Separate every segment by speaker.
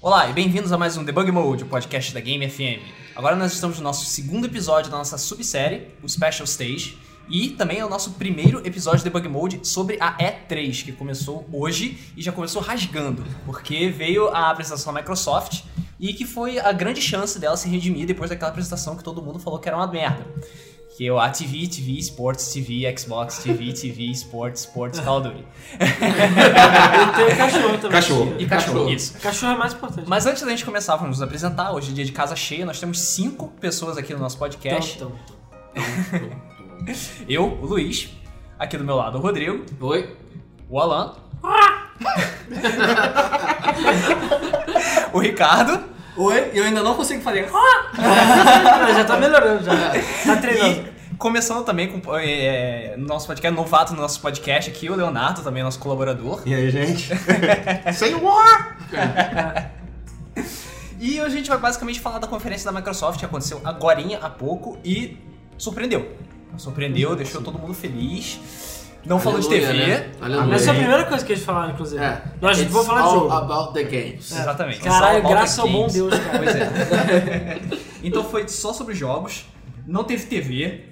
Speaker 1: Olá e bem-vindos a mais um Debug Mode, o podcast da Game FM. Agora nós estamos no nosso segundo episódio da nossa subsérie, o Special Stage, e também é o nosso primeiro episódio de Debug Mode sobre a E3, que começou hoje e já começou rasgando, porque veio a apresentação da Microsoft e que foi a grande chance dela se redimir depois daquela apresentação que todo mundo falou que era uma merda. Que eu, a TV, TV, Sports, TV, Xbox, TV, TV, Sports, Sports, Call of Duty.
Speaker 2: Eu tenho cachorro também.
Speaker 3: Cachorro.
Speaker 1: E cachorro, isso.
Speaker 2: Cachorro é mais importante.
Speaker 1: Mas antes da gente começar, vamos nos apresentar. Hoje é dia de casa cheia, nós temos cinco pessoas aqui no nosso podcast.
Speaker 2: Então, então.
Speaker 1: Eu, o Luiz, aqui do meu lado o Rodrigo,
Speaker 3: Oi?
Speaker 1: o Alan, o Ricardo
Speaker 4: Oi, eu ainda não consigo fazer.
Speaker 2: já tá melhorando, já. Tá treinando.
Speaker 1: e começando também com eh, eh, no nosso podcast, novato no nosso podcast aqui, o Leonardo também, nosso colaborador.
Speaker 4: E aí, gente?
Speaker 3: Senhor!
Speaker 1: E hoje a gente vai basicamente falar da conferência da Microsoft que aconteceu agorinha há pouco e surpreendeu. Surpreendeu, deixou todo mundo feliz. Não falou de
Speaker 3: Aleluia,
Speaker 1: TV.
Speaker 3: né? Aleluia.
Speaker 2: Essa é a primeira coisa que eles falaram, inclusive.
Speaker 3: É.
Speaker 2: Nós
Speaker 3: It's
Speaker 2: vamos falar de
Speaker 3: all
Speaker 2: jogo.
Speaker 3: about the games.
Speaker 1: Exatamente.
Speaker 2: É. Caralho,
Speaker 1: Só about
Speaker 2: graças ao
Speaker 1: the
Speaker 2: bom
Speaker 1: games.
Speaker 2: Deus, cara.
Speaker 1: ah, Pois é. então foi só sobre jogos, não teve TV,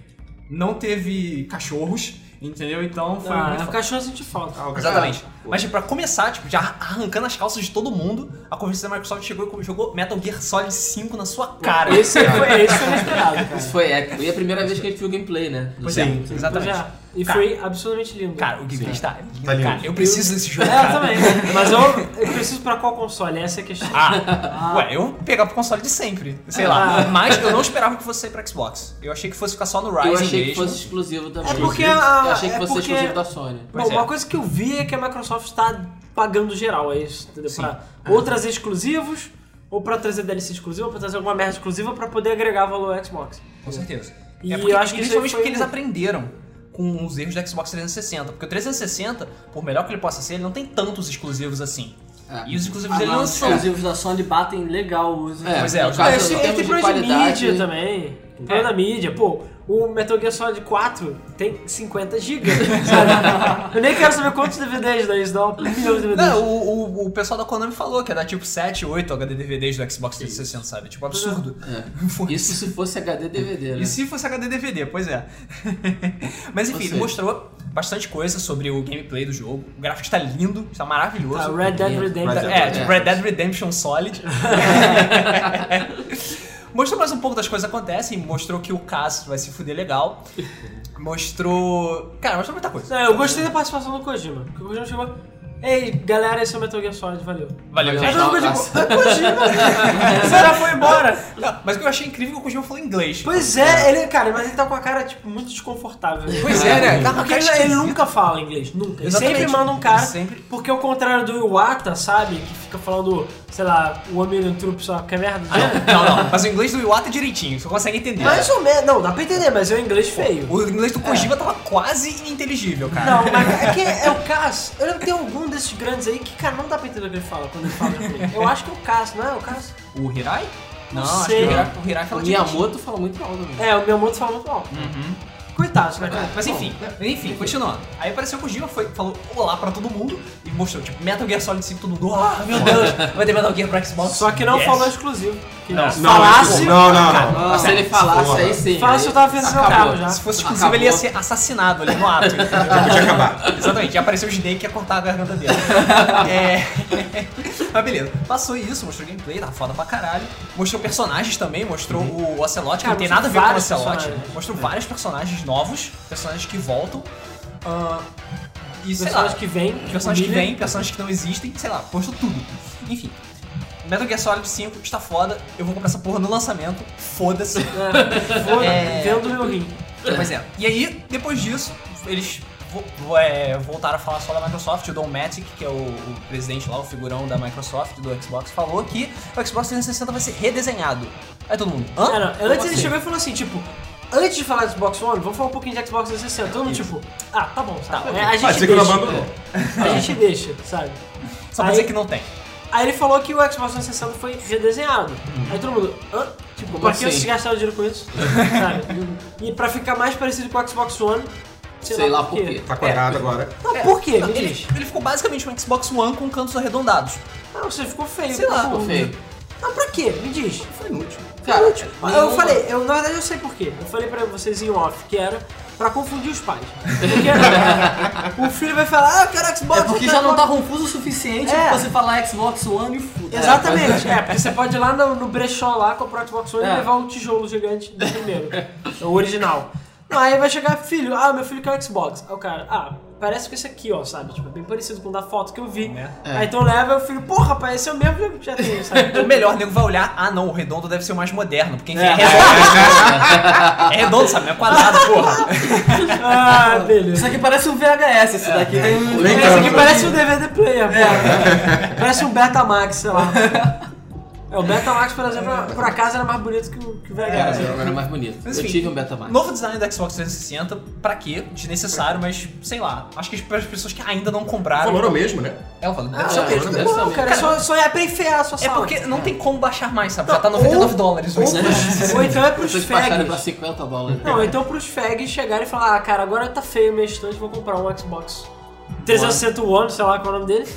Speaker 1: não teve cachorros, entendeu? Então foi
Speaker 2: Ah,
Speaker 1: muito
Speaker 2: o
Speaker 1: fo-
Speaker 2: cachorro sente falta.
Speaker 1: Exatamente. Mas tipo, pra começar, tipo, já arrancando as calças de todo mundo, a conferência da Microsoft chegou e jogou Metal Gear Solid 5 na sua cara.
Speaker 2: Esse foi, esse foi inesperado, cara.
Speaker 3: Isso foi épico. E é a primeira vez que a gente viu gameplay, né?
Speaker 1: Pois
Speaker 3: Sim.
Speaker 1: é, exatamente.
Speaker 2: Pois é. E
Speaker 1: Cara.
Speaker 2: foi absolutamente lindo.
Speaker 1: Cara, o gameplay está lindo,
Speaker 4: Tá lindo.
Speaker 1: cara. Eu preciso desse
Speaker 2: É,
Speaker 1: jogo,
Speaker 2: eu
Speaker 1: cara.
Speaker 2: também. Mas eu, eu preciso pra qual console? Essa é a questão.
Speaker 1: Ah, ué, eu pegar pro console de sempre, sei lá.
Speaker 2: Ah.
Speaker 1: Mas eu não esperava que fosse sair pra Xbox. Eu achei que fosse ficar só no Ryzen
Speaker 3: Eu achei que
Speaker 1: mesmo.
Speaker 3: fosse exclusivo da
Speaker 2: É porque a-
Speaker 3: Eu achei que
Speaker 2: é
Speaker 3: fosse
Speaker 2: porque-
Speaker 3: exclusivo da Sony.
Speaker 2: Bom,
Speaker 1: Pois é.
Speaker 2: uma coisa que eu vi é que a Microsoft está pagando geral, é isso, entendeu?
Speaker 1: Sim.
Speaker 2: Pra ou trazer exclusivos, ou pra trazer DLC exclusivo, ou pra trazer alguma merda exclusiva pra poder agregar valor ao Xbox.
Speaker 1: Com certeza.
Speaker 2: E
Speaker 1: é porque,
Speaker 2: eu acho que isso aí
Speaker 1: principalmente
Speaker 2: foi- um
Speaker 1: porque eles aprenderam com os erros do Xbox 360. Porque o 360, por melhor que ele possa ser, ele não tem tantos exclusivos assim.
Speaker 3: É.
Speaker 1: E os exclusivos
Speaker 4: Ah,
Speaker 1: dele não
Speaker 4: não,
Speaker 1: são.
Speaker 4: exclusivos da Sony batem legal o uso.
Speaker 1: Pois é,
Speaker 3: no
Speaker 1: os
Speaker 3: caso,
Speaker 2: Ah,
Speaker 3: em
Speaker 2: esse-
Speaker 3: termos
Speaker 2: Ele tem
Speaker 3: de
Speaker 2: problema de
Speaker 3: qualidade,
Speaker 2: mídia também. Tem problema da mídia. Pô, o Metal Gear Solid 4 tem 50 GB, sabe? Eu nem quero saber quantos DVDs dá isso, dá um milhão de DVDs.
Speaker 1: Não, o, o, o pessoal da Konami falou que era tipo 7, 8 HD DVDs do Xbox 360, sabe? Tipo, absurdo.
Speaker 3: É. Isso se fosse HD DVD, né?
Speaker 1: E se fosse HD DVD, pois é. Mas
Speaker 3: Ou
Speaker 1: enfim,
Speaker 3: seja-
Speaker 1: mostrou bastante coisa sobre o gameplay do jogo. O gráfico está lindo, está maravilhoso.
Speaker 2: Tá, Red Dead
Speaker 3: Lindo.
Speaker 2: Redemption.
Speaker 4: Red
Speaker 1: É,
Speaker 3: Dead.
Speaker 1: tipo Red Dead Redemption Solid. mostrou mais um pouco das coisas que acontecem, mostrou que o Cass vai se fuder legal. Mostrou. Cara, mostrou muita coisa.
Speaker 2: Não, eu gostei da participação do Kojima. Porque o Kojima chegou. Ei, galera, esse é o Metal Gear Solid, valeu.
Speaker 1: Valeu,
Speaker 3: Valeu.
Speaker 2: Mas
Speaker 1: gente.
Speaker 2: eu
Speaker 3: Não,
Speaker 2: não digo,
Speaker 3: nossa.
Speaker 2: "Ah, Kojima! Você já foi embora!
Speaker 1: Não, mas o que eu achei incrível é que o Kojima falou inglês.
Speaker 2: Pois é, ele, cara, mas ele tá com a cara, tipo, muito desconfortável.
Speaker 1: Pois é, né? Tá com a
Speaker 2: Porque
Speaker 1: cara
Speaker 2: ele, ele
Speaker 1: esquisita.
Speaker 2: nunca fala inglês, nunca. Ele
Speaker 1: Exatamente.
Speaker 2: sempre manda um cara,
Speaker 1: Sempre.
Speaker 2: porque ao contrário do Iwata, sabe? Que fica falando, sei lá, o American Troop só que é merda. né?
Speaker 1: Não, não, mas o inglês do Iwata é direitinho, você consegue entender.
Speaker 2: Mais ou menos, não, dá pra entender, mas é um inglês feio.
Speaker 1: O inglês do Kojima tava quase ininteligível, cara.
Speaker 2: Não, mas é que é o Cass. Eu lembro que tem algum desses grandes aí que, cara, não dá pra entender o que ele fala quando ele fala japonês. Eu acho que é o Cass, não é? O Cass.
Speaker 1: O Hirai? Não,
Speaker 2: Não
Speaker 1: acho que
Speaker 2: sei.
Speaker 1: o Hirai, o Hirai
Speaker 3: O
Speaker 1: fala direitinho.
Speaker 3: Miyamoto fala muito mal também.
Speaker 2: É, o meu moto fala muito mal.
Speaker 1: Uhum.
Speaker 2: Coitado, né, cara?
Speaker 1: Mas enfim, enfim, continuando. Aí apareceu o Kojima, foi, falou olá pra todo mundo e mostrou, tipo, Metal Gear Solid 5, todo mundo, ah, meu Deus, vai ter Metal Gear pra Xbox.
Speaker 2: Só que não
Speaker 1: Yes.
Speaker 2: falou exclusivo. Que
Speaker 1: Não.
Speaker 2: se
Speaker 5: é
Speaker 4: Não,
Speaker 5: tipo,
Speaker 2: falasse,
Speaker 4: não, não, não.
Speaker 2: É.
Speaker 3: Ah, se ele falasse
Speaker 4: Porra.
Speaker 3: aí sim.
Speaker 2: falasse eu
Speaker 3: aí
Speaker 2: tava fazendo meu
Speaker 3: acabou.
Speaker 2: carro já.
Speaker 1: Se fosse exclusivo, ele ia ser assassinado ali no ato. entendeu?
Speaker 4: Podia acabar.
Speaker 1: Exatamente, ia aparecer o Snake e ia cortar a garganta dele. é... Mas beleza, passou isso, mostrou gameplay, tá foda pra caralho. Mostrou personagens também, mostrou o Ocelote, que
Speaker 2: Uhum. Cara,
Speaker 1: não tem
Speaker 2: mostrou
Speaker 1: nada a ver com o
Speaker 2: vários
Speaker 1: Ocelote.
Speaker 2: personagens.
Speaker 1: Mostrou vários personagens novos, personagens que voltam. ah, e sei lá,
Speaker 2: Personagem que vem.
Speaker 1: personagens que
Speaker 2: humilha.
Speaker 1: vêm, personagens que não existem, sei lá, mostrou tudo. Enfim. Metal Gear Solid 5 está foda, eu vou comprar essa porra no lançamento, foda-se.
Speaker 2: É, vou
Speaker 1: É.
Speaker 2: vendo meu rim.
Speaker 1: Pois é. E aí, depois disso, eles vo- vo- é, voltaram a falar só da Microsoft. O Don Matic, que é o, o presidente lá, o figurão da Microsoft, do Xbox, falou que o Xbox 360 vai ser redesenhado. Aí todo mundo, hã?
Speaker 2: É, não,
Speaker 1: Como
Speaker 2: antes ele
Speaker 1: assim?
Speaker 2: chegou e falou assim, tipo, antes de falar de Xbox One, vamos falar um pouquinho de Xbox 360. Todo mundo,
Speaker 1: Isso.
Speaker 2: tipo, ah, tá bom, sabe?
Speaker 1: Tá bom.
Speaker 2: É, a
Speaker 4: Ah,
Speaker 2: gente
Speaker 4: você que não
Speaker 2: deixa.
Speaker 4: abandonou.
Speaker 2: A gente deixa, sabe?
Speaker 1: Só pra
Speaker 2: Aí-
Speaker 1: dizer que não tem.
Speaker 2: Aí ele falou que o Xbox 360 foi redesenhado.
Speaker 1: Uhum.
Speaker 2: Aí todo mundo, hã? Tipo,
Speaker 3: Como
Speaker 2: pra que
Speaker 3: assim?
Speaker 2: vocês gastaram dinheiro com isso? sabe? E pra ficar mais parecido com o Xbox One, Sei,
Speaker 3: sei lá por quê.
Speaker 4: Tá quadrado agora.
Speaker 2: Mas por quê? Me
Speaker 1: É. Ele,
Speaker 2: diz.
Speaker 1: ele ficou basicamente um Xbox One com cantos arredondados.
Speaker 2: Não, você ficou feio.
Speaker 1: Sei lá,
Speaker 2: pô.
Speaker 3: Ficou feio.
Speaker 2: Não, pra quê? Me diz.
Speaker 1: Foi inútil.
Speaker 3: Cara,
Speaker 2: Mas
Speaker 3: nenhuma-
Speaker 2: Eu falei, eu, na verdade eu sei por quê. Eu falei pra vocês em off que era pra confundir os pais. Porque o filho vai falar, ah, eu quero Xbox.
Speaker 4: É porque
Speaker 2: eu quero
Speaker 4: já não
Speaker 2: Xbox.
Speaker 4: tá confuso o suficiente
Speaker 2: É.
Speaker 4: pra você falar Xbox One e foda.
Speaker 2: Exatamente, é, porque você pode ir lá no, no brechó lá, comprar o Xbox One
Speaker 3: É.
Speaker 2: e levar um tijolo gigante do primeiro, o original. Não, aí vai chegar filho, ah, meu filho quer o Xbox. Aí o cara, ah, parece com esse aqui, ó, sabe? Tipo, é bem parecido com o da foto que eu vi.
Speaker 4: É.
Speaker 2: Aí então leva e o filho, porra, pai, esse é o mesmo que eu já tenho, sabe?
Speaker 1: Ou melhor, o nego vai olhar, ah não, o redondo deve ser o mais moderno, porque enfim, é,
Speaker 2: É.
Speaker 1: redondo. é redondo, sabe? Não é quadrado, porra.
Speaker 2: ah, beleza.
Speaker 4: Isso aqui parece um VHS, isso daqui tem um.
Speaker 3: É,
Speaker 1: Então,
Speaker 3: Vem
Speaker 2: Esse
Speaker 3: cá.
Speaker 2: aqui
Speaker 1: tá.
Speaker 2: parece um DVD player,
Speaker 1: É.
Speaker 2: pô. Parece um Betamax, sei lá. É, o Betamax, por exemplo, por acaso era mais bonito que o, que o
Speaker 3: Cara,
Speaker 2: VHS.
Speaker 1: É,
Speaker 3: o É, era mais bonito.
Speaker 1: Mas,
Speaker 3: eu
Speaker 1: enfim,
Speaker 3: tive um Betamax.
Speaker 1: Novo design do Xbox 360, pra quê? Desnecessário, mas sei lá. Acho que para as pessoas que ainda não compraram.
Speaker 4: Valor é o mesmo, né?
Speaker 1: É o valor. Deve
Speaker 2: Ah,
Speaker 1: ser o mesmo.
Speaker 3: deve
Speaker 2: Não,
Speaker 3: ser o mesmo.
Speaker 2: cara, é só, só é pra enfiar a sua
Speaker 1: É
Speaker 2: sala.
Speaker 1: porque não tem como baixar mais, sabe? Já tá
Speaker 2: Não,
Speaker 1: 99
Speaker 2: ou-
Speaker 1: dólares.
Speaker 2: Ou,
Speaker 1: hoje.
Speaker 2: pros- ou então é pros
Speaker 3: Vocês baixaram pra
Speaker 2: fags.
Speaker 3: 50 dólares.
Speaker 2: Não, então pros fags chegarem e falar, ah, cara, agora tá feio minha estante, vou comprar um Xbox 360 One, sei lá qual é o nome dele.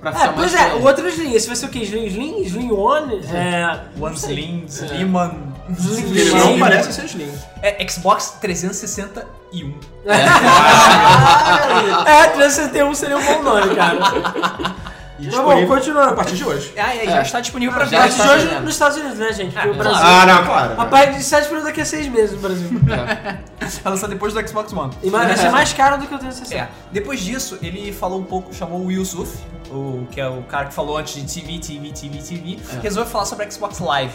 Speaker 3: Pra
Speaker 2: É,
Speaker 3: ficar mais
Speaker 2: pois é,
Speaker 3: feio.
Speaker 2: o outro é Slim. Esse vai ser o quê? Slim Slim? Slim One? É...
Speaker 1: One Slim, Sliman.
Speaker 2: Slim
Speaker 4: Ele não
Speaker 2: Slim.
Speaker 4: parece ser Slim.
Speaker 1: É Xbox 361.
Speaker 2: É, 361 seria um bom nome, cara.
Speaker 4: E
Speaker 2: Tá bom,
Speaker 4: disponível a
Speaker 2: continuando.
Speaker 4: partir de hoje.
Speaker 1: Ah, é, já está disponível pra
Speaker 3: Já
Speaker 1: ver.
Speaker 2: Mas
Speaker 3: está
Speaker 2: de hoje
Speaker 3: vendendo.
Speaker 2: nos Estados Unidos, né, gente? Porque o Brasil...
Speaker 4: Ah, não, claro.
Speaker 2: Rapaz, de 7 para daqui a 6 meses no Brasil.
Speaker 1: Vai lançar depois do Xbox One.
Speaker 2: E mais- vai ser mais caro do que o 360.
Speaker 1: É. Depois disso, ele falou um pouco, chamou o Yusuf, o, que é o cara que falou antes de TV, TV, TV, TV,
Speaker 3: É.
Speaker 1: resolveu falar sobre a Xbox Live.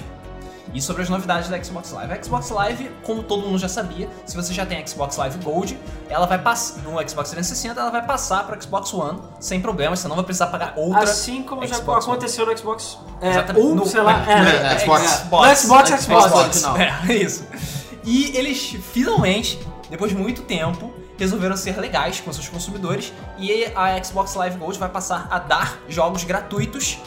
Speaker 1: E sobre as novidades da Xbox Live. A Xbox Live, como todo mundo já sabia, se você já tem a Xbox Live Gold, ela vai passar no Xbox 360, ela vai passar para Xbox One sem problemas, você não vai precisar pagar outra.
Speaker 2: Assim como já
Speaker 1: Xbox One.
Speaker 2: aconteceu no Xbox. É,
Speaker 1: Exatamente.
Speaker 2: ou,
Speaker 1: No-
Speaker 2: sei lá, é.
Speaker 4: É, Xbox.
Speaker 2: No Xbox,
Speaker 3: No
Speaker 2: Xbox.
Speaker 3: Xbox. original.
Speaker 1: É, isso. E eles finalmente, depois de muito tempo, resolveram ser legais com seus consumidores e a Xbox Live Gold vai passar a dar jogos gratuitos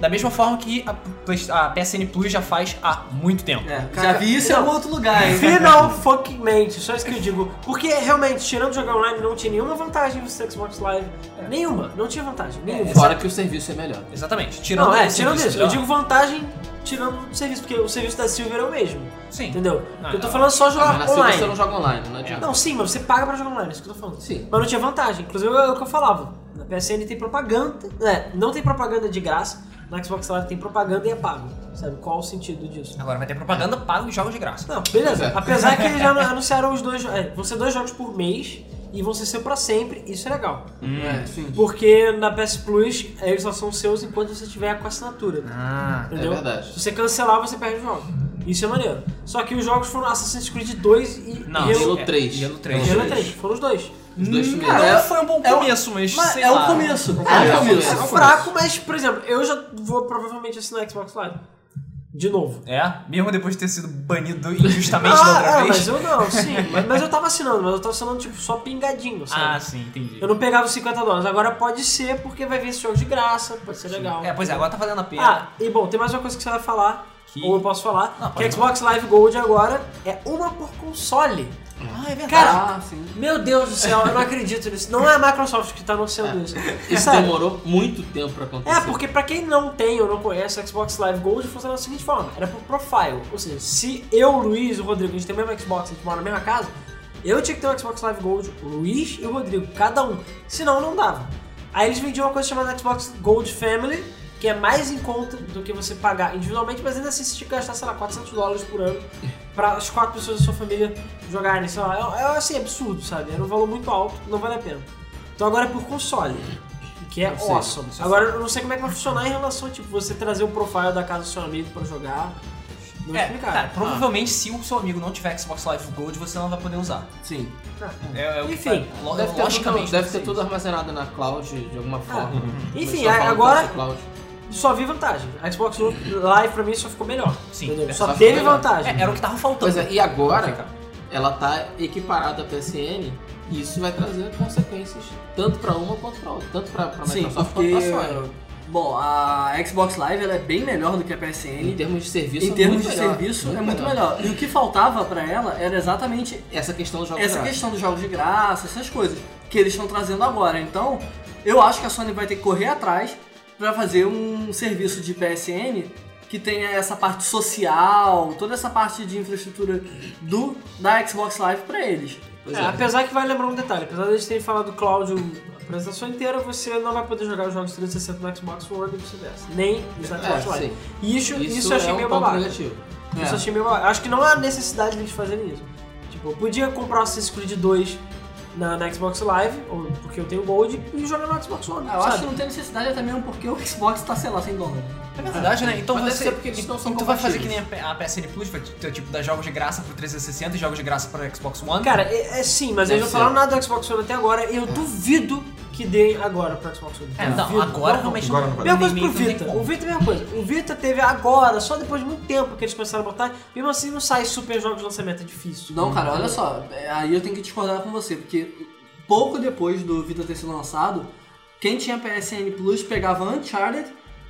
Speaker 1: da mesma forma que a, Play- a PSN Plus já faz há muito tempo.
Speaker 4: É, já
Speaker 2: Cara,
Speaker 4: vi isso em algum outro lugar, hein?
Speaker 2: Final fucking mente, só isso que eu digo. Porque realmente, tirando jogar online, não tinha nenhuma vantagem você ter Xbox Live. Nenhuma, não tinha vantagem, nenhuma.
Speaker 3: Fora que o serviço é melhor.
Speaker 1: Exatamente. Tirando
Speaker 2: não, é,
Speaker 1: esse
Speaker 2: tirando
Speaker 1: um serviço
Speaker 2: isso. Eu
Speaker 1: melhor.
Speaker 2: digo vantagem tirando o serviço, porque o serviço da Silver é o mesmo.
Speaker 1: Sim.
Speaker 2: Entendeu?
Speaker 1: Não,
Speaker 2: eu tô
Speaker 1: não.
Speaker 2: falando só jogar
Speaker 3: Ah, Mas na Silva
Speaker 2: online.
Speaker 3: você não joga online, não adianta.
Speaker 2: Não, sim, mas você paga pra jogar online, é isso que eu tô falando.
Speaker 3: Sim.
Speaker 2: Mas não tinha vantagem. Inclusive, é o que eu falava. Na PSN tem propaganda. né? não tem propaganda de graça. Na Xbox Live tem propaganda e é pago. Sabe? Qual o sentido disso?
Speaker 1: Agora vai ter propaganda paga e jogos de graça.
Speaker 2: Não, beleza.
Speaker 3: Pois é.
Speaker 2: Apesar que eles já anu- anunciaram os dois. jo- É, vão ser dois jogos por mês e vão ser seu pra sempre. Isso é legal.
Speaker 3: É, sim.
Speaker 2: Porque na PS Plus, eles só são seus enquanto você tiver com a assinatura. né?
Speaker 1: Ah.
Speaker 2: Entendeu?
Speaker 3: É verdade.
Speaker 2: Se você cancelar, você perde o jogo. Isso é maneiro. Só que os jogos foram Assassin's Creed 2 e
Speaker 1: Não,
Speaker 2: e
Speaker 3: Halo
Speaker 2: Halo
Speaker 1: é,
Speaker 3: 3.
Speaker 1: Halo 3.
Speaker 2: e Halo 3. Foram os dois.
Speaker 3: Os dois
Speaker 1: Hum,
Speaker 3: primeiros.
Speaker 1: Cara,
Speaker 4: É-
Speaker 1: foi um bom
Speaker 4: é o-
Speaker 1: começo, mas,
Speaker 4: Mas
Speaker 1: sei
Speaker 4: é
Speaker 1: lá.
Speaker 4: o
Speaker 3: É
Speaker 4: começo. É
Speaker 3: o
Speaker 4: o
Speaker 3: começo.
Speaker 4: começo.
Speaker 2: É fraco, mas, por exemplo, eu já vou provavelmente assinar Xbox Live. De novo.
Speaker 1: É, mesmo depois de ter sido banido injustamente da outra
Speaker 2: Ah, é,
Speaker 1: vez.
Speaker 2: mas eu não, sim. mas, mas eu tava assinando, mas eu tava assinando, tipo, só pingadinho,
Speaker 1: Ah,
Speaker 2: sabe?
Speaker 1: sim, entendi.
Speaker 2: eu não pegava os 50 dólares. Agora pode ser, porque vai vir esse jogo de graça, pode ser legal.
Speaker 1: É, pois é, agora tá valendo a pena.
Speaker 2: Ah, e bom, tem mais uma coisa que você vai falar,
Speaker 1: Que-
Speaker 2: ou eu posso falar,
Speaker 1: Não,
Speaker 2: que
Speaker 1: pode
Speaker 2: a Xbox Live Gold agora é uma por console.
Speaker 1: Ah, é verdade.
Speaker 2: Cara,
Speaker 3: ah, sim.
Speaker 2: meu Deus do céu, eu não acredito nisso. Não é a Microsoft que tá
Speaker 1: É.
Speaker 2: anunciando isso.
Speaker 3: Isso
Speaker 2: Sério.
Speaker 3: demorou muito tempo pra acontecer.
Speaker 2: É, porque pra quem não tem ou não conhece, o Xbox Live Gold funciona da seguinte forma: era por profile. Ou seja, se eu, o Luiz e o Rodrigo, a gente tem o mesmo Xbox, a gente mora na mesma casa, eu tinha que ter um Xbox Live Gold, o Luiz e o Rodrigo, cada um. Senão, não dava. Aí eles vendiam uma coisa chamada Xbox Gold Family, que é mais em conta do que você pagar individualmente, mas ainda assim você tinha que gastar, sei lá, 400 dólares por ano para as quatro pessoas da sua família jogarem, sei lá. É, é assim, absurdo, sabe? Era um valor muito alto, não vale a pena. Então agora é por console. Que é
Speaker 3: Não sei.
Speaker 2: awesome. Agora, eu não sei como é que vai funcionar em relação a, tipo, você trazer o profile da casa do seu amigo pra jogar. Não
Speaker 1: É, cara,
Speaker 3: Ah.
Speaker 2: explicaram.
Speaker 1: provavelmente se o seu amigo não tiver Xbox Live Gold, você não vai poder usar.
Speaker 3: Sim.
Speaker 1: É, é o que
Speaker 2: Enfim,
Speaker 1: tá- lo-
Speaker 3: Deve ter,
Speaker 1: logicamente.
Speaker 3: tudo,
Speaker 4: né,
Speaker 3: deve ter tudo armazenado na cloud de
Speaker 4: É.
Speaker 3: alguma forma.
Speaker 2: Enfim,
Speaker 3: Só
Speaker 2: aí,
Speaker 3: fala
Speaker 2: agora
Speaker 3: que é cloud.
Speaker 4: Então,
Speaker 2: só vi vantagem. A Xbox Live pra mim só ficou melhor.
Speaker 1: Sim,
Speaker 2: entendeu?
Speaker 1: é,
Speaker 2: Só
Speaker 3: só
Speaker 2: teve
Speaker 3: ficou melhor.
Speaker 2: vantagem.
Speaker 1: É, era o que tava faltando.
Speaker 3: Pois é, e agora ela tá equiparada à PSN e isso vai trazer consequências tanto pra uma quanto pra outra. Tanto pra, pra
Speaker 4: Sim,
Speaker 3: Microsoft
Speaker 4: porque
Speaker 3: quanto pra Sony.
Speaker 4: Bom, a Xbox Live ela é bem melhor do que a PSN.
Speaker 3: Em termos de serviço,
Speaker 4: Em
Speaker 3: é
Speaker 4: termos de
Speaker 3: muito melhor,
Speaker 4: serviço, é muito melhor. E o que faltava pra ela era exatamente
Speaker 3: Essa questão do jogo
Speaker 4: essa
Speaker 3: grátis.
Speaker 4: questão dos jogos de graça, essas coisas que eles estão trazendo agora. Então, eu acho que a Sony vai ter que correr atrás pra fazer um serviço de PSN que tenha essa parte social, toda essa parte de infraestrutura do da Xbox Live pra eles.
Speaker 3: Pois
Speaker 2: É,
Speaker 3: é.
Speaker 2: apesar que vai lembrar um detalhe, apesar de a gente ter falado do Cláudio a apresentação inteira, você não vai poder jogar os jogos 360 no Xbox One e vice-versa. Nem no Xbox
Speaker 3: É,
Speaker 2: Live.
Speaker 3: sim.
Speaker 2: E Isso, isso,
Speaker 3: Isso
Speaker 2: eu achei
Speaker 3: é um
Speaker 2: meio
Speaker 3: ponto
Speaker 2: babado.
Speaker 3: negativo.
Speaker 2: Isso eu
Speaker 4: É.
Speaker 2: achei meio babado. Acho que não há necessidade deles fazerem isso. Tipo, eu podia comprar o Assassin's Creed 2 na, na Xbox Live, ou porque eu tenho Gold, e jogar no Xbox One.
Speaker 4: Ah, Eu
Speaker 2: sabe?
Speaker 4: acho que não tem necessidade até mesmo porque o Xbox tá, sei lá, sem dólar.
Speaker 1: É verdade, né? Então
Speaker 3: Mas deve
Speaker 1: você
Speaker 3: ser porque eles não são
Speaker 1: então vai fazer que nem
Speaker 3: compatíveis.
Speaker 1: a, a PSN Plus, vai ter, tipo, dar jogos de graça pro 360 e jogos de graça pro Xbox One.
Speaker 2: Cara, é, é sim, mas eles
Speaker 3: Deve
Speaker 2: não
Speaker 3: ser.
Speaker 2: falaram nada do Xbox One até agora, e
Speaker 4: É.
Speaker 2: eu duvido que deem agora pro Xbox One.
Speaker 1: é, não,
Speaker 2: Duvido.
Speaker 1: agora
Speaker 2: Não,
Speaker 1: realmente
Speaker 5: Agora
Speaker 1: não.
Speaker 5: não vai.
Speaker 2: Mesma coisa
Speaker 1: nem-
Speaker 2: pro
Speaker 1: nem- nem
Speaker 2: Vita.
Speaker 1: como.
Speaker 2: O Vita é a mesma coisa. O Vita teve agora, só depois de muito tempo que eles começaram a botar. Mesmo assim, não sai super jogos de lançamento, é difícil.
Speaker 4: Não, cara, olha só, é, aí eu tenho que discordar com você, porque pouco depois do Vita ter sido lançado, quem tinha PSN Plus pegava Uncharted,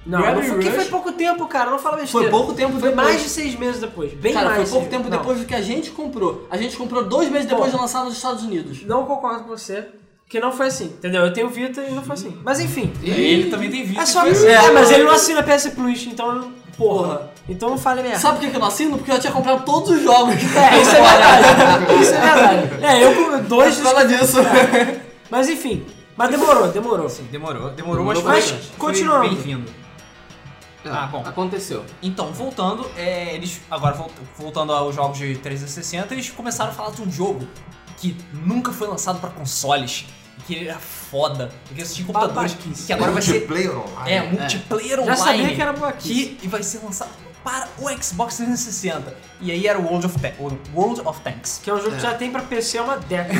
Speaker 2: Não, não
Speaker 4: Gravity
Speaker 2: foi, que
Speaker 4: Rush.
Speaker 2: foi pouco tempo, cara. Não fala
Speaker 4: Foi
Speaker 2: besteira.
Speaker 4: pouco tempo
Speaker 2: Foi
Speaker 4: depois.
Speaker 2: mais de seis meses depois. Bem
Speaker 4: Cara,
Speaker 2: mais.
Speaker 4: foi
Speaker 2: de
Speaker 4: pouco
Speaker 2: seis
Speaker 4: tempo
Speaker 2: meses.
Speaker 4: depois do que a gente comprou. A gente comprou dois meses depois de lançar nos Estados Unidos.
Speaker 2: Não, não concordo com você. Porque não foi assim, entendeu? Eu tenho Vita e não foi assim. Mas enfim.
Speaker 1: Ele também tem Vita.
Speaker 2: É só
Speaker 1: e foi-
Speaker 2: É, mas ele não assina PS Plus, então. não- Porra.
Speaker 4: Porra.
Speaker 2: Então não fale merda.
Speaker 4: Sabe por que que eu não assino? Porque eu já tinha comprado todos os jogos.
Speaker 2: É, isso é verdade. isso é verdade. É, eu com dois. dos-
Speaker 4: Fala disso.
Speaker 2: Mas enfim. Mas demorou, demorou.
Speaker 1: Sim, demorou, demorou, mas,
Speaker 3: Demorou
Speaker 1: foi-
Speaker 2: bastante.
Speaker 1: foi
Speaker 2: Continuando.
Speaker 1: Bem-vindo. Ah, bom.
Speaker 3: Aconteceu.
Speaker 1: Então, voltando, é, eles. Agora, volt- voltando aos jogos de 360, eles começaram a falar de um jogo que nunca foi lançado pra consoles. E que ele era foda. E que existia em computadores.
Speaker 2: Babaquice.
Speaker 1: E que é, agora vai ser.
Speaker 5: Multiplayer online.
Speaker 1: É, multiplayer
Speaker 2: Já
Speaker 1: online.
Speaker 2: sabia que era boa aqui.
Speaker 1: que- e vai ser lançado para o Xbox 360. E aí era o World of, Tan- o World of Tanks.
Speaker 2: Que é um jogo que já tem pra PC há uma década.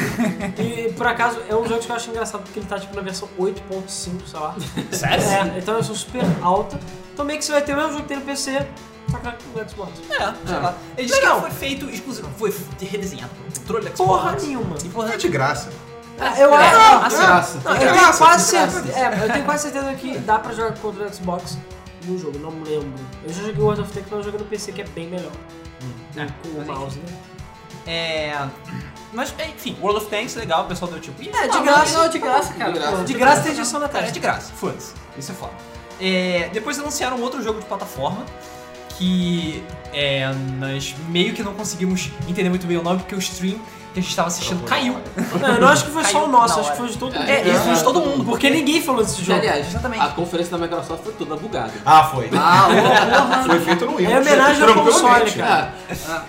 Speaker 2: e por acaso é um jogo que eu acho engraçado porque ele tá tipo na versão 8.5, sei lá.
Speaker 1: Sério?
Speaker 2: É, então é uma versão super alta. Então meio que você vai ter o mesmo jogo que tem no PC, só que no Xbox.
Speaker 1: É, sei lá. Ele disse que
Speaker 2: Legal.
Speaker 1: foi feito exclusivo. Foi redesenhado pro controle do Xbox.
Speaker 2: Porra nenhuma.
Speaker 1: E porra, assim,
Speaker 5: É de graça.
Speaker 2: É,
Speaker 1: graça,
Speaker 2: eu acho.
Speaker 4: Ah,
Speaker 1: graça,
Speaker 2: não,
Speaker 3: graça.
Speaker 2: não, eu, tenho quase certeza, é, eu tenho quase certeza que dá pra jogar contra o Xbox no jogo, não me lembro. Eu já joguei World of Tanks, mas eu joguei no PC que é bem melhor. com o
Speaker 1: Hum. Ah, mas
Speaker 2: mouse, né?
Speaker 1: É. Mas, é, enfim, World of Tanks, legal, o pessoal deu tipo. "Ih,
Speaker 4: É, de
Speaker 1: não,
Speaker 4: graça.
Speaker 1: mas-
Speaker 4: de graça, cara.
Speaker 3: De graça.
Speaker 2: De graça tem injeção na
Speaker 1: Cara, é
Speaker 2: testa.
Speaker 1: de graça, foda-se. Isso é foda. É, depois anunciaram outro jogo de plataforma que é, nós meio que não conseguimos entender muito bem o nome, porque o stream que a gente estava assistindo caiu.
Speaker 2: Não, eu não acho que foi só
Speaker 1: Caiu
Speaker 2: o nosso,
Speaker 1: na
Speaker 2: acho
Speaker 1: hora.
Speaker 2: que foi de todo mundo.
Speaker 1: É, isso
Speaker 3: É.
Speaker 1: de todo mundo, porque
Speaker 2: Porque
Speaker 1: ninguém.
Speaker 2: ninguém falou desse jogo.
Speaker 3: Aliás,
Speaker 1: Exatamente.
Speaker 3: a conferência da Microsoft foi toda bugada.
Speaker 5: Ah, foi.
Speaker 3: Ah,
Speaker 5: Foi feito no Windows.
Speaker 2: É homenagem ao
Speaker 5: Tranquilamente.
Speaker 2: console, cara.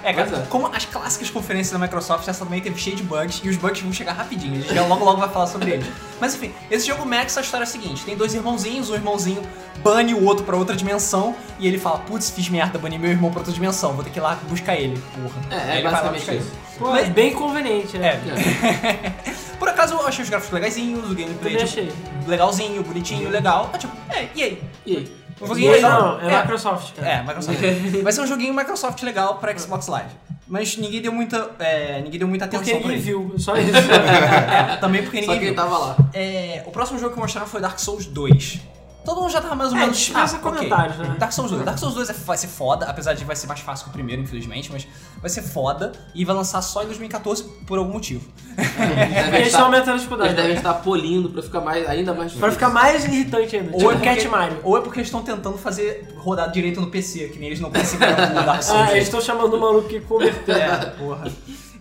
Speaker 1: É,
Speaker 3: Pois
Speaker 1: cara,
Speaker 3: é.
Speaker 1: como as clássicas conferências da Microsoft, essa também teve cheio de bugs, e os bugs vão chegar rapidinho, a gente já logo logo vai falar sobre eles. Mas enfim, esse jogo Max, a história é a seguinte, tem dois irmãozinhos, um irmãozinho bane o outro pra outra dimensão, e ele fala, putz, fiz merda, bani meu irmão pra outra dimensão, vou ter que ir lá buscar ele, porra.
Speaker 3: É,
Speaker 1: Aí
Speaker 3: é,
Speaker 1: ele vai lá buscar
Speaker 3: basicamente
Speaker 1: ele.
Speaker 3: isso. É.
Speaker 2: Pô, é bem conveniente, né?
Speaker 1: É. Por acaso eu achei os gráficos legaisinhos, o gameplay
Speaker 2: Também
Speaker 1: tipo,
Speaker 2: achei.
Speaker 1: legalzinho, bonitinho, legal. Mas, tipo, é, e aí?
Speaker 3: E aí?
Speaker 1: Um
Speaker 2: E
Speaker 1: joguinho
Speaker 2: aí,
Speaker 1: legal.
Speaker 2: não, é, Microsoft, cara.
Speaker 1: É, Microsoft. Vai ser um joguinho Microsoft legal pra Xbox Live. Mas ninguém deu muita, é, ninguém deu muita atenção
Speaker 2: Porque
Speaker 1: pra
Speaker 2: ninguém
Speaker 1: ele.
Speaker 2: viu, tá- só isso.
Speaker 1: É, também porque
Speaker 3: Só
Speaker 1: ninguém
Speaker 3: quem
Speaker 1: viu.
Speaker 3: tava lá.
Speaker 1: É, o próximo jogo que mostraram foi Dark Souls 2. Todo mundo já tava mais ou
Speaker 2: É,
Speaker 1: menos...
Speaker 2: dispensa
Speaker 1: ok.
Speaker 2: comentários, né?
Speaker 1: Dark Souls 2. Dark Souls 2 é- vai ser foda, apesar de vai ser mais fácil que o primeiro, infelizmente, mas vai ser foda e vai lançar só em 2014 por algum motivo.
Speaker 2: Tipo Porque eles estão aumentando a dificuldade.
Speaker 3: Eles devem estar tá polindo pra ficar mais, ainda mais
Speaker 2: Pra ficar mais irritante ainda. Tipo o Cat Mario.
Speaker 1: ou é porque eles estão tentando fazer rodar direito no PC, que nem eles não conseguiram no Dark Souls.
Speaker 2: Ah, eles estão chamando o maluco que converteu.
Speaker 1: É, porra.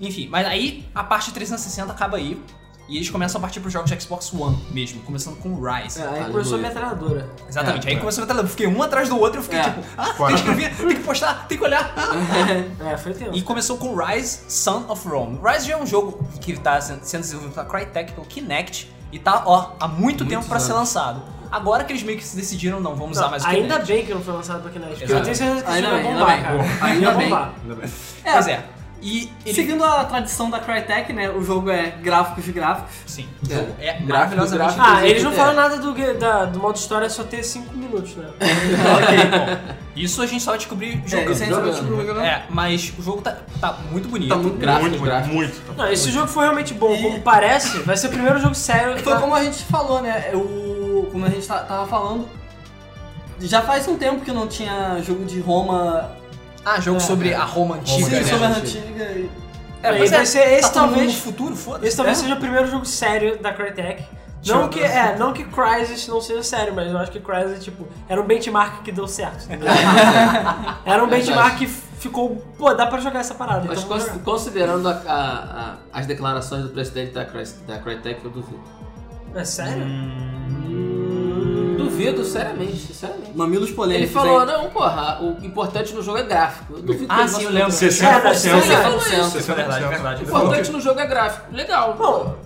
Speaker 1: Enfim, mas aí a parte 360 acaba aí. E eles começam a partir pros jogos de Xbox One mesmo, começando com o Rise.
Speaker 2: É, aí começou a metralhadora.
Speaker 1: Exatamente.
Speaker 3: É,
Speaker 1: aí
Speaker 3: é.
Speaker 1: começou a batalha. Eu fiquei um atrás do outro e eu fiquei
Speaker 3: É.
Speaker 1: tipo, ah, tem que
Speaker 5: Fora.
Speaker 1: escrever, tem que postar, tem que olhar. ah.
Speaker 2: É, foi tempo.
Speaker 1: E começou com Rise, Son of Rome. Rise já é um jogo que tá sendo sendo desenvolvido pela Crytek, pelo Kinect, e tá, ó, há muito tempo pra ser lançado. Agora que eles meio que se decidiram, não, vamos usar mais o
Speaker 2: ainda
Speaker 1: Kinect.
Speaker 2: bem que não foi lançado pra Kinect. Porque
Speaker 1: Exato.
Speaker 2: eu tenho certeza que isso
Speaker 4: Ainda
Speaker 2: vai
Speaker 4: bem,
Speaker 2: bombar,
Speaker 4: ainda bem.
Speaker 2: cara.
Speaker 4: Ainda
Speaker 2: Vai
Speaker 4: bem.
Speaker 2: bombar.
Speaker 5: Ainda bem.
Speaker 1: Pois é. E ele...
Speaker 4: Seguindo a tradição da Crytek, né? O jogo é gráficos de gráficos.
Speaker 1: Sim, é,
Speaker 3: É. Gráfico,
Speaker 1: maravilhosamente
Speaker 3: gráfico.
Speaker 2: Ah, eles não
Speaker 3: É.
Speaker 2: falam nada do, ga- da- do modo história, é só ter 5 minutos, né?
Speaker 1: Ok, bom. Isso a gente só vai descobrir
Speaker 4: É, isso aí
Speaker 1: jogando.
Speaker 4: a gente
Speaker 3: jogando.
Speaker 4: sabe tudo, né?
Speaker 1: É, mas o jogo tá, tá muito bonito.
Speaker 3: Tá muito gráfico,
Speaker 5: muito,
Speaker 3: gráfico.
Speaker 5: muito.
Speaker 2: Não, esse jogo foi realmente bom, como parece. Vai ser o primeiro jogo sério.
Speaker 4: Foi
Speaker 2: da-
Speaker 4: como a gente falou, né? O, como a gente tá- tava falando, já faz um tempo que não tinha jogo de Roma.
Speaker 1: Ah,
Speaker 3: É.
Speaker 1: jogo sobre a Roma
Speaker 4: Sim,
Speaker 1: antiga,
Speaker 5: Roma,
Speaker 1: né?
Speaker 4: sobre a
Speaker 5: né?
Speaker 4: antiga. e-
Speaker 1: É,
Speaker 2: Aí
Speaker 1: mas
Speaker 2: vai
Speaker 1: é,
Speaker 2: ser esse
Speaker 1: tá todo mundo
Speaker 2: talvez-
Speaker 1: no futuro, foda-se.
Speaker 2: Esse talvez
Speaker 1: É?
Speaker 2: seja o primeiro jogo sério da Crytek.
Speaker 1: Tirando
Speaker 2: Não que, é, não que Crysis não seja sério, mas eu acho que Crysis, tipo, era um benchmark que deu certo. entendeu? era um benchmark que ficou, pô, dá pra jogar essa parada.
Speaker 3: Mas
Speaker 2: então vamos
Speaker 3: cons-
Speaker 2: jogar.
Speaker 3: considerando a- a- a- as declarações do presidente da, Cry- da Crytek, eu duvido.
Speaker 2: É sério?
Speaker 3: Duvido, seriamente, sinceramente.
Speaker 4: Mamilos
Speaker 3: Ele
Speaker 4: polêmicos.
Speaker 3: falou,
Speaker 4: hein?
Speaker 3: não, porra, o importante no jogo é gráfico. Eu duvido que
Speaker 1: Ah,
Speaker 3: ele
Speaker 1: sim, eu
Speaker 3: goste
Speaker 1: lembro.
Speaker 3: do-
Speaker 5: 60%.
Speaker 3: Ele falou
Speaker 5: Isso,
Speaker 3: isso.
Speaker 1: Isso é verdade, é verdade.
Speaker 5: Ele
Speaker 3: O
Speaker 5: falou que-
Speaker 3: importante no jogo é gráfico. Legal.
Speaker 2: Bom,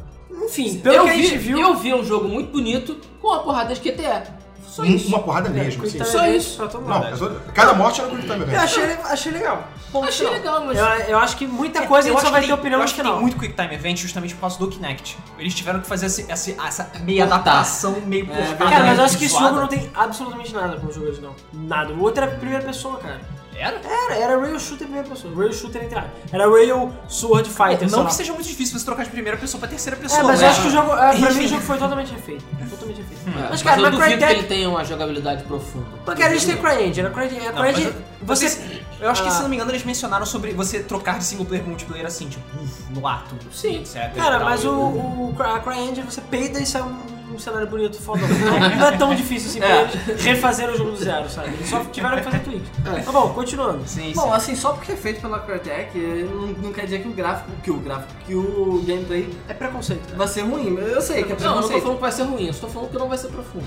Speaker 2: enfim, pelo
Speaker 3: eu
Speaker 2: que a
Speaker 3: vi,
Speaker 2: gente viu...
Speaker 3: eu vi um jogo muito bonito com uma porrada de QTE. Só
Speaker 5: Um-
Speaker 3: isso.
Speaker 5: Uma porrada
Speaker 2: É,
Speaker 5: mesmo, assim.
Speaker 2: coitado
Speaker 3: Só
Speaker 2: dele,
Speaker 3: isso.
Speaker 2: pra todo
Speaker 5: Não,
Speaker 2: mundo.
Speaker 5: mas olha- cada morte era gritada,
Speaker 2: Eu
Speaker 5: velho.
Speaker 2: achei, achei legal. Ponto
Speaker 3: Achei
Speaker 2: final.
Speaker 3: legal, mas...
Speaker 2: Eu, É. eu acho que muita coisa a
Speaker 1: É, eu
Speaker 2: gente só
Speaker 1: acho
Speaker 2: vai
Speaker 1: que
Speaker 2: ter
Speaker 1: tem-
Speaker 2: opinião
Speaker 1: eu
Speaker 2: no
Speaker 1: acho que
Speaker 2: final.
Speaker 1: tem muito Quick Time Event justamente por causa do Kinect. Eles tiveram que fazer esse- esse- essa meia
Speaker 3: Cortar.
Speaker 1: adaptação, meio cortada.
Speaker 2: Cara, É, mas eu
Speaker 1: meio
Speaker 2: acho que esse
Speaker 1: zoada.
Speaker 2: jogo não tem absolutamente nada com o jogo original. Nada. O outro era primeira pessoa, cara.
Speaker 1: Era?
Speaker 2: Era, era Rail Shooter em primeira pessoa. Rail Shooter entre aspas. Era Rail Sword Fighter, sei
Speaker 1: É, Não
Speaker 2: lá.
Speaker 1: que seja muito difícil você trocar de primeira pessoa pra terceira pessoa.
Speaker 2: É, mas
Speaker 1: né?
Speaker 2: eu acho que o jogo. é, Pra
Speaker 1: Enfim.
Speaker 2: mim o jogo foi totalmente refeito. Totalmente refeito.
Speaker 3: É,
Speaker 2: Mas, cara,
Speaker 3: eu
Speaker 2: mas
Speaker 3: duvido que
Speaker 2: Crytek.
Speaker 3: ele tenha uma jogabilidade profunda.
Speaker 2: Mas, cara, eles têm CryEngine. A CryEngine. A
Speaker 1: Não, mas
Speaker 2: CryEngine.
Speaker 1: eu-
Speaker 2: Você.
Speaker 1: Eu acho que,
Speaker 2: Ah.
Speaker 1: se não me engano, eles mencionaram sobre você trocar de single player pra multiplayer assim, tipo, uf, no ato.
Speaker 3: Sim.
Speaker 1: etc.
Speaker 2: Cara,
Speaker 1: e tal.
Speaker 2: mas o, o, a CryEngine você peida e sai um, um cenário bonito, fodão. Não, não é tão difícil assim pra eles refazer o jogo do zero, sabe? Eles só tiveram que fazer tweak. Tá bom, continuando.
Speaker 1: Sim, sim.
Speaker 4: Bom, assim, só porque é feito pela Crytek, eh, não, não quer dizer que o gráfico, que o gráfico, que o gameplay
Speaker 2: É preconceito. né?
Speaker 4: vai ser ruim. Eu sei que é
Speaker 3: Não, eu não tô
Speaker 4: preconceito.
Speaker 3: falando que vai ser ruim, eu só tô falando que não vai ser profundo.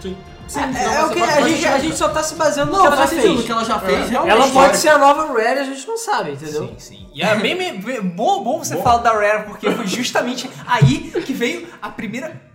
Speaker 2: Sim,
Speaker 3: não,
Speaker 2: é, é
Speaker 3: mas
Speaker 2: o que
Speaker 3: você pode-
Speaker 2: a
Speaker 3: pode
Speaker 2: gente, a
Speaker 3: jogar.
Speaker 2: gente só tá se baseando no
Speaker 4: Não,
Speaker 2: que ela já
Speaker 4: faz sentido, o
Speaker 2: fez. É.
Speaker 4: que ela já fez, realmente.
Speaker 2: Ela
Speaker 5: história.
Speaker 2: pode ser a nova Rare, a gente não sabe, entendeu?
Speaker 1: Sim, sim. E é bem, bem- bem- bom, bom você falar da Rare, porque foi justamente aí que veio a primeira.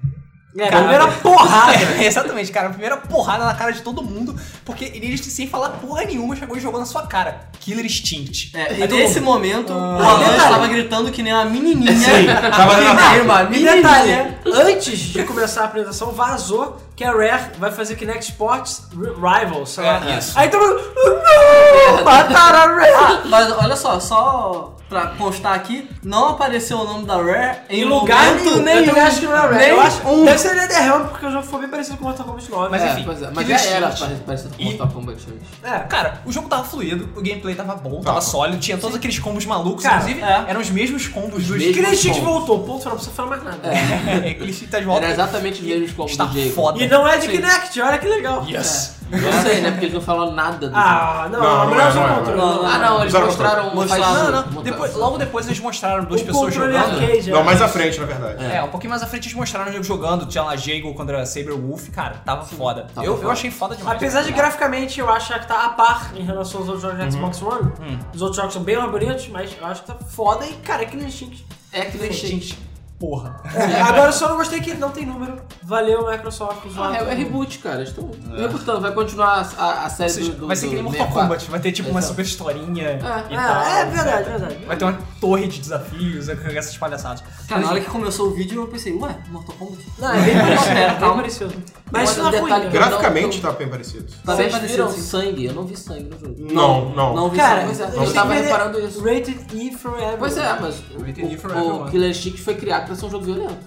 Speaker 2: É,
Speaker 1: Cara,
Speaker 2: a primeira porrada.
Speaker 1: É, exatamente, cara. A primeira porrada na cara de todo mundo, porque eles, sem falar porra nenhuma, chegou e jogou na sua cara. Killer Instinct.
Speaker 4: É,
Speaker 1: Aí
Speaker 4: e
Speaker 1: todo
Speaker 4: nesse
Speaker 1: mundo,
Speaker 4: momento, o
Speaker 2: Ah,
Speaker 4: Alan
Speaker 2: detalhe.
Speaker 4: estava gritando que nem uma menininha.
Speaker 5: Sim, tava
Speaker 4: que
Speaker 5: na
Speaker 4: nem uma
Speaker 2: E
Speaker 4: menininha.
Speaker 2: detalhe, né? antes de começar a apresentação, vazou que a Rare vai fazer Kinect Sports Rivals, sei lá.
Speaker 1: É, isso.
Speaker 2: Aí todo mundo, "Oh, não, mataram a Rare.
Speaker 4: Ah, mas olha só, só pra constar aqui, não apareceu o nome da Rare em,
Speaker 2: Em lugar
Speaker 4: momento
Speaker 2: nenhum. Eu também acho que não é a Rare.
Speaker 4: Um Nem
Speaker 2: Eu acho,
Speaker 4: um.
Speaker 2: Deve ser NetherRealm, porque o jogo foi bem parecido com Mortal Kombat 9.
Speaker 1: Mas
Speaker 3: é,
Speaker 1: enfim,
Speaker 3: pois é, mas
Speaker 1: Killer
Speaker 3: já era
Speaker 1: Instinct.
Speaker 3: pare- parecido com
Speaker 1: E-
Speaker 3: Mortal Kombat 2.
Speaker 2: É.
Speaker 1: Cara, o jogo tava fluido, o gameplay tava bom, tava
Speaker 5: Tava.
Speaker 1: sólido, tinha todos aqueles combos malucos,
Speaker 2: Cara,
Speaker 1: inclusive
Speaker 4: é.
Speaker 1: eram os mesmos combos dos.
Speaker 3: mesmos.
Speaker 1: Killer
Speaker 2: Killer Instinct
Speaker 3: pontos.
Speaker 2: voltou, ponto, não precisa falar mais nada.
Speaker 1: É, Killer Instinct tá de volta.
Speaker 3: Era exatamente os mesmos combos
Speaker 1: Está
Speaker 3: do Diego.
Speaker 1: foda.
Speaker 2: E não é de
Speaker 3: Sim.
Speaker 2: Kinect, olha que legal.
Speaker 1: Yes.
Speaker 3: Não sei, né? Porque eles não falaram nada do jogo.
Speaker 2: Ah, não,
Speaker 5: Não,
Speaker 2: não,
Speaker 5: não
Speaker 2: melhor
Speaker 5: é,
Speaker 2: usar
Speaker 5: não
Speaker 2: o
Speaker 5: é,
Speaker 2: controle.
Speaker 4: não é.
Speaker 3: Ah, não, eles
Speaker 5: Zero
Speaker 3: mostraram.
Speaker 4: controle.
Speaker 3: faz-
Speaker 1: Não, não.
Speaker 3: montaram-
Speaker 1: Depois, logo depois eles mostraram duas
Speaker 2: O
Speaker 1: pessoas
Speaker 2: controle
Speaker 1: jogando.
Speaker 2: arcade,
Speaker 5: Não,
Speaker 2: é.
Speaker 5: mais à frente, na verdade.
Speaker 1: É, um pouquinho mais à frente eles mostraram o jogo jogando, tinha lá Jago contra Saber Wolf, cara, tava foda.
Speaker 3: tava
Speaker 1: eu, eu
Speaker 3: foda.
Speaker 1: achei foda demais.
Speaker 2: Apesar de graficamente eu achar que tá a par em relação aos outros jogos
Speaker 5: Uhum.
Speaker 2: de Xbox One,
Speaker 1: Hum.
Speaker 2: os outros jogos são bem mais bonitos, mas eu acho que tá foda e, cara, é que nem Instinct.
Speaker 3: É que nem Instinct.
Speaker 1: Porra.
Speaker 2: É, agora eu só não gostei que não tem número. Valeu, Microsoft. os
Speaker 3: Ah, é, é reboot, cara. Eles estão
Speaker 4: É.
Speaker 3: rebutando. Vai continuar a, a- a série
Speaker 2: é
Speaker 1: Ou seja,
Speaker 3: do, do.
Speaker 1: vai ser que nem
Speaker 3: do
Speaker 1: Mortal
Speaker 3: 64.
Speaker 1: Kombat, vai ter tipo uma super historinha e tal.
Speaker 2: É, é verdade, verdade.
Speaker 1: Vai ter uma torre de desafios, essas palhaçadas.
Speaker 4: Cara, na hora que começou o vídeo eu pensei, ué, Mortal Kombat?
Speaker 2: Não,
Speaker 3: Tá
Speaker 2: é bem parecido,
Speaker 4: É,
Speaker 2: é bem
Speaker 4: calma.
Speaker 2: parecido. Mas isso
Speaker 3: né? Mas
Speaker 2: não é
Speaker 3: um
Speaker 2: ruim,
Speaker 3: detalhe
Speaker 2: cara.
Speaker 3: grande.
Speaker 5: Graficamente tá bem parecido.
Speaker 4: Tá bem
Speaker 3: Vocês
Speaker 4: parecido.
Speaker 3: viram
Speaker 4: sim.
Speaker 3: sangue? Eu não vi sangue no jogo.
Speaker 5: Não, não.
Speaker 4: Não vi
Speaker 2: Cara,
Speaker 4: sangue.
Speaker 3: Pois é,
Speaker 2: eles
Speaker 3: eu
Speaker 2: têm
Speaker 3: tava
Speaker 2: que ver
Speaker 3: reparando isso.
Speaker 2: Rated E Forever.
Speaker 3: Pois é, mas o,
Speaker 1: Rated E for
Speaker 3: o,
Speaker 1: everyone.
Speaker 3: o Killer Instinct foi criado pra ser um jogo violento.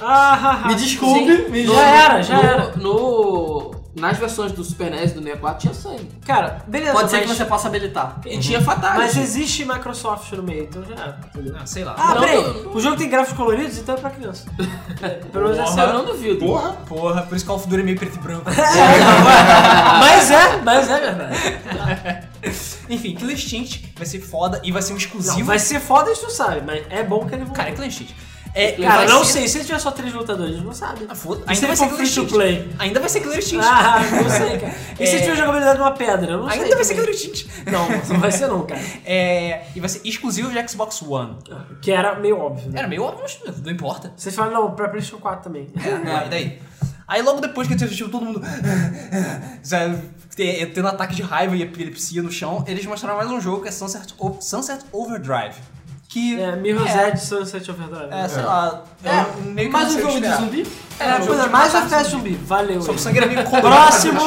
Speaker 2: Ah, ah, é ah.
Speaker 4: Me desculpe,
Speaker 3: Sim.
Speaker 4: me
Speaker 3: No-
Speaker 2: Já era, já
Speaker 3: no-
Speaker 2: era.
Speaker 3: no- nas versões do Super NES e do 64 tinha sangue.
Speaker 2: Cara, beleza,
Speaker 4: Pode ser que
Speaker 2: mas,
Speaker 4: você possa habilitar.
Speaker 3: E tinha fatal.
Speaker 2: mas existe Microsoft no meio, então já era.
Speaker 1: Ah, sei lá.
Speaker 2: Ah,
Speaker 3: Não,
Speaker 2: peraí,
Speaker 3: não, não.
Speaker 2: o jogo tem gráficos coloridos, então é pra criança. Pelo menos essa é
Speaker 3: eu não duvido.
Speaker 5: Porra!
Speaker 1: Porra, por isso que o Call of Duty é meio preto e branco.
Speaker 2: Mas é, mas é verdade.
Speaker 1: Enfim, Killer Instinct vai ser foda e vai ser um exclusivo.
Speaker 2: Não, vai ser foda, a gente não sabe, mas é bom que ele voltou.
Speaker 1: Cara, é Killer Instinct. É,
Speaker 2: Cara,
Speaker 1: vai
Speaker 2: não
Speaker 1: ser-
Speaker 2: sei, se ele tiver só três lutadores, a gente não sabe.
Speaker 1: Ah, foda-
Speaker 2: E se
Speaker 1: Ainda
Speaker 2: ele
Speaker 1: vai ser Killer
Speaker 2: for free to
Speaker 1: Instinct.
Speaker 2: é play?
Speaker 1: Ainda vai ser Killer Instinct.
Speaker 2: Ah, não sei, cara. E se
Speaker 1: É.
Speaker 2: ele tiver jogabilidade numa pedra? Eu não sei.
Speaker 1: Ainda vai ser
Speaker 2: também.
Speaker 1: Killer Instinct.
Speaker 2: Não, não vai ser não, cara.
Speaker 1: É, e vai ser exclusivo de Xbox One.
Speaker 2: Que era meio óbvio, né?
Speaker 1: Era meio óbvio, mas não importa.
Speaker 2: Vocês falam, não, pra PlayStation 4 também.
Speaker 1: É, daí. Aí logo depois que ele assistiu todo mundo já te- tendo ataque de raiva e epilepsia no chão, eles mostraram mais um jogo que é Sunset, O- Sunset Overdrive. Que.
Speaker 2: É, Mirror's
Speaker 1: é,
Speaker 2: Edge Sunset Overdrive.
Speaker 1: é, sei
Speaker 5: É.
Speaker 1: lá.
Speaker 4: É,
Speaker 1: eu meio que
Speaker 4: mais
Speaker 1: não
Speaker 4: um
Speaker 1: sei o que
Speaker 4: jogo de
Speaker 1: esperar.
Speaker 4: zumbi?
Speaker 1: É,
Speaker 2: É,
Speaker 1: um
Speaker 2: pois
Speaker 1: jogo
Speaker 2: é,
Speaker 1: de
Speaker 2: mais
Speaker 1: matar
Speaker 2: até zumbi. Valeu.
Speaker 1: Só que o
Speaker 2: aí.
Speaker 1: sangue era meio
Speaker 2: Próximo!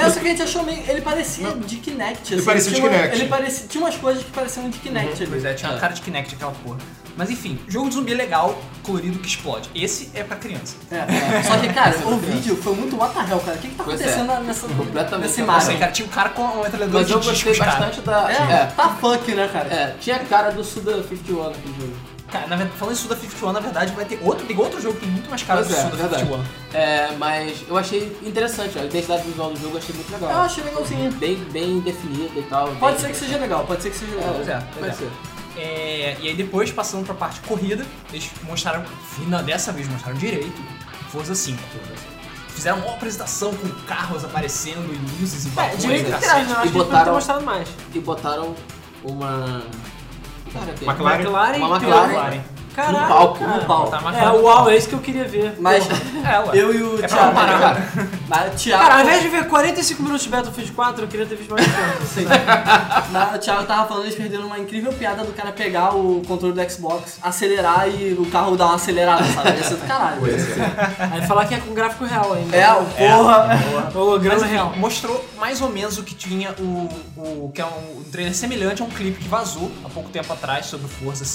Speaker 4: É, só que a gente achou meio. Ele parecia de Kinect. assim.
Speaker 5: parecia de
Speaker 4: Tinha uma-
Speaker 5: Kinect.
Speaker 2: Uhum.
Speaker 4: Ele parecia, tinha umas coisas que pareciam de Kinect ali.
Speaker 2: Ah.
Speaker 1: Pois é, tinha uma cara de Kinect aquela porra. Mas enfim, jogo de zumbi legal, colorido que explode. Esse é pra criança.
Speaker 4: É, Só que, cara, o vídeo foi muito what the hell, cara. O que, que tá
Speaker 3: Pois é.
Speaker 4: acontecendo nessa,
Speaker 3: Completamente.
Speaker 4: nessa
Speaker 1: Não sei,
Speaker 4: imagem?
Speaker 1: cara, tinha um cara com uma metralhadora
Speaker 3: Mas
Speaker 1: de
Speaker 3: eu
Speaker 1: disco,
Speaker 3: gostei
Speaker 1: cara.
Speaker 3: bastante da.
Speaker 4: É,
Speaker 3: É,
Speaker 4: tá funk, né, cara?
Speaker 3: é, tinha a cara do Suda 51 naquele jogo.
Speaker 1: Cara, na verdade, falando isso da 51, na verdade, vai ter outro, tem outro jogo que tem muito mais cara
Speaker 3: Pois
Speaker 1: do
Speaker 3: é,
Speaker 1: Suda
Speaker 3: verdade.
Speaker 1: 51.
Speaker 3: É, mas eu achei interessante, a identidade visual do jogo eu achei muito legal.
Speaker 4: Eu achei legalzinho.
Speaker 3: Bem, bem definida e tal.
Speaker 4: Pode
Speaker 3: bem-
Speaker 4: ser que seja legal, pode ser que seja legal.
Speaker 1: Pois é, pois
Speaker 3: Pode
Speaker 1: é.
Speaker 3: ser.
Speaker 1: É, e aí depois, passando pra parte corrida, eles mostraram, final, dessa vez mostraram direito, Forza 5. Fizeram uma apresentação com carros aparecendo e luzes e
Speaker 2: É,
Speaker 1: balões.
Speaker 2: direito
Speaker 1: e
Speaker 2: de
Speaker 1: cacete.
Speaker 2: trás, né? Eu Acho
Speaker 3: E
Speaker 2: que eles não
Speaker 3: botaram-
Speaker 2: ter mostrado mais.
Speaker 3: E botaram uma. Cara, tem-
Speaker 5: McLaren.
Speaker 2: McLaren,
Speaker 3: Uma
Speaker 2: e
Speaker 3: McLaren.
Speaker 2: Ferrari. Caraca,
Speaker 3: No palco,
Speaker 2: cara.
Speaker 3: no palco.
Speaker 1: Tá
Speaker 2: É,
Speaker 1: marcado.
Speaker 2: uau, é isso que eu queria ver.
Speaker 4: Mas tá
Speaker 1: É, ué.
Speaker 4: eu e o
Speaker 1: pra
Speaker 4: Thiago. né,
Speaker 1: comparar,
Speaker 4: Mas o Thiago.
Speaker 2: Cara, ao invés de ver 45 minutos de Battlefield 4, eu queria ter visto mais assim. tempo.
Speaker 4: Sim. Mas o Thiago tava falando, eles perderam uma incrível piada do cara pegar o controle do Xbox, acelerar e o carro dar uma acelerada, sabe? Ia ser do caralho.
Speaker 2: Aí falar que é com gráfico real ainda.
Speaker 4: É, o porra.
Speaker 2: Holograma
Speaker 1: Mas, enfim,
Speaker 2: real.
Speaker 1: mostrou mais ou menos o que tinha o, o que é um, um trailer semelhante a um clipe que vazou há pouco tempo atrás sobre o Forza 5.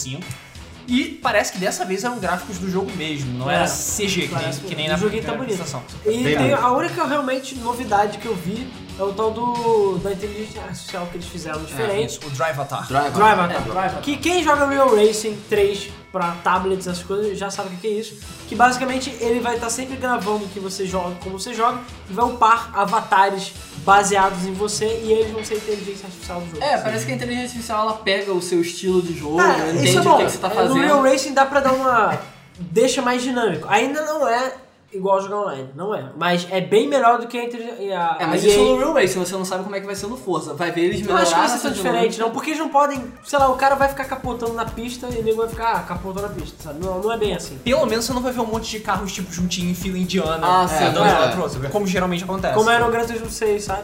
Speaker 1: E parece que dessa vez eram gráficos do jogo mesmo, não era
Speaker 2: É,
Speaker 1: CG, que nem,
Speaker 2: parece
Speaker 1: que nem
Speaker 2: mesmo.
Speaker 1: na
Speaker 2: O joguinho tá
Speaker 1: primeira
Speaker 2: bonito.
Speaker 1: apresentação.
Speaker 2: E
Speaker 5: Bem
Speaker 2: tem,
Speaker 5: bonito.
Speaker 2: a única realmente novidade que eu vi é o tal do da inteligência artificial que eles fizeram diferente.
Speaker 1: É, Isso, o Drive Atar.
Speaker 3: Driver.
Speaker 2: Drive Attack.
Speaker 4: drive.
Speaker 2: Que quem joga Real Racing 3 pra tablets, essas coisas, já sabe o que que é isso. Que basicamente ele vai estar sempre gravando o que você joga, como você joga, e vai upar avatares baseados em você e eles vão ser a inteligência artificial do jogo.
Speaker 4: É, parece que a inteligência artificial ela pega o seu estilo de jogo,
Speaker 2: Ah,
Speaker 4: ela
Speaker 2: isso
Speaker 4: entende
Speaker 2: é
Speaker 4: o
Speaker 2: bom.
Speaker 4: que, que você tá
Speaker 2: No Real
Speaker 4: fazendo.
Speaker 2: Racing dá pra dar uma. deixa mais dinâmico. Ainda não é igual jogar online, não é. Mas é bem melhor do que a. intelig- a
Speaker 4: É, mas
Speaker 2: a EA.
Speaker 4: isso no Real Racing, você não sabe como é que vai ser no Forza. Vai ver eles
Speaker 2: Eu
Speaker 4: melhorar
Speaker 2: acho que vai ser
Speaker 4: essa
Speaker 2: diferente, não, porque eles não podem. Sei lá, o cara vai ficar capotando na pista e o nego vai ficar ah, capotando na pista, sabe? Não, não é bem assim.
Speaker 1: Pelo menos você não vai ver um monte de carros tipo juntinho em fila indiana,
Speaker 4: Ah,
Speaker 1: é,
Speaker 4: sim,
Speaker 1: dando
Speaker 3: é.
Speaker 1: outro, outro, como geralmente acontece.
Speaker 2: Como era o Gran Turismo 6, sabe?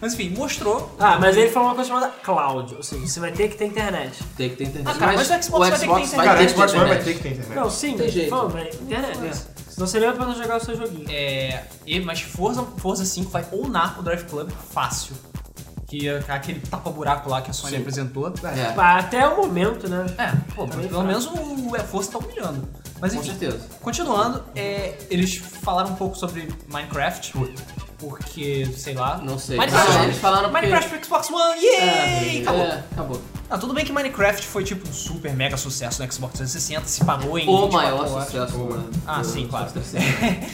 Speaker 1: Mas enfim, mostrou.
Speaker 2: Ah, mas ele falou uma coisa chamada cloud, ou seja, você vai ter que ter internet.
Speaker 3: Tem que ter internet.
Speaker 1: Ah, cara, mas o Xbox vai ter que ter internet.
Speaker 5: Cara,
Speaker 3: ter
Speaker 5: o Xbox One vai
Speaker 3: internet.
Speaker 5: ter que ter internet.
Speaker 2: Não, sim,
Speaker 3: Tem jeito. É.
Speaker 2: Falando, mas internet, né? Senão seria pra não jogar o seu joguinho.
Speaker 1: É, e- mas Forza, Forza 5 vai onar o Drive Club fácil. Que é aquele tapa-buraco lá que a Sony apresentou.
Speaker 3: É,
Speaker 2: Até o momento, né?
Speaker 1: É, pô,
Speaker 2: Também
Speaker 1: pelo
Speaker 2: faz.
Speaker 1: menos o, o Forza tá humilhando. Mas
Speaker 3: com
Speaker 1: enfim,
Speaker 3: certeza.
Speaker 1: continuando, é, eles falaram um pouco sobre Minecraft, porque, sei lá.
Speaker 3: Não sei.
Speaker 1: Minecraft,
Speaker 3: Ah, eles falaram porque-
Speaker 1: Minecraft pro Xbox One, yay!
Speaker 3: É,
Speaker 1: acabou.
Speaker 3: É, acabou.
Speaker 1: Ah, tudo bem que Minecraft foi tipo um super mega sucesso no Xbox 360, se pagou em.
Speaker 3: O
Speaker 1: 24
Speaker 3: maior
Speaker 1: horas.
Speaker 3: sucesso, É.
Speaker 5: Boa.
Speaker 3: mano.
Speaker 1: Ah, sim, claro.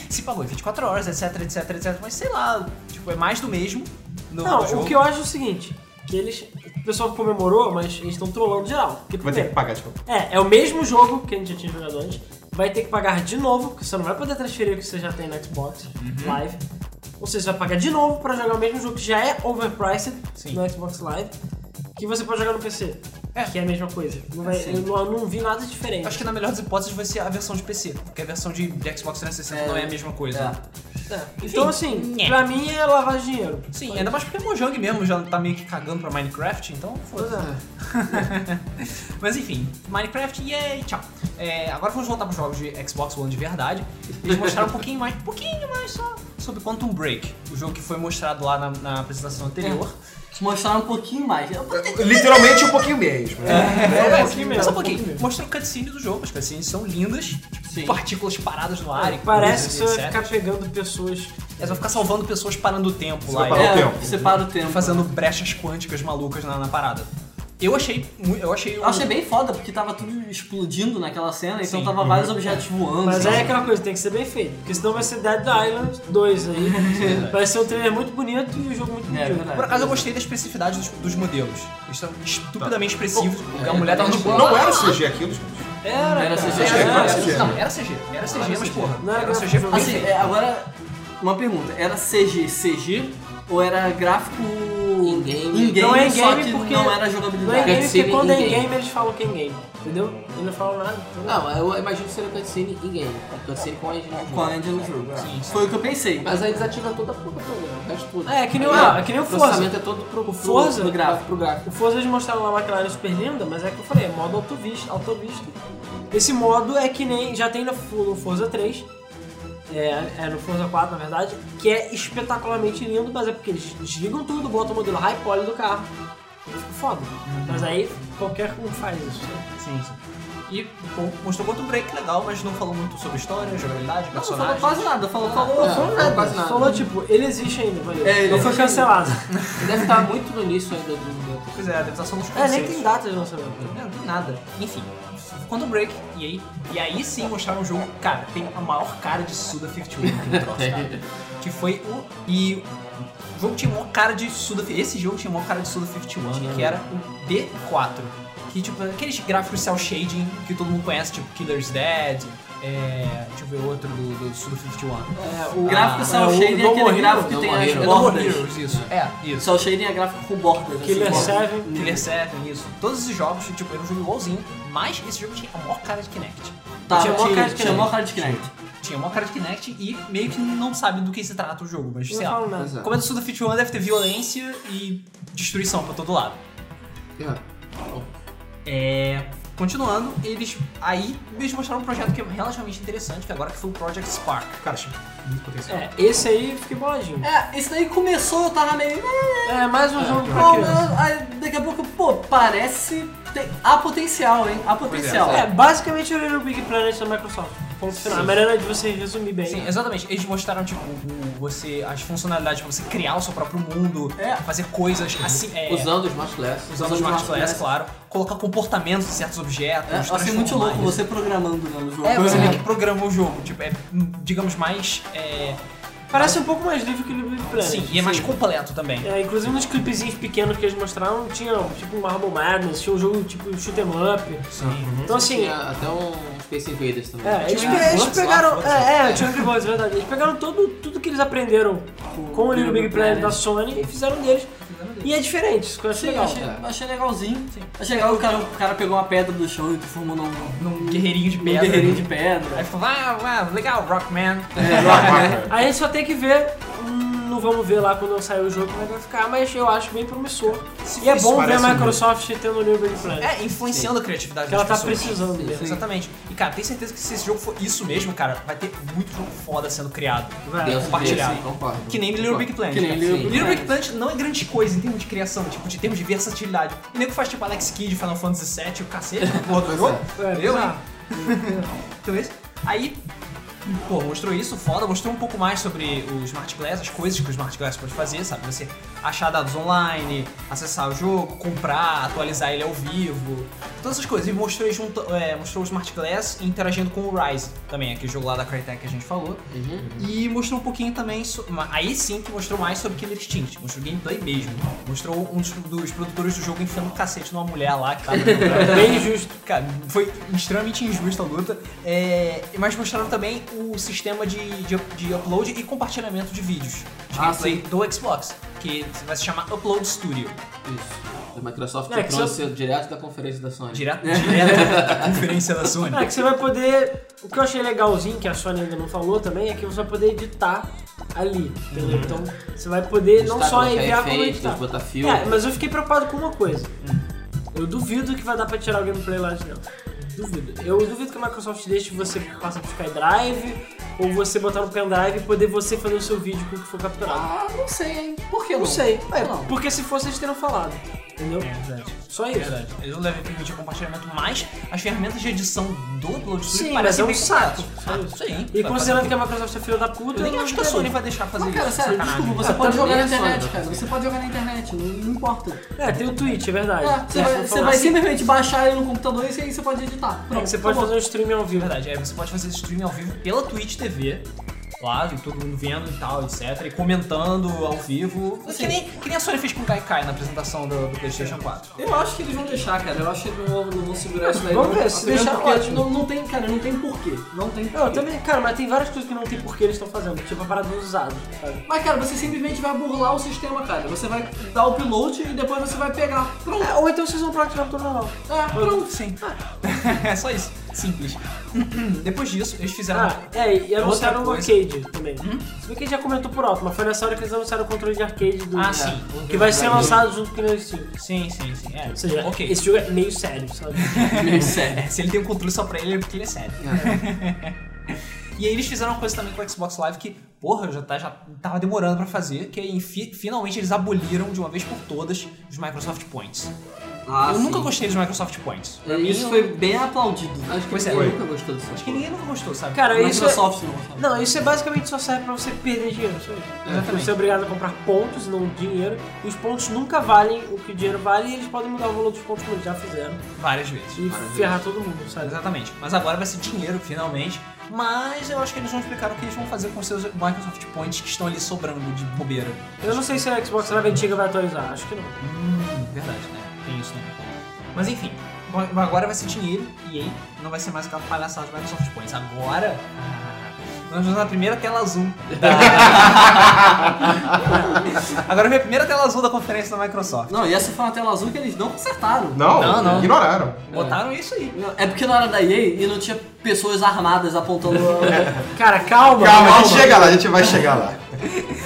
Speaker 1: se pagou em 24 horas, etc, etc, etc. Mas sei lá, tipo, é mais do mesmo. No
Speaker 2: Não,
Speaker 1: jogo.
Speaker 2: o que eu acho é o seguinte, que eles. O pessoal comemorou, mas eles estão trollando geral. Porque
Speaker 5: Vai ter
Speaker 2: primeiro,
Speaker 5: que pagar tipo, de qualquer
Speaker 2: é, é o mesmo jogo que a gente já tinha jogado antes, vai ter que pagar de novo, porque você não vai poder transferir o que você já tem no Xbox
Speaker 4: Uhum.
Speaker 2: Live. Ou seja, você vai pagar de novo pra jogar o mesmo jogo que já é overpriced
Speaker 1: Sim.
Speaker 2: no Xbox Live, que você pode jogar no PC.
Speaker 1: É.
Speaker 2: Que é a mesma coisa. Não vai-
Speaker 4: Sim.
Speaker 2: eu não, eu não vi nada diferente.
Speaker 1: Acho que na melhor das hipóteses vai ser a versão de PC, porque a versão de, de Xbox 360 não é a mesma coisa.
Speaker 4: É.
Speaker 2: então, assim,
Speaker 1: é.
Speaker 2: pra mim é lavar dinheiro.
Speaker 1: Sim, é. ainda mais porque Mojang mesmo já tá meio que cagando pra Minecraft, então
Speaker 2: Pois
Speaker 1: foda-se.
Speaker 2: é.
Speaker 1: Mas enfim, Minecraft, yay, tchau. É, agora vamos voltar pros jogos de Xbox One de verdade. Eles mostraram um pouquinho mais, um pouquinho mais só sobre Quantum Break, o jogo que foi mostrado lá na, na apresentação anterior.
Speaker 4: Mostraram um pouquinho mais. Eu-
Speaker 5: Literalmente um pouquinho mesmo. né?
Speaker 2: É, um pouquinho mesmo,
Speaker 1: Só um
Speaker 2: um pouquinho
Speaker 1: pouquinho. Mostrou cutscene do jogo, as cutscenes são lindas, tipo,
Speaker 4: Sim.
Speaker 1: partículas paradas no ar. e
Speaker 2: Parece que
Speaker 1: coisas,
Speaker 2: você
Speaker 1: etc.
Speaker 2: vai ficar pegando pessoas.
Speaker 1: Elas vão ficar salvando pessoas parando o tempo
Speaker 5: Você
Speaker 1: lá.
Speaker 5: vai
Speaker 1: e-
Speaker 5: parar o tempo.
Speaker 4: É, Separa o tempo.
Speaker 1: fazendo brechas quânticas malucas na, na parada. Eu achei mu- eu achei, o-
Speaker 4: Eu achei bem foda, porque tava tudo explodindo naquela cena, então
Speaker 1: Sim. Uhum.
Speaker 4: tava vários objetos voando.
Speaker 2: Mas aí é
Speaker 4: sabe?
Speaker 2: aquela coisa, tem que ser bem feito. Porque senão vai ser Dead Island 2 aí. vai ser um trailer muito bonito e um jogo muito
Speaker 4: É,
Speaker 2: bonito.
Speaker 4: verdade.
Speaker 1: Por acaso eu gostei da especificidade dos, dos modelos. Eles estão estupidamente expressivos. a mulher tava tipo.
Speaker 5: Não era o CG aquilo, gente.
Speaker 2: Era,
Speaker 4: Era
Speaker 2: cara.
Speaker 4: CG,
Speaker 5: era
Speaker 2: Era,
Speaker 5: CG.
Speaker 2: era.
Speaker 1: Não, era CG. Era CG, mas porra.
Speaker 2: Não era
Speaker 1: era CG
Speaker 2: gráfico.
Speaker 1: bem
Speaker 4: Assim,
Speaker 1: feito.
Speaker 4: é, agora, uma pergunta. Era CG CG ou era gráfico...
Speaker 3: In-game.
Speaker 4: In-game,
Speaker 2: Não é
Speaker 4: só
Speaker 2: in-game
Speaker 4: que
Speaker 2: porque-
Speaker 4: não era
Speaker 2: Não é
Speaker 4: jogabilidade.
Speaker 2: game, porque
Speaker 3: Cutscene
Speaker 2: quando é
Speaker 3: in-game.
Speaker 2: game eles falam que é game, entendeu? Eles não falam nada. entendeu?
Speaker 3: Não, eu imagino que seria cutscene e game. né? Cutscene com a engine. do
Speaker 4: Com
Speaker 3: jogo.
Speaker 4: a engine no jogo. é.
Speaker 1: Sim, Ah, sim.
Speaker 4: Foi o que eu pensei.
Speaker 3: Mas aí desativa toda a porra do programa, faz tudo.
Speaker 2: É, é que nem o-
Speaker 3: Aí,
Speaker 2: é que nem o
Speaker 3: ó, processamento
Speaker 2: Forza.
Speaker 3: é todo pro, pro,
Speaker 2: Forza?
Speaker 3: pro gráfico. Pro gráfico.
Speaker 2: O Forza eles mostraram lá a McLaren super linda, mas é que eu falei, é modo autovista, autovista. Esse modo é que nem. Já tem no, Fo- no Forza 3. É, é no Forza 4, na verdade, que é espetacularmente lindo, mas é porque eles desligam tudo, botam o modelo high poly do carro, Ele ficou foda. Mas aí qualquer um faz isso. né?
Speaker 1: Sim, sim. E pô, mostrou quanto break legal, mas não falou muito sobre história, jogabilidade,
Speaker 4: Não, não falou
Speaker 1: personagem.
Speaker 4: quase nada, falou, falou,
Speaker 3: Ah,
Speaker 4: falou
Speaker 3: é,
Speaker 4: nada.
Speaker 3: quase nada.
Speaker 2: Falou tipo, ele existe ainda, valeu.
Speaker 4: É, ele
Speaker 2: não foi
Speaker 4: existe ainda.
Speaker 2: cancelado.
Speaker 3: Deve estar muito no início ainda do.
Speaker 1: Pois é, deve estar só nos
Speaker 2: É, nem
Speaker 1: conceitos.
Speaker 2: tem data de lançamento.
Speaker 1: Não, não nada. Enfim, quanto break, e aí? E aí sim mostraram um jogo, cara, tem a maior cara de Suda 51 que eu trouxe, cara. Que foi o. E o jogo tinha uma cara de Suda. Esse jogo tinha uma cara de Suda 51, que era o D4. Que tipo, aqueles gráficos cel shading que todo mundo conhece, tipo Killer's Dead, é, deixa eu ver outro do, do Suda 51.
Speaker 2: É, o
Speaker 1: Ah,
Speaker 4: Gráfico Cell Shading é
Speaker 2: Don't
Speaker 4: aquele
Speaker 2: Worry,
Speaker 4: gráfico que
Speaker 3: Don't
Speaker 4: tem
Speaker 3: Worry,
Speaker 4: as
Speaker 3: Don't
Speaker 1: Double
Speaker 4: bordas.
Speaker 1: Heroes, isso. É, isso.
Speaker 4: Cell Shading é gráfico com bordas. assim,
Speaker 2: Killer
Speaker 4: bordas.
Speaker 2: 7.
Speaker 1: Killer 7, isso. Todos esses jogos, tipo, era um jogo igualzinho, mas esse jogo tinha a maior cara de Kinect.
Speaker 4: Tá,
Speaker 2: Tinha
Speaker 4: tinha
Speaker 2: mó cara de
Speaker 4: tinha mó cara de Kinect.
Speaker 1: Tinha uma cara de Kinect e meio que não sabe do que se trata o jogo, mas sei
Speaker 2: Não
Speaker 1: lá.
Speaker 2: falo nada.
Speaker 1: Como é do Suda Fit One, deve ter violência e destruição pra todo lado. É. Continuando, eles. Aí eles mostraram um projeto que é relativamente interessante, que agora que foi o Project Spark. Cara, achei muito potencial.
Speaker 2: É, esse aí fiquei boladinho.
Speaker 4: É, isso daí começou, eu tava meio. "Eh,
Speaker 2: É, mais um jogo pra
Speaker 4: bom",
Speaker 2: criança.
Speaker 4: aí daqui a pouco, pô, parece. Tem, há potencial, hein? Há potencial.
Speaker 2: É, basicamente o Little Big Planet da Microsoft. Ponto final. A maneira de você resumir bem.
Speaker 1: Sim, Assim, é exatamente. Eles mostraram, tipo, o- você, as funcionalidades pra você criar o seu próprio mundo,
Speaker 4: É.
Speaker 1: fazer coisas assim. É,
Speaker 3: Usando os Smart Glass.
Speaker 1: usando os Smart Glass, claro. Colocar comportamentos de certos objetos.
Speaker 4: É, eu achei muito
Speaker 1: transformar
Speaker 4: louco
Speaker 1: eles.
Speaker 4: você programando né, no jogo.
Speaker 1: É, você meio que programa o jogo. Tipo, é, digamos, mais. É,
Speaker 2: Parece um pouco mais livre que o Little Big Planet.
Speaker 1: sim, e é mais completo também.
Speaker 2: É, inclusive nos clipezinhos pequenos que eles mostraram, tinha tipo Marble Madness, tinha um jogo tipo shoot 'em up. Então assim,
Speaker 3: Tinha até um Space Invaders também.
Speaker 2: é, eles,
Speaker 1: tinha
Speaker 2: pe- eles
Speaker 1: Bloods lá,
Speaker 2: pegaram.
Speaker 1: Bloods lá.
Speaker 2: é, é, tinha um Bloods, é verdade. Eles pegaram todo, tudo que eles aprenderam com o Little Big Planet da Sony e fizeram deles. E é diferente, isso que eu acho
Speaker 4: Sim,
Speaker 2: legal.
Speaker 3: é.
Speaker 4: achei, achei legalzinho. Achei legal que o cara, o cara pegou uma pedra do chão e transformou num, num
Speaker 1: Num guerreirinho de pedra.
Speaker 4: guerreirinho de pedra.
Speaker 1: Aí falou, ah, ah, legal, Rockman.
Speaker 5: Ah,
Speaker 2: Aí a gente só tem que ver. hum, Não vamos ver lá quando sair o jogo como é que vai ficar, mas eu acho bem promissor. E é
Speaker 5: isso
Speaker 2: bom ver a
Speaker 5: parece um
Speaker 2: Microsoft tendo o Little Big Planet.
Speaker 1: É, influenciando a criatividade
Speaker 2: Que ela tá
Speaker 1: das pessoas.
Speaker 2: precisando mesmo.
Speaker 1: Exatamente. E cara, tenho certeza que se esse jogo for isso mesmo, cara, vai ter muito jogo foda sendo criado.
Speaker 2: Vai.
Speaker 3: Deus
Speaker 1: compartilhado.
Speaker 3: Sim, concordo.
Speaker 1: Que nem Little Big Planet.
Speaker 4: Que nem
Speaker 1: cara.
Speaker 4: Little
Speaker 1: Sim.
Speaker 4: Big
Speaker 1: Little Big Planet não é grande coisa em termos de criação, tipo, de termos de versatilidade. E nem que faz tipo Alex Kidd, Final Fantasy VII, o cacete, a porra do jogo.
Speaker 2: É,
Speaker 1: Eu, hein?
Speaker 2: bizarro.
Speaker 1: Então esse. Aí, pô, mostrou isso, foda, mostrou um pouco mais sobre o Smart Glass, as coisas que o Smart Glass pode fazer, sabe? Você achar dados online, acessar o jogo, comprar, atualizar ele ao vivo, todas essas coisas. E mostrou, ele junto, é, mostrou o Smart Glass interagindo com o Rise também, aquele jogo lá da Crytek que a gente falou. E mostrou um pouquinho também, so- ma- aí sim que mostrou mais sobre Killer Instinct, mostrou gameplay mesmo. Mostrou um dos, dos produtores do jogo enfiando o cacete numa mulher lá que tava jogando.
Speaker 2: Bem justo.
Speaker 1: Cara, foi extremamente injusta a luta. É, mas mostraram também o sistema de, de, de upload e compartilhamento de vídeos. De
Speaker 4: Ah,
Speaker 1: gameplay do Xbox, que vai se chamar Upload Studio.
Speaker 3: Isso. A Microsoft
Speaker 2: É, que
Speaker 3: trouxe
Speaker 2: só-
Speaker 3: direto da conferência da Sony.
Speaker 1: Direto, direto da conferência da Sony.
Speaker 2: É, que você vai poder. O que eu achei legalzinho, que a Sony ainda não falou também, é que você vai poder editar ali,
Speaker 1: Uhum.
Speaker 2: entendeu? Então você vai poder não
Speaker 3: Editar,
Speaker 2: só
Speaker 3: colocar
Speaker 2: enviar como
Speaker 3: efeitos,
Speaker 2: editar.
Speaker 3: botar filtro.
Speaker 2: É, mas eu fiquei preocupado com uma coisa.
Speaker 1: Hum.
Speaker 2: Eu duvido que vai dar pra tirar o gameplay lá de dentro. Duvido. Eu duvido que a Microsoft deixe você passar pro SkyDrive ou você botar no pendrive e poder você fazer o seu vídeo com o que for capturado.
Speaker 4: Ah, não sei, hein? Por que
Speaker 2: Eu
Speaker 4: não?
Speaker 2: não sei. É,
Speaker 4: Não.
Speaker 2: Porque se fosse eles teriam falado. Entendeu?
Speaker 1: verdade.
Speaker 2: Só
Speaker 1: É
Speaker 2: isso.
Speaker 1: verdade. Eles não devem permitir compartilhamento, mas as ferramentas de edição do Upload Studio
Speaker 2: Sim, mas é
Speaker 1: parecem
Speaker 2: um
Speaker 1: bem
Speaker 2: saco.
Speaker 1: completas.
Speaker 2: Só
Speaker 1: Ah,
Speaker 2: isso.
Speaker 1: isso aí.
Speaker 2: E
Speaker 1: Vai
Speaker 2: considerando que
Speaker 1: fazer
Speaker 2: a Microsoft é filho da
Speaker 1: o quê?
Speaker 2: puta,
Speaker 1: Eu nem
Speaker 2: não
Speaker 1: acho que a
Speaker 2: daria.
Speaker 1: Sony vai deixar fazer
Speaker 4: Não,
Speaker 1: isso.
Speaker 4: cara, sério,
Speaker 1: sacanagem.
Speaker 4: desculpa, você
Speaker 2: Ah,
Speaker 4: pode
Speaker 2: também
Speaker 4: jogar na
Speaker 3: é só,
Speaker 4: internet,
Speaker 3: né?
Speaker 4: cara. Você pode jogar na internet, não, não importa.
Speaker 2: É, tem o Twitch, é verdade.
Speaker 1: Ah,
Speaker 4: É, você
Speaker 2: É,
Speaker 4: vai,
Speaker 2: vou
Speaker 4: você
Speaker 2: falar
Speaker 4: vai
Speaker 2: assim.
Speaker 4: simplesmente baixar ele no computador e aí você pode editar.
Speaker 2: É,
Speaker 4: Pronto,
Speaker 2: que você pode
Speaker 4: acabou.
Speaker 2: fazer um streaming ao
Speaker 1: É
Speaker 2: vivo.
Speaker 1: verdade, é, você pode fazer streaming ao vivo pela Twitch TV, lá, e todo mundo vendo e tal, etc, e comentando ao vivo, que nem, que nem a Sony fez com o Gaikai na apresentação do, do PlayStation 4.
Speaker 4: Eu acho que eles vão deixar, cara. Eu acho que eles não, não vão segurar isso daí.
Speaker 2: Vamos
Speaker 4: não.
Speaker 2: ver, se
Speaker 4: Mesmo
Speaker 2: deixar,
Speaker 4: porque
Speaker 2: ótimo.
Speaker 4: não, não tem, cara, não tem porquê. Não tem porquê.
Speaker 2: Não, eu também, cara, mas tem várias coisas que não tem por que eles estão fazendo, tipo a parada dos usados, sabe?
Speaker 4: Mas, cara, você simplesmente vai burlar o sistema, cara. Você vai dar o upload e depois você vai pegar. Pronto.
Speaker 2: É, ou então vocês vão praticar tudo normal.
Speaker 4: É, pronto.
Speaker 1: Sim. é só isso. Simples. Depois disso, eles fizeram...
Speaker 2: Ah, é, e anunciaram
Speaker 1: Tá.
Speaker 2: o
Speaker 1: coisa. Hum?
Speaker 2: arcade também. Se bem que a gente já comentou por alto, mas foi nessa hora que eles anunciaram o controle de arcade do.
Speaker 1: Ah, sim.
Speaker 2: Que vai ser lançado junto com o Steam.
Speaker 1: Sim, sim, sim. É.
Speaker 2: Ou seja,
Speaker 1: ok.
Speaker 2: esse jogo é meio sério, sabe?
Speaker 1: É, se ele tem um
Speaker 4: É.
Speaker 1: controle só pra ele, é porque ele é sério. E aí eles fizeram uma coisa também com o Xbox Live que porra, já, tá, já tava demorando pra fazer, que aí, fi- finalmente eles aboliram de uma vez por todas os Microsoft Points.
Speaker 4: Ah,
Speaker 1: eu
Speaker 4: sim.
Speaker 1: nunca gostei dos Microsoft Points.
Speaker 4: É, Isso foi bem aplaudido. né?
Speaker 3: Acho que
Speaker 1: Pois
Speaker 3: você
Speaker 1: é.
Speaker 3: nunca gostou dessa
Speaker 1: Acho que ninguém nunca gostou, sabe?
Speaker 2: Cara,
Speaker 4: A
Speaker 2: isso é-
Speaker 4: Microsoft não gostava.
Speaker 2: Não, isso é basicamente só serve pra você perder dinheiro. Só isso.
Speaker 1: Exatamente.
Speaker 2: Você é obrigado a comprar pontos, não dinheiro. E os pontos nunca valem o que o dinheiro vale e eles podem mudar o valor dos pontos como eles já fizeram.
Speaker 1: Várias vezes.
Speaker 2: E ferrar todo mundo, sabe?
Speaker 1: Exatamente. Mas agora vai ser dinheiro, finalmente. Mas eu acho que eles vão explicar o que eles vão fazer com seus Microsoft Points que estão ali sobrando de bobeira.
Speaker 2: Eu não sei se a Xbox Live antiga vai atualizar, acho que não.
Speaker 1: Hum, verdade, né? Tem isso também. Mas enfim, bom, agora vai ser dinheiro e aí não vai ser mais aquela palhaçada de Microsoft Points. Agora. ah, Nós vamos na primeira tela azul. da- Agora vem a primeira tela azul da conferência da Microsoft.
Speaker 4: Não, e essa foi uma tela azul que eles não consertaram.
Speaker 5: Não,
Speaker 1: Não, não.
Speaker 5: ignoraram.
Speaker 1: Botaram isso aí.
Speaker 4: Não, É porque não era da EA e não tinha pessoas armadas apontando. né?
Speaker 2: Cara, calma!
Speaker 5: Calma, a gente chega lá, a gente vai chegar lá.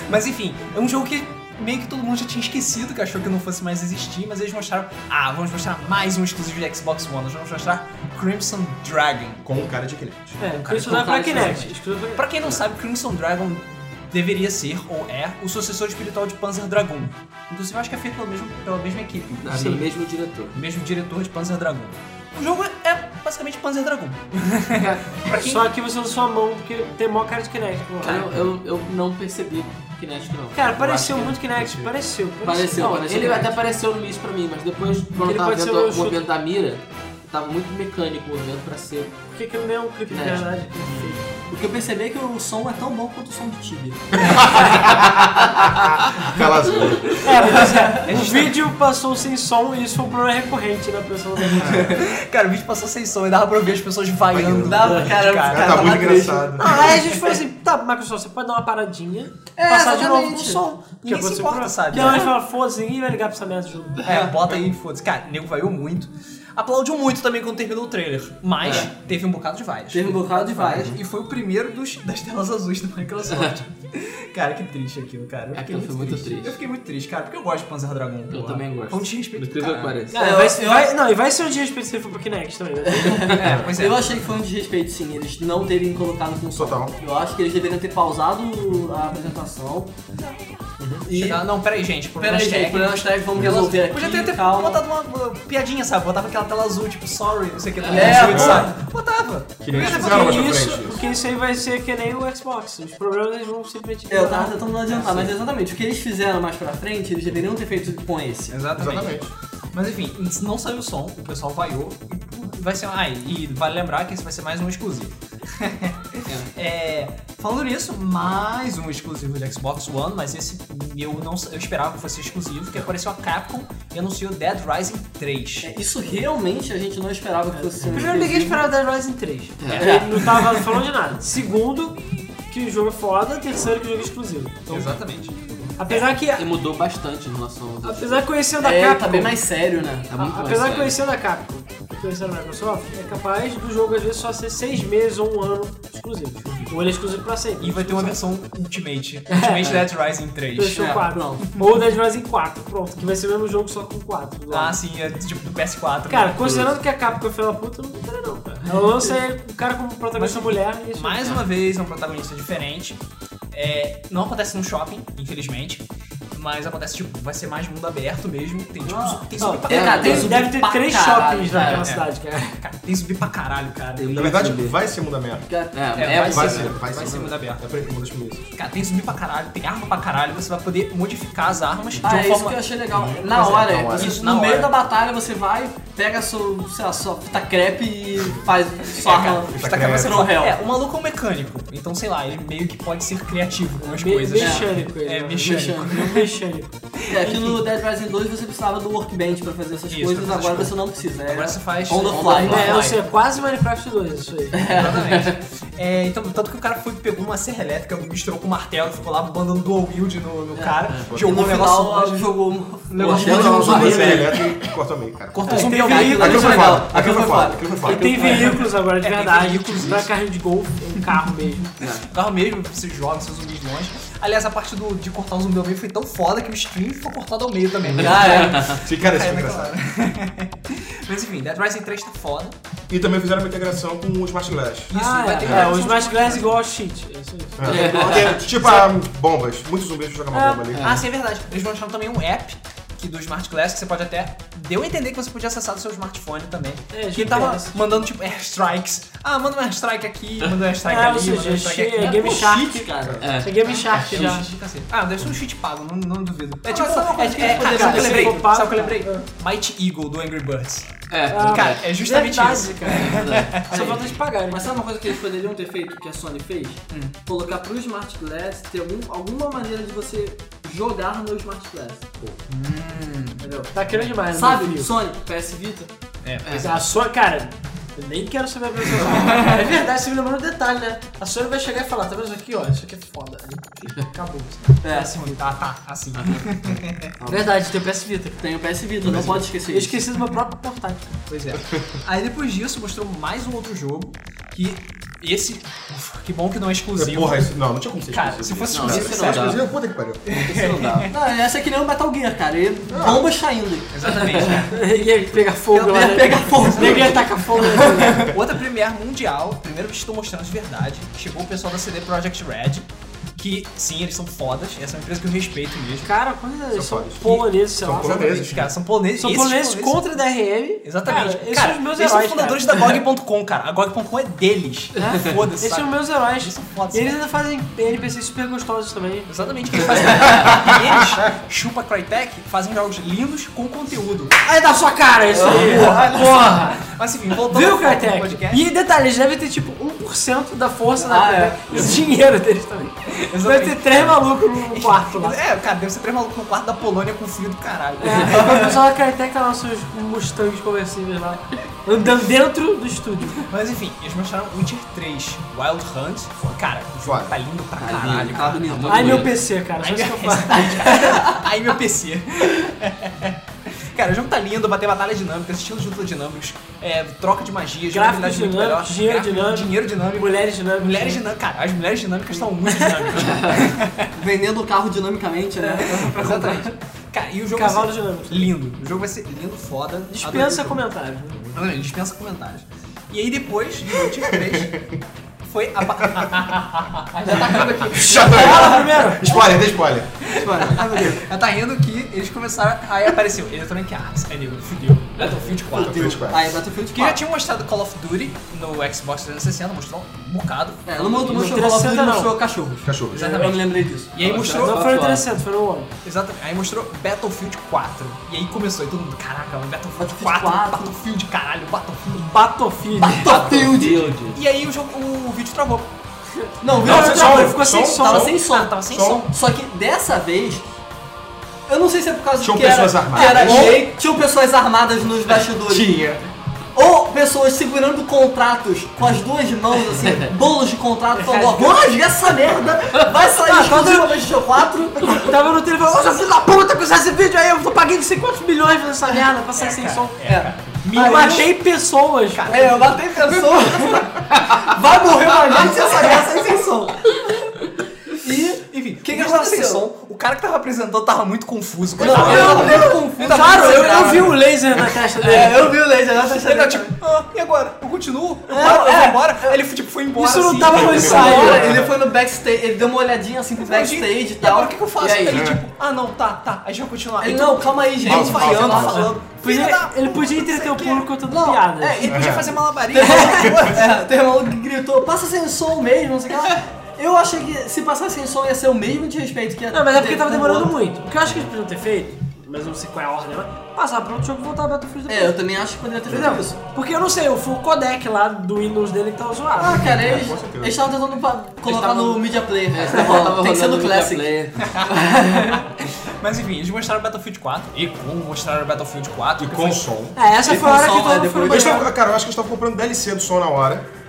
Speaker 1: Mas enfim, é um jogo que meio que todo mundo já tinha esquecido, que achou que não fosse mais existir, mas eles mostraram, ah, vamos mostrar mais um exclusivo de Xbox One, nós vamos mostrar Crimson Dragon.
Speaker 5: Com um cara de Kinect.
Speaker 2: É,
Speaker 1: Cara,
Speaker 2: isso não é pra
Speaker 4: contar
Speaker 2: Kinect.
Speaker 4: isso,
Speaker 2: isso não é pra-
Speaker 1: Pra quem não sabe, Crimson Dragon deveria ser, ou é, o sucessor espiritual de Panzer Dragoon. Inclusive, eu acho que é feito pelo mesmo, pela mesma equipe,
Speaker 3: Ah, do mesmo diretor.
Speaker 1: o mesmo diretor de Panzer Dragoon. O jogo é basicamente Panzer Dragoon. pra quem...
Speaker 2: Só que você usa sua mão, porque tem mó cara de Kinect. pô.
Speaker 3: Cara, eu, eu, eu não percebi Kinect, não.
Speaker 2: Cara,
Speaker 3: Eu
Speaker 2: pareceu
Speaker 3: acho que-
Speaker 2: muito Kinect, pareceu.
Speaker 3: Pareceu,
Speaker 4: Não,
Speaker 3: pareceu.
Speaker 4: ele
Speaker 3: Ele até apareceu no início pra mim, mas depois, quando
Speaker 2: Ele
Speaker 3: eu tava
Speaker 2: pode ser
Speaker 3: vendo
Speaker 2: o
Speaker 3: o
Speaker 2: chute.
Speaker 3: movimento da mira, tava muito mecânico o movimento pra ser.
Speaker 2: Porque aquilo nem é um clipe de
Speaker 3: Kinect.
Speaker 2: verdade.
Speaker 4: O que eu percebi é que o som é tão bom quanto o som do Tibia.
Speaker 5: Tela azul.
Speaker 2: É, pois é. O vídeo passou sem som e isso foi um problema recorrente na pessoa da
Speaker 1: Cara, o vídeo passou sem som e dava pra ouvir as pessoas vaiando.
Speaker 4: Dava,
Speaker 1: de
Speaker 4: caramba,
Speaker 5: O
Speaker 1: cara.
Speaker 5: cara tá muito
Speaker 4: Tela triste.
Speaker 5: engraçado.
Speaker 2: Ah, aí a gente falou assim, tá, Microsoft, você pode dar uma paradinha,
Speaker 4: É,
Speaker 2: passar de novo
Speaker 4: exatamente.
Speaker 2: com o som.
Speaker 1: Ninguém se
Speaker 2: é você né?
Speaker 1: importa,
Speaker 2: pro-
Speaker 1: sabe?
Speaker 2: Não, a gente fala, foda-se, ninguém vai ligar pra essa merda de jogo.
Speaker 1: É, bota aí, foda-se. Cara, o nego vaiou muito. Aplaudiu muito também quando terminou o trailer. Mas teve um bocado de vaias.
Speaker 4: Teve um bocado de vaias.
Speaker 1: E foi o primeiro dos, das telas azuis da Microsoft. cara, que triste aquilo, cara. Eu fiquei
Speaker 3: Aquilo foi muito triste.
Speaker 1: Eu fiquei muito triste, cara, porque eu gosto de Panzer Dragon.
Speaker 3: Eu
Speaker 1: porra.
Speaker 3: também gosto.
Speaker 1: Foi um desrespeito.
Speaker 3: Por incrível que
Speaker 1: caralho.
Speaker 3: pareça.
Speaker 2: Cara,
Speaker 4: eu-
Speaker 2: vai,
Speaker 4: eu-
Speaker 2: vai- não, e vai ser um dia específico pro Kinect também. né?
Speaker 1: É, pois é.
Speaker 4: Eu achei que foi um desrespeito, sim, eles não terem colocado com som.
Speaker 5: Total.
Speaker 4: Eu acho que eles deveriam ter pausado a apresentação. E.
Speaker 1: Chegar- Tá, Não, peraí, gente.
Speaker 4: Pera
Speaker 1: problemas
Speaker 4: aí, gente,
Speaker 1: técnicos.
Speaker 4: problemas técnicos, vamos resolver aqui.
Speaker 1: Podia ter, ter
Speaker 4: calma.
Speaker 1: botado uma, uma piadinha, sabe? Botava aquela tela azul, tipo, sorry, não sei o que, tela
Speaker 4: É,
Speaker 1: azul,
Speaker 4: é.
Speaker 1: sabe? Botava.
Speaker 5: Que
Speaker 1: Podia ter
Speaker 5: nem eles
Speaker 1: botado
Speaker 5: fizeram mais
Speaker 1: isso.
Speaker 5: pra frente
Speaker 2: Isso,
Speaker 5: isso.
Speaker 2: porque isso aí vai ser que nem o Xbox. Os problemas eles vão simplesmente.
Speaker 4: É, Eu tava tentando não adiantar, mas exatamente, o que eles fizeram mais pra frente, eles deveriam ter feito com esse.
Speaker 1: Exatamente.
Speaker 5: Exatamente.
Speaker 1: Mas enfim, não saiu o som, o pessoal vaiou. e Vai ser. Ah, e vale lembrar que esse vai ser mais um exclusivo. É, falando nisso, mais um exclusivo de Xbox One, mas esse eu não eu esperava que fosse exclusivo, que apareceu a Capcom e anunciou Dead Rising 3.
Speaker 4: É, Isso realmente a gente não esperava que fosse um
Speaker 2: Primeiro, ninguém
Speaker 4: exclusivo.
Speaker 2: esperava Dead Rising 3.
Speaker 1: É.
Speaker 2: Ele não tava falando de nada. Segundo, que o jogo é foda. Terceiro, que o jogo é exclusivo. Então,
Speaker 1: Exatamente.
Speaker 2: apesar que.
Speaker 3: E mudou bastante em relação ao.
Speaker 2: Apesar que conhecendo a
Speaker 4: É,
Speaker 2: Capcom.
Speaker 4: tá bem mais sério, né?
Speaker 3: Tá muito mais
Speaker 2: Apesar de
Speaker 3: sério.
Speaker 2: conhecendo a Capcom e conhecendo a Microsoft, é capaz do jogo às vezes só ser seis meses ou um ano exclusivo. Ou ele é exclusivo pra sempre.
Speaker 1: E vai ter uma versão Ultimate. Ultimate Dead Rising 3.
Speaker 2: Fechou
Speaker 4: É,
Speaker 2: 4.
Speaker 4: pronto.
Speaker 2: Ou Dead Rising 4, pronto. Que vai ser o mesmo jogo só com 4.
Speaker 1: Ah, sim, é tipo do PS4.
Speaker 2: Cara, considerando que a Capcom é filha da puta, não tem não, cara. Ela lança o cara como protagonista mulher e isso.
Speaker 1: Mais uma vez, é um protagonista diferente. É, não acontece num shopping, infelizmente. Mas acontece, tipo, vai ser mais mundo aberto mesmo. Tem, tipo,
Speaker 4: Ah,
Speaker 1: zo- tem
Speaker 2: Não,
Speaker 1: zumbi pra
Speaker 2: é, tem-
Speaker 1: caralho.
Speaker 4: tem
Speaker 2: tem- deve ter
Speaker 4: pra
Speaker 2: três
Speaker 4: caralho,
Speaker 2: shoppings
Speaker 4: cara.
Speaker 2: naquela
Speaker 1: É.
Speaker 2: cidade, cara.
Speaker 1: Cara, tem zumbi pra caralho, cara.
Speaker 3: Tem
Speaker 5: Na
Speaker 3: muito
Speaker 5: verdade,
Speaker 3: zumbi.
Speaker 5: vai ser mundo aberto.
Speaker 3: É,
Speaker 1: É,
Speaker 3: é,
Speaker 1: vai
Speaker 5: Vai
Speaker 1: ser,
Speaker 5: ser, vai
Speaker 1: vai
Speaker 5: ser
Speaker 1: ser mundo aberto.
Speaker 5: É pra uma das primeiras.
Speaker 1: Cara, tem zumbi pra caralho, tem arma pra caralho, você vai poder modificar as armas de
Speaker 4: Ah,
Speaker 1: uma
Speaker 4: é isso
Speaker 1: forma.
Speaker 4: que eu achei legal. Na hora,
Speaker 5: na hora.
Speaker 4: isso,
Speaker 1: Na
Speaker 4: no meio
Speaker 1: hora.
Speaker 4: da batalha você vai, pega sua, sei lá, sua fita crepe e faz sua
Speaker 1: cara,
Speaker 4: arma.
Speaker 5: fita
Speaker 1: Tá acabando
Speaker 5: crepe.
Speaker 1: sendo-
Speaker 4: No réu.
Speaker 1: É, o maluco é um mecânico, então sei lá, ele meio que pode ser criativo com as
Speaker 2: Me-
Speaker 1: coisas.
Speaker 2: Mexânico. ele,
Speaker 1: É,
Speaker 2: né?
Speaker 1: mexânico.
Speaker 2: Mexânico. Mexânico.
Speaker 4: É, aqui no Dead Rising 2 você precisava do workbench pra fazer essas
Speaker 1: Isso,
Speaker 4: coisas,
Speaker 1: pra fazer
Speaker 4: agora
Speaker 1: as
Speaker 4: você não precisa. É
Speaker 1: Agora você faz-
Speaker 4: on the
Speaker 1: on the
Speaker 4: fly.
Speaker 1: fly.
Speaker 2: É, ou seja, quase Minecraft 2, isso aí.
Speaker 1: É, Exatamente. É, então, tanto que o cara foi, pegou uma serra elétrica, misturou com um martelo, ficou lá mandando dual wield no, no cara,
Speaker 4: É, E
Speaker 1: jogou
Speaker 4: no
Speaker 1: um negócio
Speaker 4: final
Speaker 1: longe.
Speaker 4: jogou um
Speaker 1: negócio
Speaker 5: Ela
Speaker 4: Cortando
Speaker 5: não
Speaker 4: uma
Speaker 5: usou você
Speaker 4: barreira.
Speaker 5: elétrico e cortou meio, cara.
Speaker 1: Cortou
Speaker 2: É,
Speaker 4: um
Speaker 1: zumbi
Speaker 2: tem
Speaker 1: ao vivo.
Speaker 2: veículo-
Speaker 5: Aquilo foi
Speaker 4: legal.
Speaker 5: foda. Aquilo foi foda. Aquilo foi
Speaker 2: E
Speaker 5: foda.
Speaker 2: tem veículos agora, de
Speaker 1: É, tem
Speaker 2: verdade.
Speaker 1: veículos,
Speaker 2: Não é
Speaker 1: isso.
Speaker 2: carrinho de golfe, é um carro mesmo.
Speaker 1: um Carro mesmo, você joga seus zumbis longe. Aliás, a parte do, de cortar o zumbi ao meio foi tão foda que o stream foi cortado ao meio também.
Speaker 4: Ah, é.
Speaker 5: Sim, cara, isso
Speaker 1: É,
Speaker 5: foi
Speaker 1: né,
Speaker 5: engraçado.
Speaker 1: claro. Mas enfim, Dead Rising 3 tá foda.
Speaker 5: E também fizeram uma integração com o Smash Glass.
Speaker 2: ah,
Speaker 1: vai
Speaker 2: é,
Speaker 1: ter
Speaker 2: é,
Speaker 1: relação
Speaker 2: o
Speaker 1: de
Speaker 2: Smash Glass igual ao cheat. É isso aí.
Speaker 5: É. Porque, tipo, ah, bombas. Muitos zumbis jogam uma bomba ali.
Speaker 1: Ah, sim, é verdade. Eles mostraram também um app que do Smart Glass que você pode até. Deu a entender que você podia acessar do seu smartphone também.
Speaker 2: É,
Speaker 1: que ele tava
Speaker 2: GPS.
Speaker 1: mandando tipo airstrikes. Ah, manda um airstrike aqui, manda um airstrike ali,
Speaker 2: Ah, ou
Speaker 1: manda um
Speaker 2: seja,
Speaker 1: airstrike aqui.
Speaker 2: cheia, Game Shark.
Speaker 4: cara.
Speaker 2: Isso é Game Shark já.
Speaker 1: Ah, cheat de cacete. Ah, deve ser um cheat pago, não, não duvido. É tipo,
Speaker 2: Ah, sabe uma coisa
Speaker 1: é-
Speaker 2: que
Speaker 1: é-
Speaker 2: eles poderiam
Speaker 1: sabe o que eu
Speaker 2: fazer?
Speaker 1: lembrei?
Speaker 2: Se for pago,
Speaker 1: Sabe o que eu lembrei?
Speaker 2: cara.
Speaker 1: Mighty Eagle do Angry Birds.
Speaker 3: É.
Speaker 2: é? Ah,
Speaker 1: cara, é justamente
Speaker 2: verdade,
Speaker 1: isso.
Speaker 2: cara.
Speaker 3: verdade.
Speaker 2: Só falta de pagar.
Speaker 4: Mas sabe uma coisa que eles poderiam ter feito, que a Sony fez? Colocar pro Smart Glass, ter algum- alguma maneira de você jogar no Smart Glass. Entendeu?
Speaker 2: Tá querendo demais, né,
Speaker 4: Sabe,
Speaker 2: filho?
Speaker 4: Sony, PS Vita.
Speaker 1: Hum, É,
Speaker 2: Mas A sua, cara, eu nem quero saber a pessoa. é verdade, você me lembrou um detalhe, né? A Sony vai chegar e falar, tá vendo isso aqui, ó? Isso aqui é foda. Acabou.
Speaker 1: é assim, tá, tá, assim.
Speaker 2: Verdade, tem o PS Vita.
Speaker 4: Ah. Tem o PS Vita, não pode esquecer
Speaker 2: Eu
Speaker 4: isso.
Speaker 2: esqueci do meu próprio portátil.
Speaker 1: Pois é. Aí depois disso mostrou mais um outro jogo que esse. Ufa, que bom que não é exclusivo.
Speaker 5: Porra, isso, não, não tinha como ser
Speaker 1: Cara, se
Speaker 5: exclusivo.
Speaker 1: fosse
Speaker 3: Não,
Speaker 1: exclusivo,
Speaker 3: esse
Speaker 1: sério.
Speaker 3: não dá.
Speaker 5: Exclusivo, puta que pariu.
Speaker 3: Isso não dá.
Speaker 4: Não, é, essa aqui nem o Metal Gear, cara. E bombas caindo.
Speaker 1: Exatamente. né?
Speaker 2: ia pegar fogo
Speaker 1: Eu
Speaker 2: lá, né?
Speaker 4: Pega fogo.
Speaker 2: Ninguém ia tacar fogo. né?
Speaker 1: Outra Premiere Mundial, primeiro que estou mostrando de verdade, chegou o pessoal da CD Projekt Red, que sim, eles são fodas, essa é uma empresa que eu respeito mesmo.
Speaker 2: Cara, quando eles são
Speaker 5: São fodas.
Speaker 2: poloneses, sei lá.
Speaker 5: São poloneses.
Speaker 3: né?
Speaker 1: cara, são poloneses.
Speaker 2: São
Speaker 1: esses
Speaker 2: poloneses contra a DRM.
Speaker 1: Exatamente.
Speaker 2: Cara, esses
Speaker 1: Cara,
Speaker 2: são os meus
Speaker 1: eles
Speaker 2: heróis,
Speaker 1: são fundadores
Speaker 2: cara. É.
Speaker 1: da GOG.com, cara. A GOG.com é deles. Foda-se,
Speaker 2: Esses são
Speaker 1: sabe?
Speaker 2: meus heróis.
Speaker 1: Eles são fodas.
Speaker 2: E eles ainda fazem NPCs super gostosos também.
Speaker 1: Exatamente, que eles fazem. e eles, chupa Crytek, fazem jogos lindos com conteúdo.
Speaker 2: Aí dá sua cara isso aí. Porra!
Speaker 1: Mas enfim, voltando
Speaker 2: É. Viu,
Speaker 1: ao foco do
Speaker 2: Crytek?
Speaker 1: podcast.
Speaker 2: E detalhe, eles devem ter tipo 1% da força da
Speaker 4: Ah, é.
Speaker 2: Crytek. Esse dinheiro deles também. Deve ter três malucos no quarto lá.
Speaker 1: É, cara, deve ser três malucos no quarto da Polônia com frio do caralho.
Speaker 2: É, o pessoal da Crytek tá lá nos seus Mustangs conversíveis lá. Andando dentro do estúdio.
Speaker 1: Mas enfim, eles mostraram Witcher 3, Wild Hunt. Cara, o jogo
Speaker 5: Foda.
Speaker 1: tá lindo pra
Speaker 3: Tá lindo,
Speaker 1: caralho.
Speaker 3: tá
Speaker 1: cara.
Speaker 3: bonito.
Speaker 1: Tá
Speaker 2: Ai meu
Speaker 3: bonito.
Speaker 2: PC, cara. Só
Speaker 1: Ai,
Speaker 2: isso que eu
Speaker 1: meu-
Speaker 2: falo.
Speaker 1: Ai, Tá meu PC. Cara, o jogo tá lindo, bater batalhas dinâmicas, estilos de luta dinâmicos, é, troca de magia,
Speaker 2: Gráficos
Speaker 1: jogabilidade muito
Speaker 2: dinâmicos,
Speaker 1: melhor,
Speaker 2: dinheiro
Speaker 1: gráfico-
Speaker 2: dinâmico,
Speaker 1: dinheiro dinâmico,
Speaker 2: Mulheres dinâmicas.
Speaker 1: mulheres dinâmicas. Cara, as mulheres dinâmicas estão muito dinâmicas.
Speaker 4: Vendendo o carro dinamicamente, né?
Speaker 1: Exatamente. Cara, e o jogo
Speaker 2: Cavalo
Speaker 1: vai ser
Speaker 2: dinâmico.
Speaker 1: lindo. O jogo vai ser lindo, foda. Adorei o
Speaker 2: Dispensa
Speaker 1: jogo.
Speaker 2: comentários. né?
Speaker 1: Não, ele dispensa comentários. E aí depois, de Witcher 3, foi a. ba- Já tá rindo aqui.
Speaker 5: Chato
Speaker 2: Fala primeiro!
Speaker 5: Spoiler, tem spoiler.
Speaker 4: É. Tipo,
Speaker 1: Já tá rindo que eles começaram. Aí apareceu Electronic Arts. Aí nego, fudeu. Battlefield 4.
Speaker 5: Tem spoiler.
Speaker 4: Aí Battlefield
Speaker 1: Que já
Speaker 4: 4.
Speaker 1: tinha mostrado Call of Duty no Xbox 360, mostrou um bocado.
Speaker 4: É, não mostrou
Speaker 2: Não
Speaker 4: mostrou Call of Duty,
Speaker 2: interessa, não.
Speaker 4: mostrou cachorros.
Speaker 5: Cachorro.
Speaker 1: Exatamente.
Speaker 4: Eu me lembrei disso.
Speaker 1: E aí mostrou.
Speaker 2: Não foi interessante, foi no homem.
Speaker 1: Exatamente. Aí mostrou Battlefield 4. E aí começou, e todo mundo, caraca, um Battlefield
Speaker 4: Battlefield
Speaker 1: 4,
Speaker 4: 4.
Speaker 1: Battlefield, caralho, Battlefield.
Speaker 2: Battlefield.
Speaker 4: Battlefield!
Speaker 1: E aí o, jogo, o vídeo travou.
Speaker 4: Não, viu?
Speaker 2: Não, não,
Speaker 5: som,
Speaker 2: não, ele ficou sem
Speaker 5: som,
Speaker 2: som.
Speaker 4: Tava sem som.
Speaker 1: Ah, tava sem som.
Speaker 4: Só que dessa vez, eu não sei se é por causa
Speaker 5: Tinham
Speaker 4: que era-
Speaker 5: pessoas armadas.
Speaker 4: que era
Speaker 5: Ou-
Speaker 4: gay, tinham pessoas armadas nos bastidores.
Speaker 5: Tinha.
Speaker 4: Ou pessoas segurando contratos com as duas mãos, assim, bolos de contrato, falando, ó, vou rasgar essa merda, vai
Speaker 1: Ah, tá
Speaker 4: sair exclusivamente do 4.
Speaker 2: Tava no telefone, ô seu filho da puta, com esse vídeo aí, eu tô pagando não sei quantos milhões nessa merda pra sair sem som.
Speaker 4: É.
Speaker 2: Eu matei pessoas, cara.
Speaker 4: É, eu matei pessoa. Vai morrer uma gente se essa graça aí sem som. E.
Speaker 1: Enfim, o
Speaker 4: que
Speaker 1: vídeo tava
Speaker 4: aconteceu?
Speaker 1: sem som. O cara que tava apresentando tava muito confuso.
Speaker 4: Não,
Speaker 1: coitado.
Speaker 4: eu não tenho confuso.
Speaker 1: tá
Speaker 2: Claro, eu, eu vi o laser na testa dele.
Speaker 4: É, eu vi o laser, eu
Speaker 1: Ele
Speaker 4: tava
Speaker 1: tá assim, tipo, ah, e agora? Eu continuo? Eu
Speaker 4: É,
Speaker 1: paro, eu vou
Speaker 4: é.
Speaker 1: embora? Aí ele tipo, foi embora.
Speaker 2: Isso
Speaker 1: assim.
Speaker 2: não tava no
Speaker 4: Agora,
Speaker 2: ensaio.
Speaker 4: ele foi no backstage, ele deu uma olhadinha assim pro backstage e
Speaker 1: E agora
Speaker 4: tal.
Speaker 1: o que, que eu faço?
Speaker 4: E aí?
Speaker 5: É.
Speaker 1: ele tipo, ah não, tá, tá, aí já vai continuar. Aí
Speaker 4: Ele,
Speaker 1: todo
Speaker 4: não, calma aí, gente.
Speaker 1: mundo
Speaker 5: Pausa, pausa,
Speaker 1: falhando,
Speaker 5: pausa.
Speaker 1: falando. Filha da
Speaker 2: Podia- ele
Speaker 1: puta,
Speaker 2: podia
Speaker 1: não sei
Speaker 2: entreter o
Speaker 1: o quê.
Speaker 2: público contando
Speaker 4: Não,
Speaker 2: piadas.
Speaker 1: É, ele podia fazer malabarismo.
Speaker 4: É, tem um maluco que gritou, passa sem som mesmo, não sei o que lá. Eu achei que se passar sem som ia ser o mesmo de respeito que ia
Speaker 2: Não, mas é porque
Speaker 4: ter
Speaker 2: tava
Speaker 4: com o
Speaker 2: demorando
Speaker 4: outro.
Speaker 2: muito. O que eu acho que eles podiam ter feito, mas eu não sei qual é a ordem, mas passar pra outro jogo e voltar a Battlefield
Speaker 4: É, eu
Speaker 2: depois.
Speaker 4: também acho que poderia ter feito isso.
Speaker 2: Entendeu? Porque eu não sei, foi o codec lá do Windows dele que tava zoado.
Speaker 4: Ah, cara, eles
Speaker 5: com certeza.
Speaker 4: eles estavam tentando pa- colocar
Speaker 3: tavam-
Speaker 4: no Media Player. né?
Speaker 3: Tava
Speaker 4: Tem que ser
Speaker 3: rolando
Speaker 4: no
Speaker 3: Media
Speaker 4: Classic.
Speaker 3: Player.
Speaker 1: Mas enfim, eles mostraram Battlefield 4. E como mostraram Battlefield 4.
Speaker 5: E
Speaker 1: que
Speaker 5: com
Speaker 1: foi-
Speaker 5: som.
Speaker 2: É, essa
Speaker 4: Ele
Speaker 2: foi a hora que
Speaker 4: console,
Speaker 2: todo mundo
Speaker 4: né,
Speaker 2: foi
Speaker 5: Mas,
Speaker 2: no banheiro.
Speaker 5: tava- cara, eu acho que eles estavam comprando DLC do som na hora.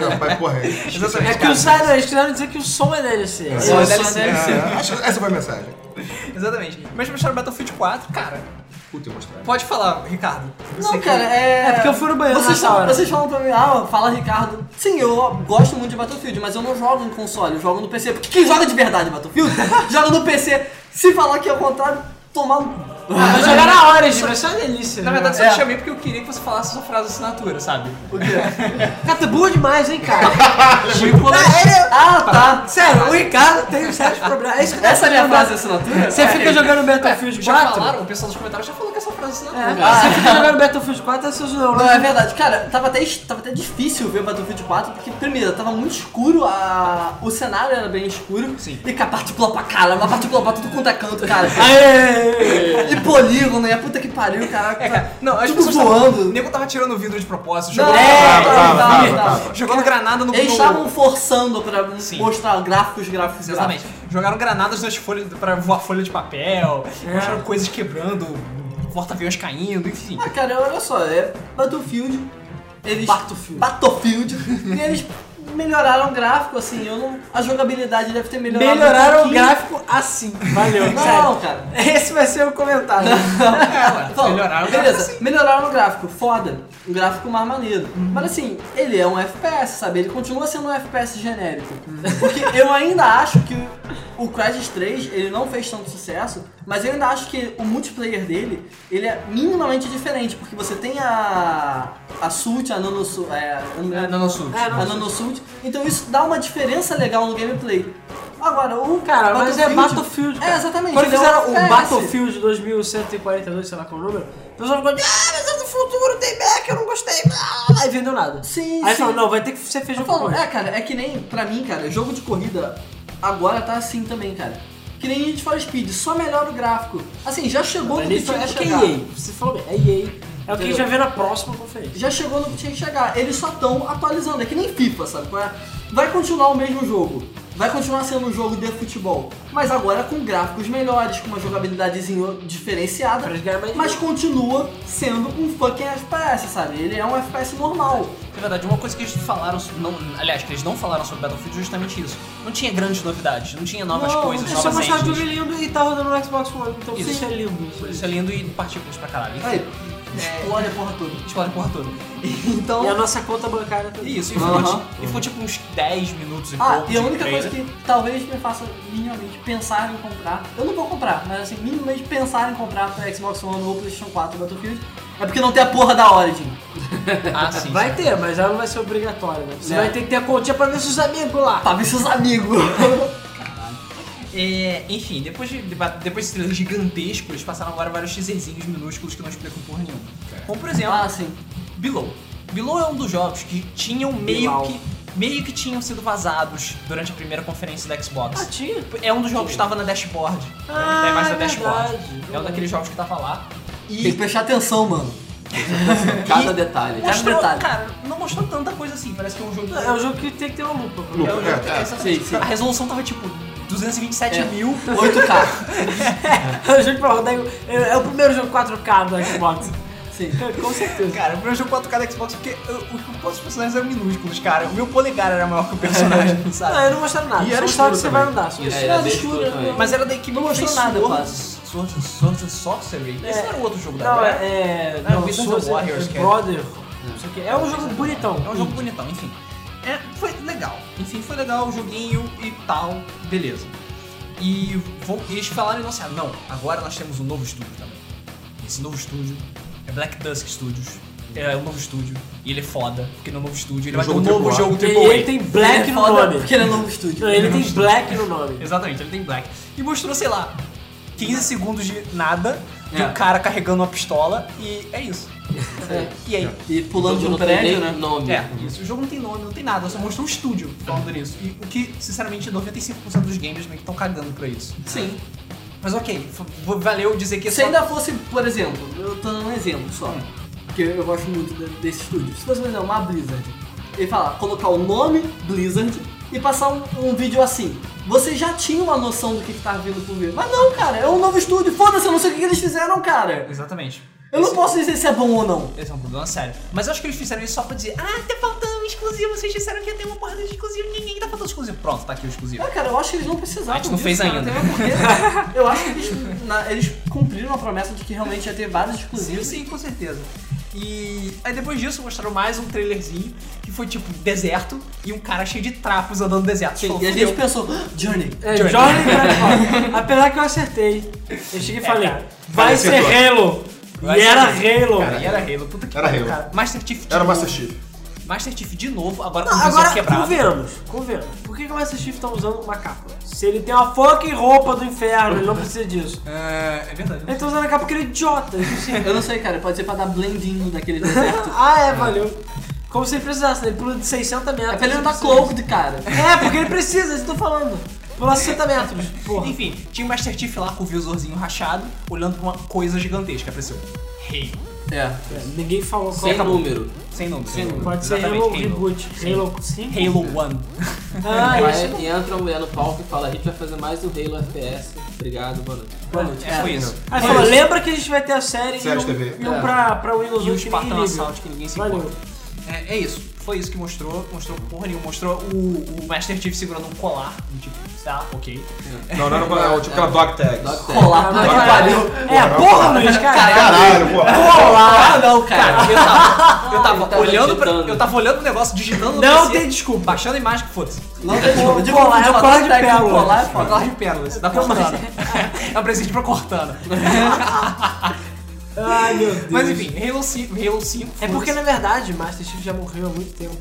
Speaker 5: Não, vai correndo.
Speaker 1: Exatamente.
Speaker 2: É que o Silent, eles quiseram dizer que o som é DLC.
Speaker 4: Sim,
Speaker 1: é
Speaker 4: o
Speaker 1: DLC.
Speaker 4: som
Speaker 5: É,
Speaker 4: deve ser.
Speaker 5: acho- essa foi a mensagem.
Speaker 1: Exatamente. Mas mostraram Battlefield 4, cara.
Speaker 5: Puta, eu mostrei.
Speaker 1: Pode falar, Ricardo.
Speaker 4: Não, cara, é.
Speaker 2: É porque eu fui no banheiro
Speaker 4: Vocês
Speaker 2: nessa
Speaker 4: falam,
Speaker 2: hora.
Speaker 4: vocês falam pra mim, ah, fala Ricardo. Sim, eu gosto muito de Battlefield, mas eu não jogo no console, eu jogo no PC. Porque quem joga de verdade Battlefield joga no PC. Se falar que é o contrário, tomar. no-
Speaker 2: Ah, vai jogar na hora, Gil, é só uma delícia.
Speaker 1: Na verdade, só
Speaker 4: É.
Speaker 1: te chamei porque eu queria que você falasse a sua frase de assinatura, sabe?
Speaker 4: O quê?
Speaker 2: Cara, tá boa demais, hein, cara?
Speaker 1: Tipo,
Speaker 2: Ah, ele- ah, tá. Sério, o Ricardo tem sérios problemas. É isso que eu tava
Speaker 4: Essa é a minha
Speaker 2: falando.
Speaker 4: frase de assinatura?
Speaker 2: Você fica jogando Battlefield
Speaker 1: já
Speaker 2: 4?
Speaker 1: falaram, o pessoal dos comentários já falou que essa frase é assinatura.
Speaker 2: É. Você fica jogando Battlefield 4 é seus não,
Speaker 4: Não,
Speaker 2: né?
Speaker 4: é verdade. Cara, tava até, tava até difícil ver Battlefield 4, porque, primeiro, tava muito escuro, a... o cenário era bem escuro.
Speaker 1: Sim.
Speaker 4: E com a partícula pra cara, uma partícula pra tudo quanto é canto, cara.
Speaker 2: Aê!
Speaker 4: e polígono, e a puta que pariu, caraca.
Speaker 1: É, cara, não, as
Speaker 4: Tudo
Speaker 1: pessoas
Speaker 4: voando.
Speaker 1: O nego tava tirando o vidro de propósito,
Speaker 4: Não, é,
Speaker 1: jogando,
Speaker 4: tava,
Speaker 1: granada,
Speaker 5: tava,
Speaker 4: tava,
Speaker 5: tava.
Speaker 4: tava.
Speaker 1: jogando granada no
Speaker 4: é. Eles
Speaker 1: no-
Speaker 4: estavam forçando pra
Speaker 1: Sim.
Speaker 4: mostrar gráficos, gráficos,
Speaker 1: Exatamente. Jogaram granadas nas folhas pra voar folha de papel,
Speaker 4: É.
Speaker 1: acharam coisas quebrando, porta-aviões caindo, enfim.
Speaker 4: Ah, cara, olha só, é Battlefield. Eles.
Speaker 2: Battlefield.
Speaker 4: Battlefield. e eles melhoraram o gráfico, assim, eu não. A jogabilidade deve ter melhorado. um
Speaker 2: Melhoraram o
Speaker 4: pouquinho.
Speaker 2: gráfico assim. Valeu,
Speaker 4: Não,
Speaker 2: sério.
Speaker 4: cara.
Speaker 2: Esse vai ser o comentário.
Speaker 4: É, Bom,
Speaker 1: melhoraram o
Speaker 4: beleza,
Speaker 1: gráfico,
Speaker 4: melhoraram o gráfico, foda. O gráfico mais maneiro.
Speaker 2: Uhum.
Speaker 4: Mas assim, ele é um FPS, sabe? Ele continua sendo um FPS genérico.
Speaker 2: Uhum.
Speaker 4: Porque eu ainda acho que o Crysis 3, ele não fez tanto sucesso, mas eu ainda acho que o multiplayer dele, ele é minimamente diferente, porque você tem a a Sult, a Nanosu, é, eu não-
Speaker 1: É, Nanosuke.
Speaker 2: É,
Speaker 4: a Nanosult, então isso dá uma diferença legal no gameplay. Agora, o
Speaker 2: Cara, mas é Battlefield. cara.
Speaker 4: É, exatamente.
Speaker 2: Quando
Speaker 4: ele é um
Speaker 2: fizeram o
Speaker 4: FPS.
Speaker 2: Battlefield 2142, sei lá qual o número, o pessoal ficou, ah, mas é do futuro, tem back, eu não gostei. Ah, aí vendeu nada.
Speaker 4: Sim,
Speaker 2: Aí
Speaker 4: sim.
Speaker 2: falou, não, vai ter que ser feijão
Speaker 4: Eu
Speaker 2: com
Speaker 4: falo,
Speaker 2: arroz.
Speaker 4: é, cara, é que nem, pra mim, cara, jogo de corrida agora tá assim também, cara. Que nem Need for Speed, só melhora o gráfico. Assim, já chegou no
Speaker 2: Mas
Speaker 4: que
Speaker 2: nesse
Speaker 4: tinha que
Speaker 2: tipo que é
Speaker 4: chegar.
Speaker 2: EA. Você falou bem, é EA. É o que a gente vai
Speaker 4: Entendeu?
Speaker 2: ver na próxima conferência.
Speaker 4: Já chegou no que tinha que chegar. Eles só estão atualizando, é que nem FIFA, sabe? qual é? Vai continuar o mesmo jogo. Vai continuar sendo um jogo de futebol. Mas agora com gráficos melhores, com uma jogabilidadezinha diferenciada.
Speaker 2: Pra gente ganhar mais
Speaker 4: Mas
Speaker 2: dinheiro.
Speaker 4: continua sendo um fucking FPS, sabe? Ele é um FPS normal.
Speaker 1: Na verdade, uma coisa que eles falaram, sobre- não, aliás, que eles não falaram sobre Battlefield é justamente isso. Não tinha grandes novidades, não tinha novas
Speaker 4: Não,
Speaker 1: coisas,
Speaker 2: É só
Speaker 1: novas
Speaker 2: mostrar
Speaker 1: engines.
Speaker 2: tudo lindo e tá rodando no Xbox One, então
Speaker 1: Isso.
Speaker 2: isso é lindo.
Speaker 1: Isso é lindo e partículas pra caralho.
Speaker 2: É,
Speaker 1: Enfim,
Speaker 4: Aí, explode a porra toda.
Speaker 1: explode a porra toda.
Speaker 4: Então.
Speaker 2: E a nossa conta bancária também.
Speaker 1: é. Isso, e
Speaker 4: Aham.
Speaker 1: ficou, ti- e ficou tipo uns 10 minutos e
Speaker 4: Ah,
Speaker 1: pouco
Speaker 4: e a
Speaker 1: de
Speaker 4: única coisa
Speaker 1: trailer.
Speaker 4: que talvez me faça minimamente pensar em comprar, eu não vou comprar, mas assim, minimamente pensar em comprar pra Xbox One ou PlayStation 4 Battlefield, é porque não tem a porra da Origin.
Speaker 1: Ah, sim.
Speaker 2: Vai ter, É, mas ela não vai ser obrigatória, né? Você
Speaker 4: É.
Speaker 2: vai ter que ter a continha pra ver seus amigos lá.
Speaker 4: Ah, Pra ver seus amigos.
Speaker 1: É, enfim, depois, de, deba- depois desse trailer gigantesco, eles passaram agora vários teaserzinhos minúsculos que não explicam porra nenhuma.
Speaker 2: É.
Speaker 1: Como, por exemplo,
Speaker 4: ah, sim.
Speaker 1: Below. Below é um dos jogos que tinham meio
Speaker 2: Below.
Speaker 1: que meio que tinham sido vazados durante a primeira conferência da
Speaker 2: Ah,
Speaker 1: Xbox.
Speaker 2: tinha?
Speaker 1: É um dos jogos que estava na dashboard.
Speaker 2: Ah,
Speaker 1: da imagem
Speaker 2: é
Speaker 1: da dashboard.
Speaker 2: verdade.
Speaker 1: É um daqueles jogos que tava lá.
Speaker 4: Tem que prestar atenção, mano.
Speaker 3: Cada detalhe.
Speaker 4: Cada
Speaker 1: Mostrou,
Speaker 4: detalhe.
Speaker 1: cara, não mostrou tanta coisa assim. Parece que é um jogo.
Speaker 2: É um jogo que tem que ter uma lupa.
Speaker 1: É um jogo-
Speaker 5: É,
Speaker 1: é, exatamente.
Speaker 4: sim, sim.
Speaker 1: A resolução tava tipo 227
Speaker 4: É.
Speaker 1: mil.
Speaker 4: 8K.
Speaker 2: É um jogo pra rodar. em- É, é o primeiro jogo 4K do Xbox.
Speaker 4: Sim.
Speaker 2: Com certeza.
Speaker 1: Cara, o meu jogo 4K da Xbox, porque eu, os outros personagens eram minúsculos, cara. O meu polegar era maior que o personagem,
Speaker 2: Não,
Speaker 1: sabe?
Speaker 2: Ah, eu não mostraram nada.
Speaker 5: E
Speaker 2: Só
Speaker 5: era
Speaker 2: mostraram que você
Speaker 5: escuro
Speaker 2: vai
Speaker 5: também.
Speaker 2: andar. Só um isso.
Speaker 3: É, era
Speaker 4: Nada
Speaker 3: bem
Speaker 4: escuro,
Speaker 2: né?
Speaker 3: escuro também.
Speaker 4: Mas
Speaker 1: Mas era da equipe
Speaker 4: Não
Speaker 1: que
Speaker 4: mostrou
Speaker 1: fez
Speaker 4: nada,
Speaker 1: Swords-
Speaker 4: quase.
Speaker 1: Swords and- Swords and Sorcery? Esse
Speaker 2: É.
Speaker 1: não era o outro jogo da
Speaker 2: Não,
Speaker 1: Rare.
Speaker 2: é. é
Speaker 1: Ah,
Speaker 2: não,
Speaker 1: Wizards
Speaker 2: Swords
Speaker 1: of Warriors,
Speaker 2: and
Speaker 1: cara.
Speaker 2: Brother. Isso aqui. É um jogo bonitão.
Speaker 1: É um jogo bonitão, enfim. É, foi legal. Enfim, foi legal o joguinho e tal, beleza. E vão- eles falaram e nossa, ah, não, agora nós temos um novo estúdio também. Esse novo estúdio é Black Dusk Studios. É um novo estúdio e ele é foda, porque no novo estúdio ele
Speaker 5: Um
Speaker 1: vai ter um
Speaker 5: jogo
Speaker 1: novo
Speaker 5: AAA.
Speaker 1: jogo
Speaker 2: E
Speaker 1: AAA.
Speaker 2: ele tem Black
Speaker 4: Ele é
Speaker 2: no
Speaker 4: foda
Speaker 2: nome.
Speaker 4: Porque ele é novo estúdio.
Speaker 2: Não, ele tem Black no nome.
Speaker 1: Exatamente, ele tem Black. E mostrou, sei lá, 15 segundos de nada, de
Speaker 4: É.
Speaker 1: um cara carregando uma pistola e é isso. E aí?
Speaker 4: E pulando de um
Speaker 3: não tem
Speaker 4: prédio,
Speaker 3: nem
Speaker 4: né?
Speaker 3: Nome.
Speaker 1: É, isso. O jogo não tem nome, não tem nada, só mostrou um estúdio falando nisso. E o que, sinceramente, 95% dos games meio que estão cagando pra isso.
Speaker 4: Sim.
Speaker 1: Mas ok, f- v- valeu dizer que é
Speaker 4: Se
Speaker 1: só...
Speaker 4: ainda fosse, por exemplo, eu tô dando um exemplo só,
Speaker 1: Hum.
Speaker 4: porque eu gosto muito de- desse estúdio. Se fosse, por exemplo, uma Blizzard, ele fala, colocar o nome Blizzard e passar um, um vídeo assim. Você já tinha uma noção do que, que tava vindo por vir. Mas não, cara, é um novo estúdio, foda-se, eu não sei o que, que eles fizeram, cara.
Speaker 1: Exatamente.
Speaker 4: Eu não posso dizer se é bom ou não.
Speaker 1: Esse é um problema sério. Mas eu acho que eles fizeram isso só pra dizer Ah, tá faltando um exclusivo, vocês disseram que ia ter uma porrada de exclusivo, ninguém tá faltando exclusivo. Pronto, tá aqui o exclusivo.
Speaker 4: Ah, cara, eu acho que eles não precisavam.
Speaker 1: A gente não
Speaker 4: disso,
Speaker 1: fez
Speaker 4: cara,
Speaker 1: ainda.
Speaker 4: até porque Eu acho que eles, na- eles cumpriram a promessa de que realmente ia ter vários exclusivos.
Speaker 1: Sim, com certeza. E aí depois disso mostraram mais um trailerzinho que foi tipo deserto e um cara cheio de trapos andando no deserto. Tipo,
Speaker 4: E a gente pensou, "Ah, Journey.
Speaker 2: É,
Speaker 1: Journey.
Speaker 2: Journey Brandon. Apesar que eu acertei. Eu cheguei e falei,
Speaker 1: É, cara.
Speaker 2: vai
Speaker 5: Mas
Speaker 2: ser Halo.
Speaker 1: Vai
Speaker 2: e
Speaker 1: ser
Speaker 2: era
Speaker 1: Halo,
Speaker 2: Halo.
Speaker 1: cara, e era Halo, puta que
Speaker 5: Era
Speaker 1: pariu,
Speaker 5: Halo.
Speaker 1: cara. Master Chief de
Speaker 5: é, Era
Speaker 1: novo.
Speaker 5: Master Chief.
Speaker 1: Master Chief de novo, agora com
Speaker 2: Não,
Speaker 1: o visor
Speaker 2: agora,
Speaker 1: quebrado.
Speaker 2: convenhamos, convenhamos. Por que, que o Master Chief tá usando uma capa? Se ele tem uma fucking roupa do inferno, ele não precisa disso.
Speaker 1: É, é verdade.
Speaker 2: Ele tá usando a capa porque ele é idiota. ele não sei.
Speaker 4: Eu não sei, cara, pode ser pra dar blendinho daquele deserto.
Speaker 2: ah, é, valeu. Como se ele precisasse, né? Ele pula de 60 metros.
Speaker 4: É pra ele não dar
Speaker 2: precisa.
Speaker 4: cloaked, cara.
Speaker 2: É, porque ele precisa, isso que eu tô falando. Pular 60 metros, porra.
Speaker 1: É. Enfim, tinha o Master Chief lá com o visorzinho rachado, olhando pra uma coisa gigantesca, apareceu. Halo.
Speaker 4: É.
Speaker 2: Ninguém falou qual
Speaker 3: Sem
Speaker 2: é.
Speaker 3: número.
Speaker 1: Sem nome.
Speaker 3: Sem número.
Speaker 2: Pode ser
Speaker 1: Exatamente,
Speaker 2: Halo Reboot. Halo 5?
Speaker 1: Halo 1.
Speaker 2: Ah,
Speaker 3: Vai-
Speaker 2: isso.
Speaker 3: e entra uma mulher no palco e fala, a gente vai fazer mais um Halo FPS. Obrigado, boa noite.
Speaker 2: Boa noite.
Speaker 1: É, foi isso.
Speaker 2: Aí falou, lembra que a gente vai ter a série
Speaker 5: Série
Speaker 2: e
Speaker 5: de
Speaker 2: um,
Speaker 5: TV.
Speaker 2: e um
Speaker 3: É.
Speaker 2: pra, pra Windows
Speaker 1: E o
Speaker 2: 8 que ninguém
Speaker 1: Spartan
Speaker 2: liga.
Speaker 1: Assault que ninguém se
Speaker 2: Valeu.
Speaker 1: importa. É, é isso. Foi isso que mostrou. Mostrou porra nenhuma. Mostrou o, o Master Chief segurando um colar. um Tipo, tá, ok.
Speaker 5: Não, não era uma, era tipo aquela dog tag.
Speaker 3: Dog tag.
Speaker 4: Colar, puta que pariu.
Speaker 2: Tá, É, porra, Luiz, cara.
Speaker 5: Caralho, pô.
Speaker 4: Colar não, cara.
Speaker 1: Cara, eu tava, eu
Speaker 3: Ele
Speaker 1: tava
Speaker 3: tava
Speaker 1: olhando pra,
Speaker 3: digitando.
Speaker 1: Eu tava olhando o negócio, digitando no
Speaker 2: Não
Speaker 1: PC,
Speaker 2: tem desculpa.
Speaker 1: Baixando a imagem, foda-se.
Speaker 4: Não tem como. De
Speaker 2: Colar, é
Speaker 4: confundir
Speaker 2: o colar de
Speaker 4: dog tag com
Speaker 2: pérola.
Speaker 4: Colar é foda.
Speaker 1: Colar de pérolas, da Cortana. é um presente pra Cortana.
Speaker 2: Ai, meu Deus.
Speaker 1: Mas enfim, Halo 5. Halo 5
Speaker 2: É
Speaker 1: foda-se.
Speaker 2: porque, na verdade, Master Chief já morreu há muito tempo.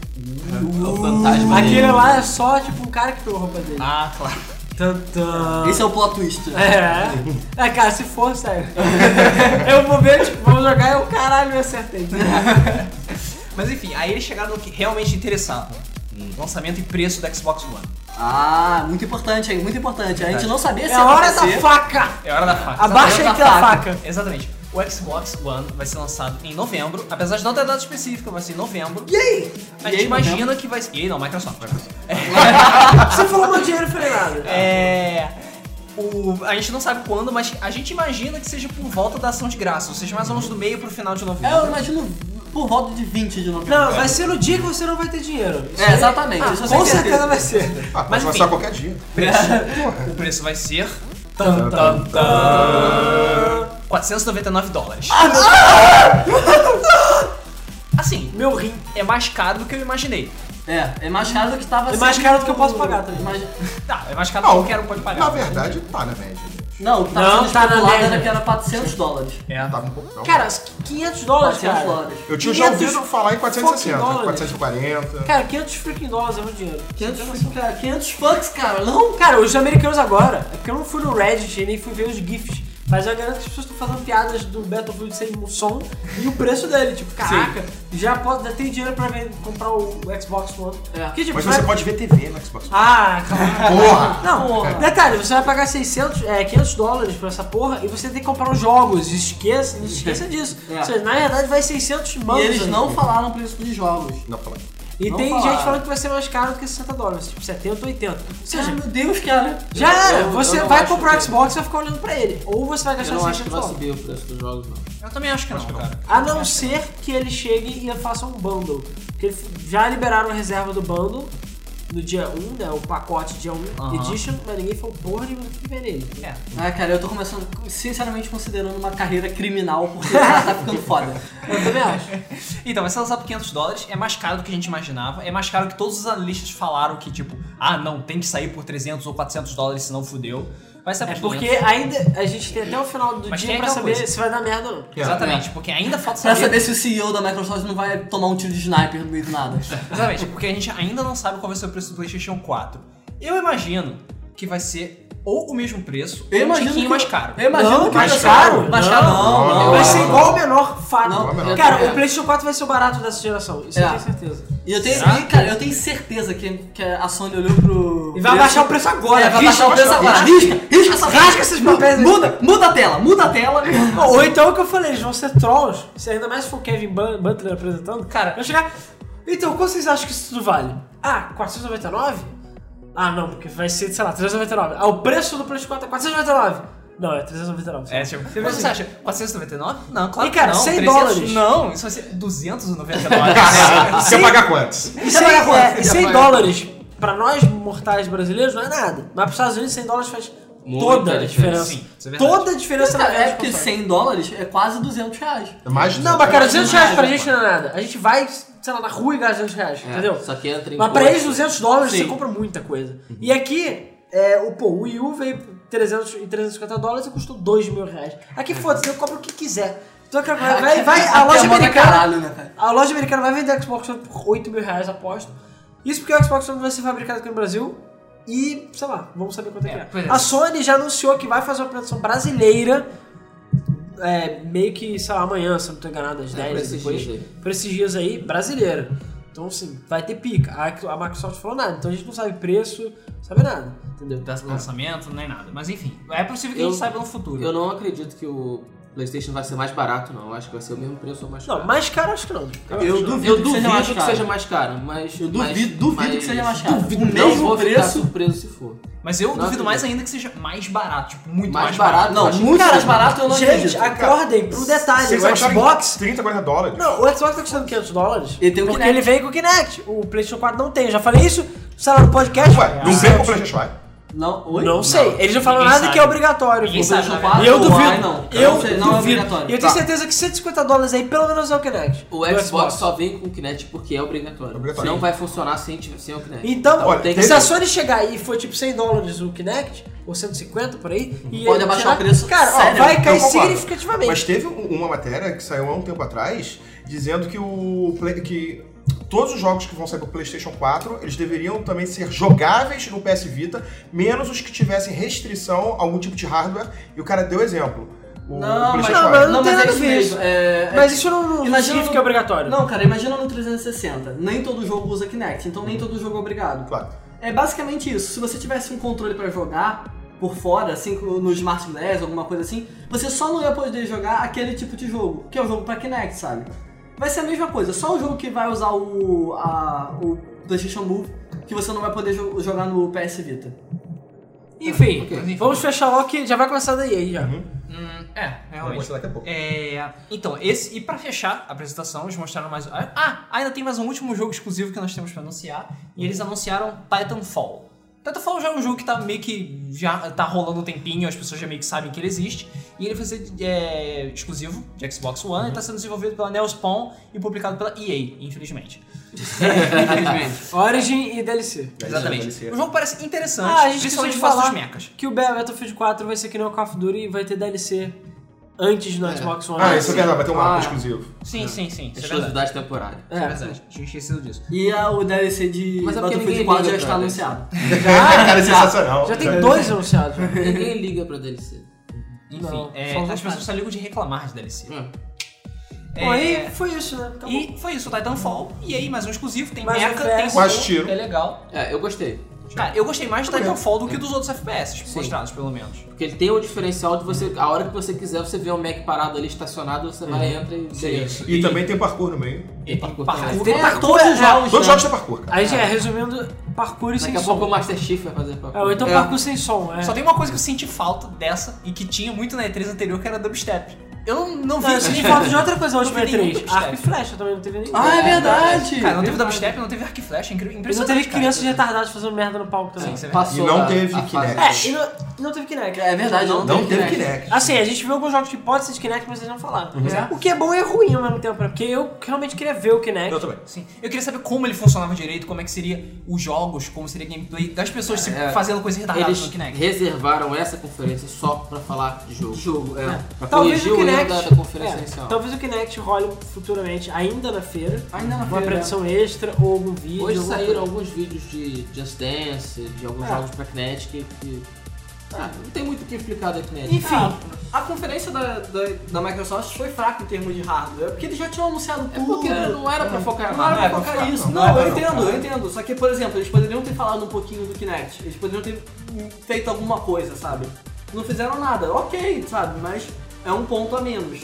Speaker 3: É o fantasma dele.
Speaker 2: Aquele lá é só, tipo, um cara que pegou a roupa dele.
Speaker 1: Ah, claro.
Speaker 2: Tantã.
Speaker 4: Esse é o plot twist.
Speaker 2: É. É, cara, se for, sério. eu vou ver, tipo, vamos jogar e eu, caralho, eu acertei.
Speaker 1: Mas enfim, aí eles chegaram no que realmente interessava: Hum. lançamento e preço do Xbox One.
Speaker 4: Ah, muito importante, hein? Muito importante. A gente não sabia se
Speaker 2: É a hora da
Speaker 4: acontecer.
Speaker 2: faca!
Speaker 1: É hora da faca.
Speaker 2: Abaixa aí
Speaker 4: da
Speaker 2: que é a
Speaker 4: faca.
Speaker 2: faca.
Speaker 1: Exatamente. O Xbox One vai ser lançado em novembro, apesar de não ter data específica, vai ser em novembro.
Speaker 4: E aí?
Speaker 1: A
Speaker 4: E aí,
Speaker 1: gente imagina que vai ser. E aí, não, Microsoft. Microsoft.
Speaker 2: Você falou meu dinheiro, eu falei nada.
Speaker 1: É. O, a gente não sabe quando, mas a gente imagina que seja por volta da ação de graça, ou seja, mais ou menos do meio pro final de
Speaker 4: É,
Speaker 1: novembro.
Speaker 4: eu imagino por volta de 20 de novembro.
Speaker 2: Não, É, vai ser no dia que você não vai ter dinheiro. Isso
Speaker 4: É,
Speaker 2: aí-
Speaker 4: exatamente.
Speaker 2: Ah,
Speaker 4: Isso eu
Speaker 2: com
Speaker 4: sei
Speaker 2: certeza vai ser.
Speaker 5: Ah, pode
Speaker 1: Mas, enfim.
Speaker 5: lançar qualquer dia.
Speaker 1: Preço. O preço vai ser.
Speaker 2: Tam, tam, tam.
Speaker 1: 499 dólares.
Speaker 2: Ah,
Speaker 1: Assim,
Speaker 2: Meu rim.
Speaker 1: é mais caro do que eu imaginei.
Speaker 4: É, é mais caro do que tava
Speaker 2: É mais
Speaker 4: sendo-
Speaker 2: caro do que eu posso pagar também.
Speaker 4: Mas-
Speaker 1: Tá, é mais caro do que
Speaker 5: Não.
Speaker 1: qualquer um pode pagar.
Speaker 5: Na verdade, tá na média. gente.
Speaker 4: Não, o que tava
Speaker 2: Não,
Speaker 4: sendo
Speaker 2: tá na
Speaker 4: especulado
Speaker 2: média.
Speaker 4: era que era 400 dólares.
Speaker 1: É.
Speaker 2: tá
Speaker 5: Tava um pouco. não.
Speaker 2: Cara, as 500 dólares,
Speaker 4: 400
Speaker 2: cara.
Speaker 4: dólares.
Speaker 5: eu tinha já
Speaker 2: 500
Speaker 5: ouvido falar em 460,
Speaker 2: é fucking dólares.
Speaker 5: 440.
Speaker 2: Cara, 500 freaking dólares é muito dinheiro.
Speaker 4: 500, cara, 500 fucks, cara, não?
Speaker 2: Cara, os americanos agora, é porque eu não fui no Reddit e nem fui ver os GIFs, mas eu garanto que as pessoas estão fazendo piadas do Battlefield sem o som e o preço dele. Tipo, caraca, já, pode, já tem dinheiro pra ver- comprar o Xbox One.
Speaker 4: É.
Speaker 2: Porque, tipo,
Speaker 5: Mas
Speaker 2: vai-
Speaker 5: você pode ver TV no Xbox.
Speaker 2: Ah, calma.
Speaker 5: Porra!
Speaker 2: Não, detalhe, você vai pagar 600, é, 500 dólares por essa porra e você tem que comprar os jogos. Esqueça, não esqueça disso.
Speaker 4: É.
Speaker 2: Ou seja, na verdade vai 600
Speaker 4: E
Speaker 2: manos.
Speaker 4: eles
Speaker 2: aí.
Speaker 4: não falaram preço de jogos.
Speaker 5: Não, fala.
Speaker 2: E
Speaker 4: não
Speaker 2: tem gente
Speaker 4: falaram.
Speaker 2: falando que vai ser mais caro do que 60 dólares, tipo 70, 80. Ou
Speaker 4: Cara,
Speaker 2: seja,
Speaker 4: Ah, meu Deus, cara.
Speaker 2: já
Speaker 3: Eu-
Speaker 2: era.
Speaker 3: eu- eu
Speaker 2: você
Speaker 3: não
Speaker 2: vai
Speaker 3: acho
Speaker 2: comprar o
Speaker 3: que- é.
Speaker 2: Xbox e vai ficar olhando pra ele. Ou você vai
Speaker 3: Eu
Speaker 2: gastar
Speaker 3: não acho que
Speaker 2: 600
Speaker 3: vai
Speaker 2: dólares.
Speaker 3: subir o preço dos jogos, não.
Speaker 1: Eu também acho que não, cara.
Speaker 2: A não ser que ele chegue e faça um bundle. Porque eles já liberaram a reserva do bundle no dia 1, né? O pacote dia 1 Edition, mas ninguém falou porra nenhuma do que vem nele.
Speaker 1: É.
Speaker 4: Ah, cara, eu tô começando, sinceramente, considerando uma carreira criminal, porque cara, tá ficando foda.
Speaker 2: Eu também acho.
Speaker 1: Então, vai ser lançado por 500 dólares, é mais caro do que a gente imaginava, é mais caro que todos os analistas falaram que, tipo, ah, não, tem que sair por 300 ou 400 dólares, senão fudeu. Vai sair
Speaker 2: É
Speaker 1: por
Speaker 2: porque
Speaker 1: 500.
Speaker 2: ainda a gente tem até o final do
Speaker 1: Mas
Speaker 2: dia
Speaker 1: tem
Speaker 2: pra
Speaker 1: aquela
Speaker 2: saber
Speaker 1: coisa.
Speaker 2: se vai dar merda ou não.
Speaker 1: É. Exatamente, porque ainda falta
Speaker 4: Pra
Speaker 1: saber...
Speaker 4: saber se o CEO da Microsoft não vai tomar um tiro de sniper no meio do nada.
Speaker 2: É.
Speaker 1: Exatamente, porque a gente ainda não sabe qual vai ser o preço do PlayStation 4. Eu imagino que vai ser ou o mesmo preço, ou um tiquinho mais caro.
Speaker 4: Eu imagino
Speaker 2: Não,
Speaker 4: que
Speaker 2: mais
Speaker 4: vai ser-
Speaker 2: é caro?
Speaker 4: Mais caro, não,
Speaker 5: Não,
Speaker 4: não.
Speaker 5: não.
Speaker 2: vai ser igual o menor fato.
Speaker 4: Não,
Speaker 5: menor.
Speaker 2: Cara,
Speaker 4: É.
Speaker 2: o PlayStation 4 vai ser o barato dessa geração. Isso eu
Speaker 4: É.
Speaker 2: tenho certeza.
Speaker 4: E eu tenho,
Speaker 1: Será?
Speaker 4: e, cara, eu tenho certeza que, que a Sony olhou pro.
Speaker 2: E vai abaixar o preço agora.
Speaker 4: É, vai
Speaker 2: risca,
Speaker 4: abaixar o preço agora. Risca, risca essa
Speaker 2: Rasga esses papéis aí.
Speaker 4: Muda, muda a tela, muda a tela.
Speaker 2: Ou então o que eu falei, eles vão ser trolls. Se ainda mais for o Kevin Bun- Butler apresentando, cara, vai chegar. Então, quanto vocês acham que isso tudo vale? Ah, 499? Ah, não, porque vai ser, sei lá, 399. Ah, o preço do PlayStation 4 é 499. Não, é 399.
Speaker 1: É, tipo, mas você acha 499? Não, claro
Speaker 2: E, cara,
Speaker 1: que não.
Speaker 2: 100 dólares.
Speaker 1: Não, isso vai ser 299.
Speaker 5: Você quer pagar quantos?
Speaker 2: E 100,
Speaker 4: pagar quanto?
Speaker 2: é, e 100 dólares pra nós mortais brasileiros não é nada. Mas pros Estados Unidos 100 dólares faz toda a diferença.
Speaker 1: Sim, isso é verdade.
Speaker 2: toda a diferença na
Speaker 4: Cara,
Speaker 2: verdade.
Speaker 4: é porque
Speaker 2: consegue.
Speaker 4: 100 dólares é quase 200 reais.
Speaker 5: É mais de
Speaker 2: Não, mas cara, 200 reais pra
Speaker 3: Demais,
Speaker 2: gente não é nada. A gente vai, sei lá, na rua e gasta 200 reais,
Speaker 3: É,
Speaker 2: entendeu?
Speaker 3: Só que entra em
Speaker 2: Mas pra eles,
Speaker 3: imposto.
Speaker 2: 200 dólares você
Speaker 4: Sim. Uhum.
Speaker 2: compra muita coisa. E aqui, é, o, pô, o Wii U veio por 300 e 350 dólares e custou 2 mil reais. Aqui, foda-se, eu compro o que quiser. Então, cara, vai, vai, vai- a
Speaker 4: Uhum. Aqui é
Speaker 2: loja
Speaker 4: mó da
Speaker 2: americana...
Speaker 4: Caralho, né, cara?
Speaker 2: A loja americana vai vender Xbox One por 8 mil reais, aposto. Isso porque o Xbox One vai ser fabricado aqui no Brasil e, sei lá, vamos saber quanto é,
Speaker 1: É,
Speaker 2: que é.
Speaker 1: pois é.
Speaker 2: A Sony já anunciou que vai fazer uma produção brasileira, é, meio que, sei lá, amanhã, se eu não tô enganado, às 10
Speaker 3: É, por
Speaker 2: e
Speaker 3: esses
Speaker 2: depois.
Speaker 3: dias aí.
Speaker 2: Por esses dias aí, brasileira. Então, assim, vai ter pica. A, a Microsoft falou nada, então a gente não sabe preço, não sabe nada, entendeu?
Speaker 1: Desse lançamento, nem nada. Mas enfim, é possível que a
Speaker 3: Eu-
Speaker 1: gente saiba no futuro.
Speaker 3: Eu não acredito que o PlayStation vai ser mais barato, não. Eu acho que vai ser o mesmo preço ou mais
Speaker 2: Não,
Speaker 3: caro.
Speaker 2: mais caro acho que não.
Speaker 4: Eu
Speaker 3: eu
Speaker 4: duvido que
Speaker 3: duvido
Speaker 4: seja mais
Speaker 3: que
Speaker 4: caro.
Speaker 3: seja mais caro, mas.
Speaker 4: Eu
Speaker 3: mas-
Speaker 4: duvido, duvido
Speaker 3: mas-
Speaker 4: que seja mais caro.
Speaker 3: Duvido.
Speaker 4: O
Speaker 3: Não
Speaker 4: mesmo
Speaker 3: vou ficar
Speaker 4: preço.
Speaker 3: surpreso se for.
Speaker 1: Mas eu
Speaker 3: Não
Speaker 1: duvido mais
Speaker 3: acredito.
Speaker 1: ainda que seja mais barato, tipo, muito mais,
Speaker 3: Mais barato,
Speaker 4: Não,
Speaker 3: eu acho
Speaker 4: muito
Speaker 3: que-
Speaker 4: mais barato eu não
Speaker 2: Gente,
Speaker 4: acredito.
Speaker 2: acordem pro detalhe.
Speaker 5: Vocês
Speaker 2: O
Speaker 5: acharam que
Speaker 2: Xbox
Speaker 5: 30, 40 dólares.
Speaker 2: Não, o Xbox tá custando 500 dólares.
Speaker 4: Ele tem o
Speaker 2: porque
Speaker 4: Kinect.
Speaker 2: ele vem com o Kinect. O PlayStation 4 não tem. Eu já falei isso, sei lá, no podcast.
Speaker 5: Ué, não vem com o PlayStation Eye.
Speaker 4: Não,
Speaker 2: Não,
Speaker 4: oi?
Speaker 2: sei. Eles não falam
Speaker 1: Ninguém
Speaker 2: nada
Speaker 1: sabe.
Speaker 2: que é obrigatório.
Speaker 1: Ninguém
Speaker 2: pô.
Speaker 1: sabe,
Speaker 4: PlayStation
Speaker 1: na
Speaker 4: quatro,
Speaker 1: verdade.
Speaker 2: E eu
Speaker 4: Ah,
Speaker 2: duvido.
Speaker 4: não.
Speaker 2: eu
Speaker 4: Não sei, não é
Speaker 2: duvido.
Speaker 4: obrigatório.
Speaker 2: E eu tenho
Speaker 4: Tá.
Speaker 2: certeza que 150 dólares aí pelo menos é o Kinect.
Speaker 3: O
Speaker 2: do
Speaker 3: Xbox, só vem com o Kinect porque é obrigatório.
Speaker 5: Obrigatório.
Speaker 3: Não vai funcionar sem, tiver- sem o Kinect.
Speaker 2: Então,
Speaker 5: Olha,
Speaker 3: tem
Speaker 5: que-
Speaker 2: se a Sony chegar aí e for tipo 100 dólares o Kinect, ou 150 por aí, e
Speaker 4: Pode
Speaker 2: ele
Speaker 4: abaixar
Speaker 2: tirar-
Speaker 4: o preço.
Speaker 2: Cara, ó,
Speaker 4: Sério,
Speaker 2: vai cair
Speaker 5: É, Eu concordo.
Speaker 2: significativamente.
Speaker 5: Mas teve um- uma matéria que saiu há um tempo atrás dizendo que o Play- que todos os jogos que vão sair pro PlayStation 4, eles deveriam também ser jogáveis no PS Vita, menos os que tivessem restrição a algum tipo de hardware. E o cara deu exemplo. O
Speaker 4: Não, mas,
Speaker 5: PlayStation
Speaker 2: não,
Speaker 5: Eye.
Speaker 2: mas
Speaker 4: não,
Speaker 2: tem nada
Speaker 4: mas é
Speaker 2: a
Speaker 4: isso
Speaker 2: ver.
Speaker 4: mesmo. É,
Speaker 2: Mas isso não, não
Speaker 4: Imagina
Speaker 2: significa
Speaker 4: no-
Speaker 2: que é obrigatório.
Speaker 4: Não, cara, imagina no 360. Nem todo jogo usa Kinect, então nem todo jogo é obrigado.
Speaker 5: Claro.
Speaker 4: É basicamente isso. Se você tivesse um controle pra jogar por fora, assim, no Smart Glass, alguma coisa assim, você só não ia poder jogar aquele tipo de jogo, que é o jogo pra Kinect, sabe? Vai ser a mesma coisa, só o jogo que vai usar o, a- o PlayStation Move, que você não vai poder jo- jogar no PS Vita.
Speaker 2: Enfim,
Speaker 3: Ok.
Speaker 2: vamos fechar logo que já vai começar daí aí já.
Speaker 1: Hum, é,
Speaker 5: Vou
Speaker 1: realmente.
Speaker 5: mostrar daqui a pouco.
Speaker 1: É, então, esse. E pra fechar a apresentação, eles mostraram mais. Ah, ainda tem mais um último jogo exclusivo que nós temos pra anunciar. E eles anunciaram Titanfall. Titanfall já é um jogo que tá meio que. Já tá rolando um tempinho, as pessoas já meio que sabem que ele existe. E ele vai ser é, exclusivo de Xbox One e tá sendo desenvolvido pela Neospawn e publicado pela EA, infelizmente.
Speaker 3: Infelizmente.
Speaker 2: Origin e DLC.
Speaker 1: É, Exatamente. O jogo parece interessante,
Speaker 2: Ah, a gente esqueceu
Speaker 1: principalmente
Speaker 2: de
Speaker 1: por causa dos
Speaker 2: falar
Speaker 1: mechas.
Speaker 2: que o Battlefield 4 vai ser que nem o Call of Duty e vai ter DLC antes no
Speaker 3: É.
Speaker 2: Xbox One.
Speaker 5: Ah, isso é verdade, vai ter um mapa
Speaker 4: Ah.
Speaker 5: exclusivo.
Speaker 1: Sim, sim, sim. Isso é verdade.
Speaker 3: Exclusividade temporária.
Speaker 1: Isso é
Speaker 2: É.
Speaker 1: verdade. Tinha esquecido disso.
Speaker 4: E a, o DLC de
Speaker 3: Mas é porque
Speaker 4: Battlefield
Speaker 3: ninguém
Speaker 4: 4 já
Speaker 3: liga
Speaker 4: está
Speaker 3: pra
Speaker 4: anunciado.
Speaker 5: Cara, é sensacional.
Speaker 2: Já tem dois anunciados. né?
Speaker 3: Ninguém liga pra DLC.
Speaker 1: Enfim,
Speaker 2: Não,
Speaker 1: é,
Speaker 2: só os
Speaker 1: as
Speaker 2: otários.
Speaker 1: pessoas só ligam de reclamar de DLC.
Speaker 3: Hum.
Speaker 1: É,
Speaker 2: Bom, aí foi isso, né? Acabou.
Speaker 1: E foi isso, o Titanfall. E aí, mais um exclusivo. Tem
Speaker 2: Mais um
Speaker 1: mecha,
Speaker 2: FPS.
Speaker 1: tem
Speaker 5: Quase
Speaker 1: robô,
Speaker 5: tiro.
Speaker 1: É legal.
Speaker 3: É, eu gostei.
Speaker 1: Cara, eu gostei mais do
Speaker 5: Também.
Speaker 1: Titanfall do que dos outros FPS
Speaker 3: Sim.
Speaker 1: tipo, mostrados, pelo menos.
Speaker 3: Porque ele tem o diferencial de você, a hora que você quiser, você vê um Mac parado ali, estacionado, você vai, entra e beleza.
Speaker 5: E também tem parkour no meio.
Speaker 1: E tem
Speaker 3: parkour
Speaker 1: parkour.
Speaker 2: Tem
Speaker 4: É,
Speaker 2: parkour,
Speaker 4: todos os
Speaker 2: é.
Speaker 4: jogos.
Speaker 5: Todos os
Speaker 4: né?
Speaker 5: jogos tem parkour, cara.
Speaker 2: Aí já é, resumindo, parkour e sem
Speaker 3: Daqui a pouco o
Speaker 2: som.
Speaker 3: Master Chief vai fazer
Speaker 2: É, ou
Speaker 3: parkour.
Speaker 2: então
Speaker 4: É.
Speaker 2: parkour sem som, é.
Speaker 1: Só tem uma coisa que eu senti falta dessa e que tinha muito na E3 anterior, que era dubstep. Eu não, não vi
Speaker 2: Não, eu
Speaker 1: isso
Speaker 2: senti
Speaker 1: de
Speaker 2: falta de outra coisa na última
Speaker 1: Não vi nenhum
Speaker 2: E3.
Speaker 1: dubstep.
Speaker 2: Arco e flecha também, não teve nenhum.
Speaker 4: Ah, é verdade!
Speaker 1: Cara, não teve dubstep, não teve arco e flecha, é incrível.
Speaker 2: E não
Speaker 1: Impressionante,
Speaker 2: teve
Speaker 1: cara.
Speaker 2: crianças retardadas fazendo merda no palco
Speaker 1: Sim,
Speaker 2: também.
Speaker 1: isso é verdade.
Speaker 3: Passou
Speaker 5: E não
Speaker 3: a-
Speaker 5: teve
Speaker 3: a fase.
Speaker 5: Kinect.
Speaker 2: É, e não, não teve Kinect.
Speaker 4: É verdade, não,
Speaker 5: Não teve
Speaker 4: Kinect.
Speaker 5: Kinect.
Speaker 2: Assim, a gente viu alguns jogos que pode ser de Kinect, mas eles não falaram.
Speaker 3: É.
Speaker 2: O que é bom e ruim ao mesmo tempo, né? Porque eu realmente queria ver o
Speaker 5: Eu
Speaker 2: Kinect.
Speaker 5: também.
Speaker 1: Sim. Eu queria saber como ele funcionava direito, como é que seria os jogos, como seria a gameplay das pessoas se
Speaker 3: É.
Speaker 1: fazendo coisas retardadas tá no
Speaker 3: Eles
Speaker 1: Kinect.
Speaker 3: reservaram essa conferência só pra falar de jogo.
Speaker 4: Jogo, é.
Speaker 3: Pra
Speaker 2: Talvez
Speaker 3: corrigir
Speaker 2: o
Speaker 3: o
Speaker 2: Kinect.
Speaker 3: erro da, da conferência
Speaker 2: é,
Speaker 3: inicial.
Speaker 2: talvez o Kinect role futuramente, ainda na feira,
Speaker 4: Ainda não
Speaker 2: uma
Speaker 4: foi, né?
Speaker 2: produção extra ou algum vídeo.
Speaker 3: Hoje
Speaker 2: alguma
Speaker 3: saíram
Speaker 2: coisa.
Speaker 3: alguns vídeos de Just Dance, de alguns
Speaker 2: É.
Speaker 3: jogos pra Kinect que. que- Ah, não tem muito o que explicar da Ah, Kinect.
Speaker 2: Enfim,
Speaker 4: A conferência da, da, da Microsoft foi fraca em termos de hardware, porque eles já tinham anunciado
Speaker 3: É
Speaker 4: tudo.
Speaker 3: porque não era pra focar
Speaker 4: Não
Speaker 3: nada.
Speaker 4: era
Speaker 5: pra
Speaker 4: pra focar
Speaker 5: focar,
Speaker 4: isso.
Speaker 5: não,
Speaker 4: Não,
Speaker 5: não era
Speaker 4: eu
Speaker 5: pra
Speaker 4: entendo,
Speaker 5: focar.
Speaker 4: eu entendo. Só que, por exemplo, eles poderiam ter falado um pouquinho do Kinect. Eles poderiam ter feito alguma coisa, sabe? Não fizeram nada. Ok, sabe? Mas é um ponto a menos.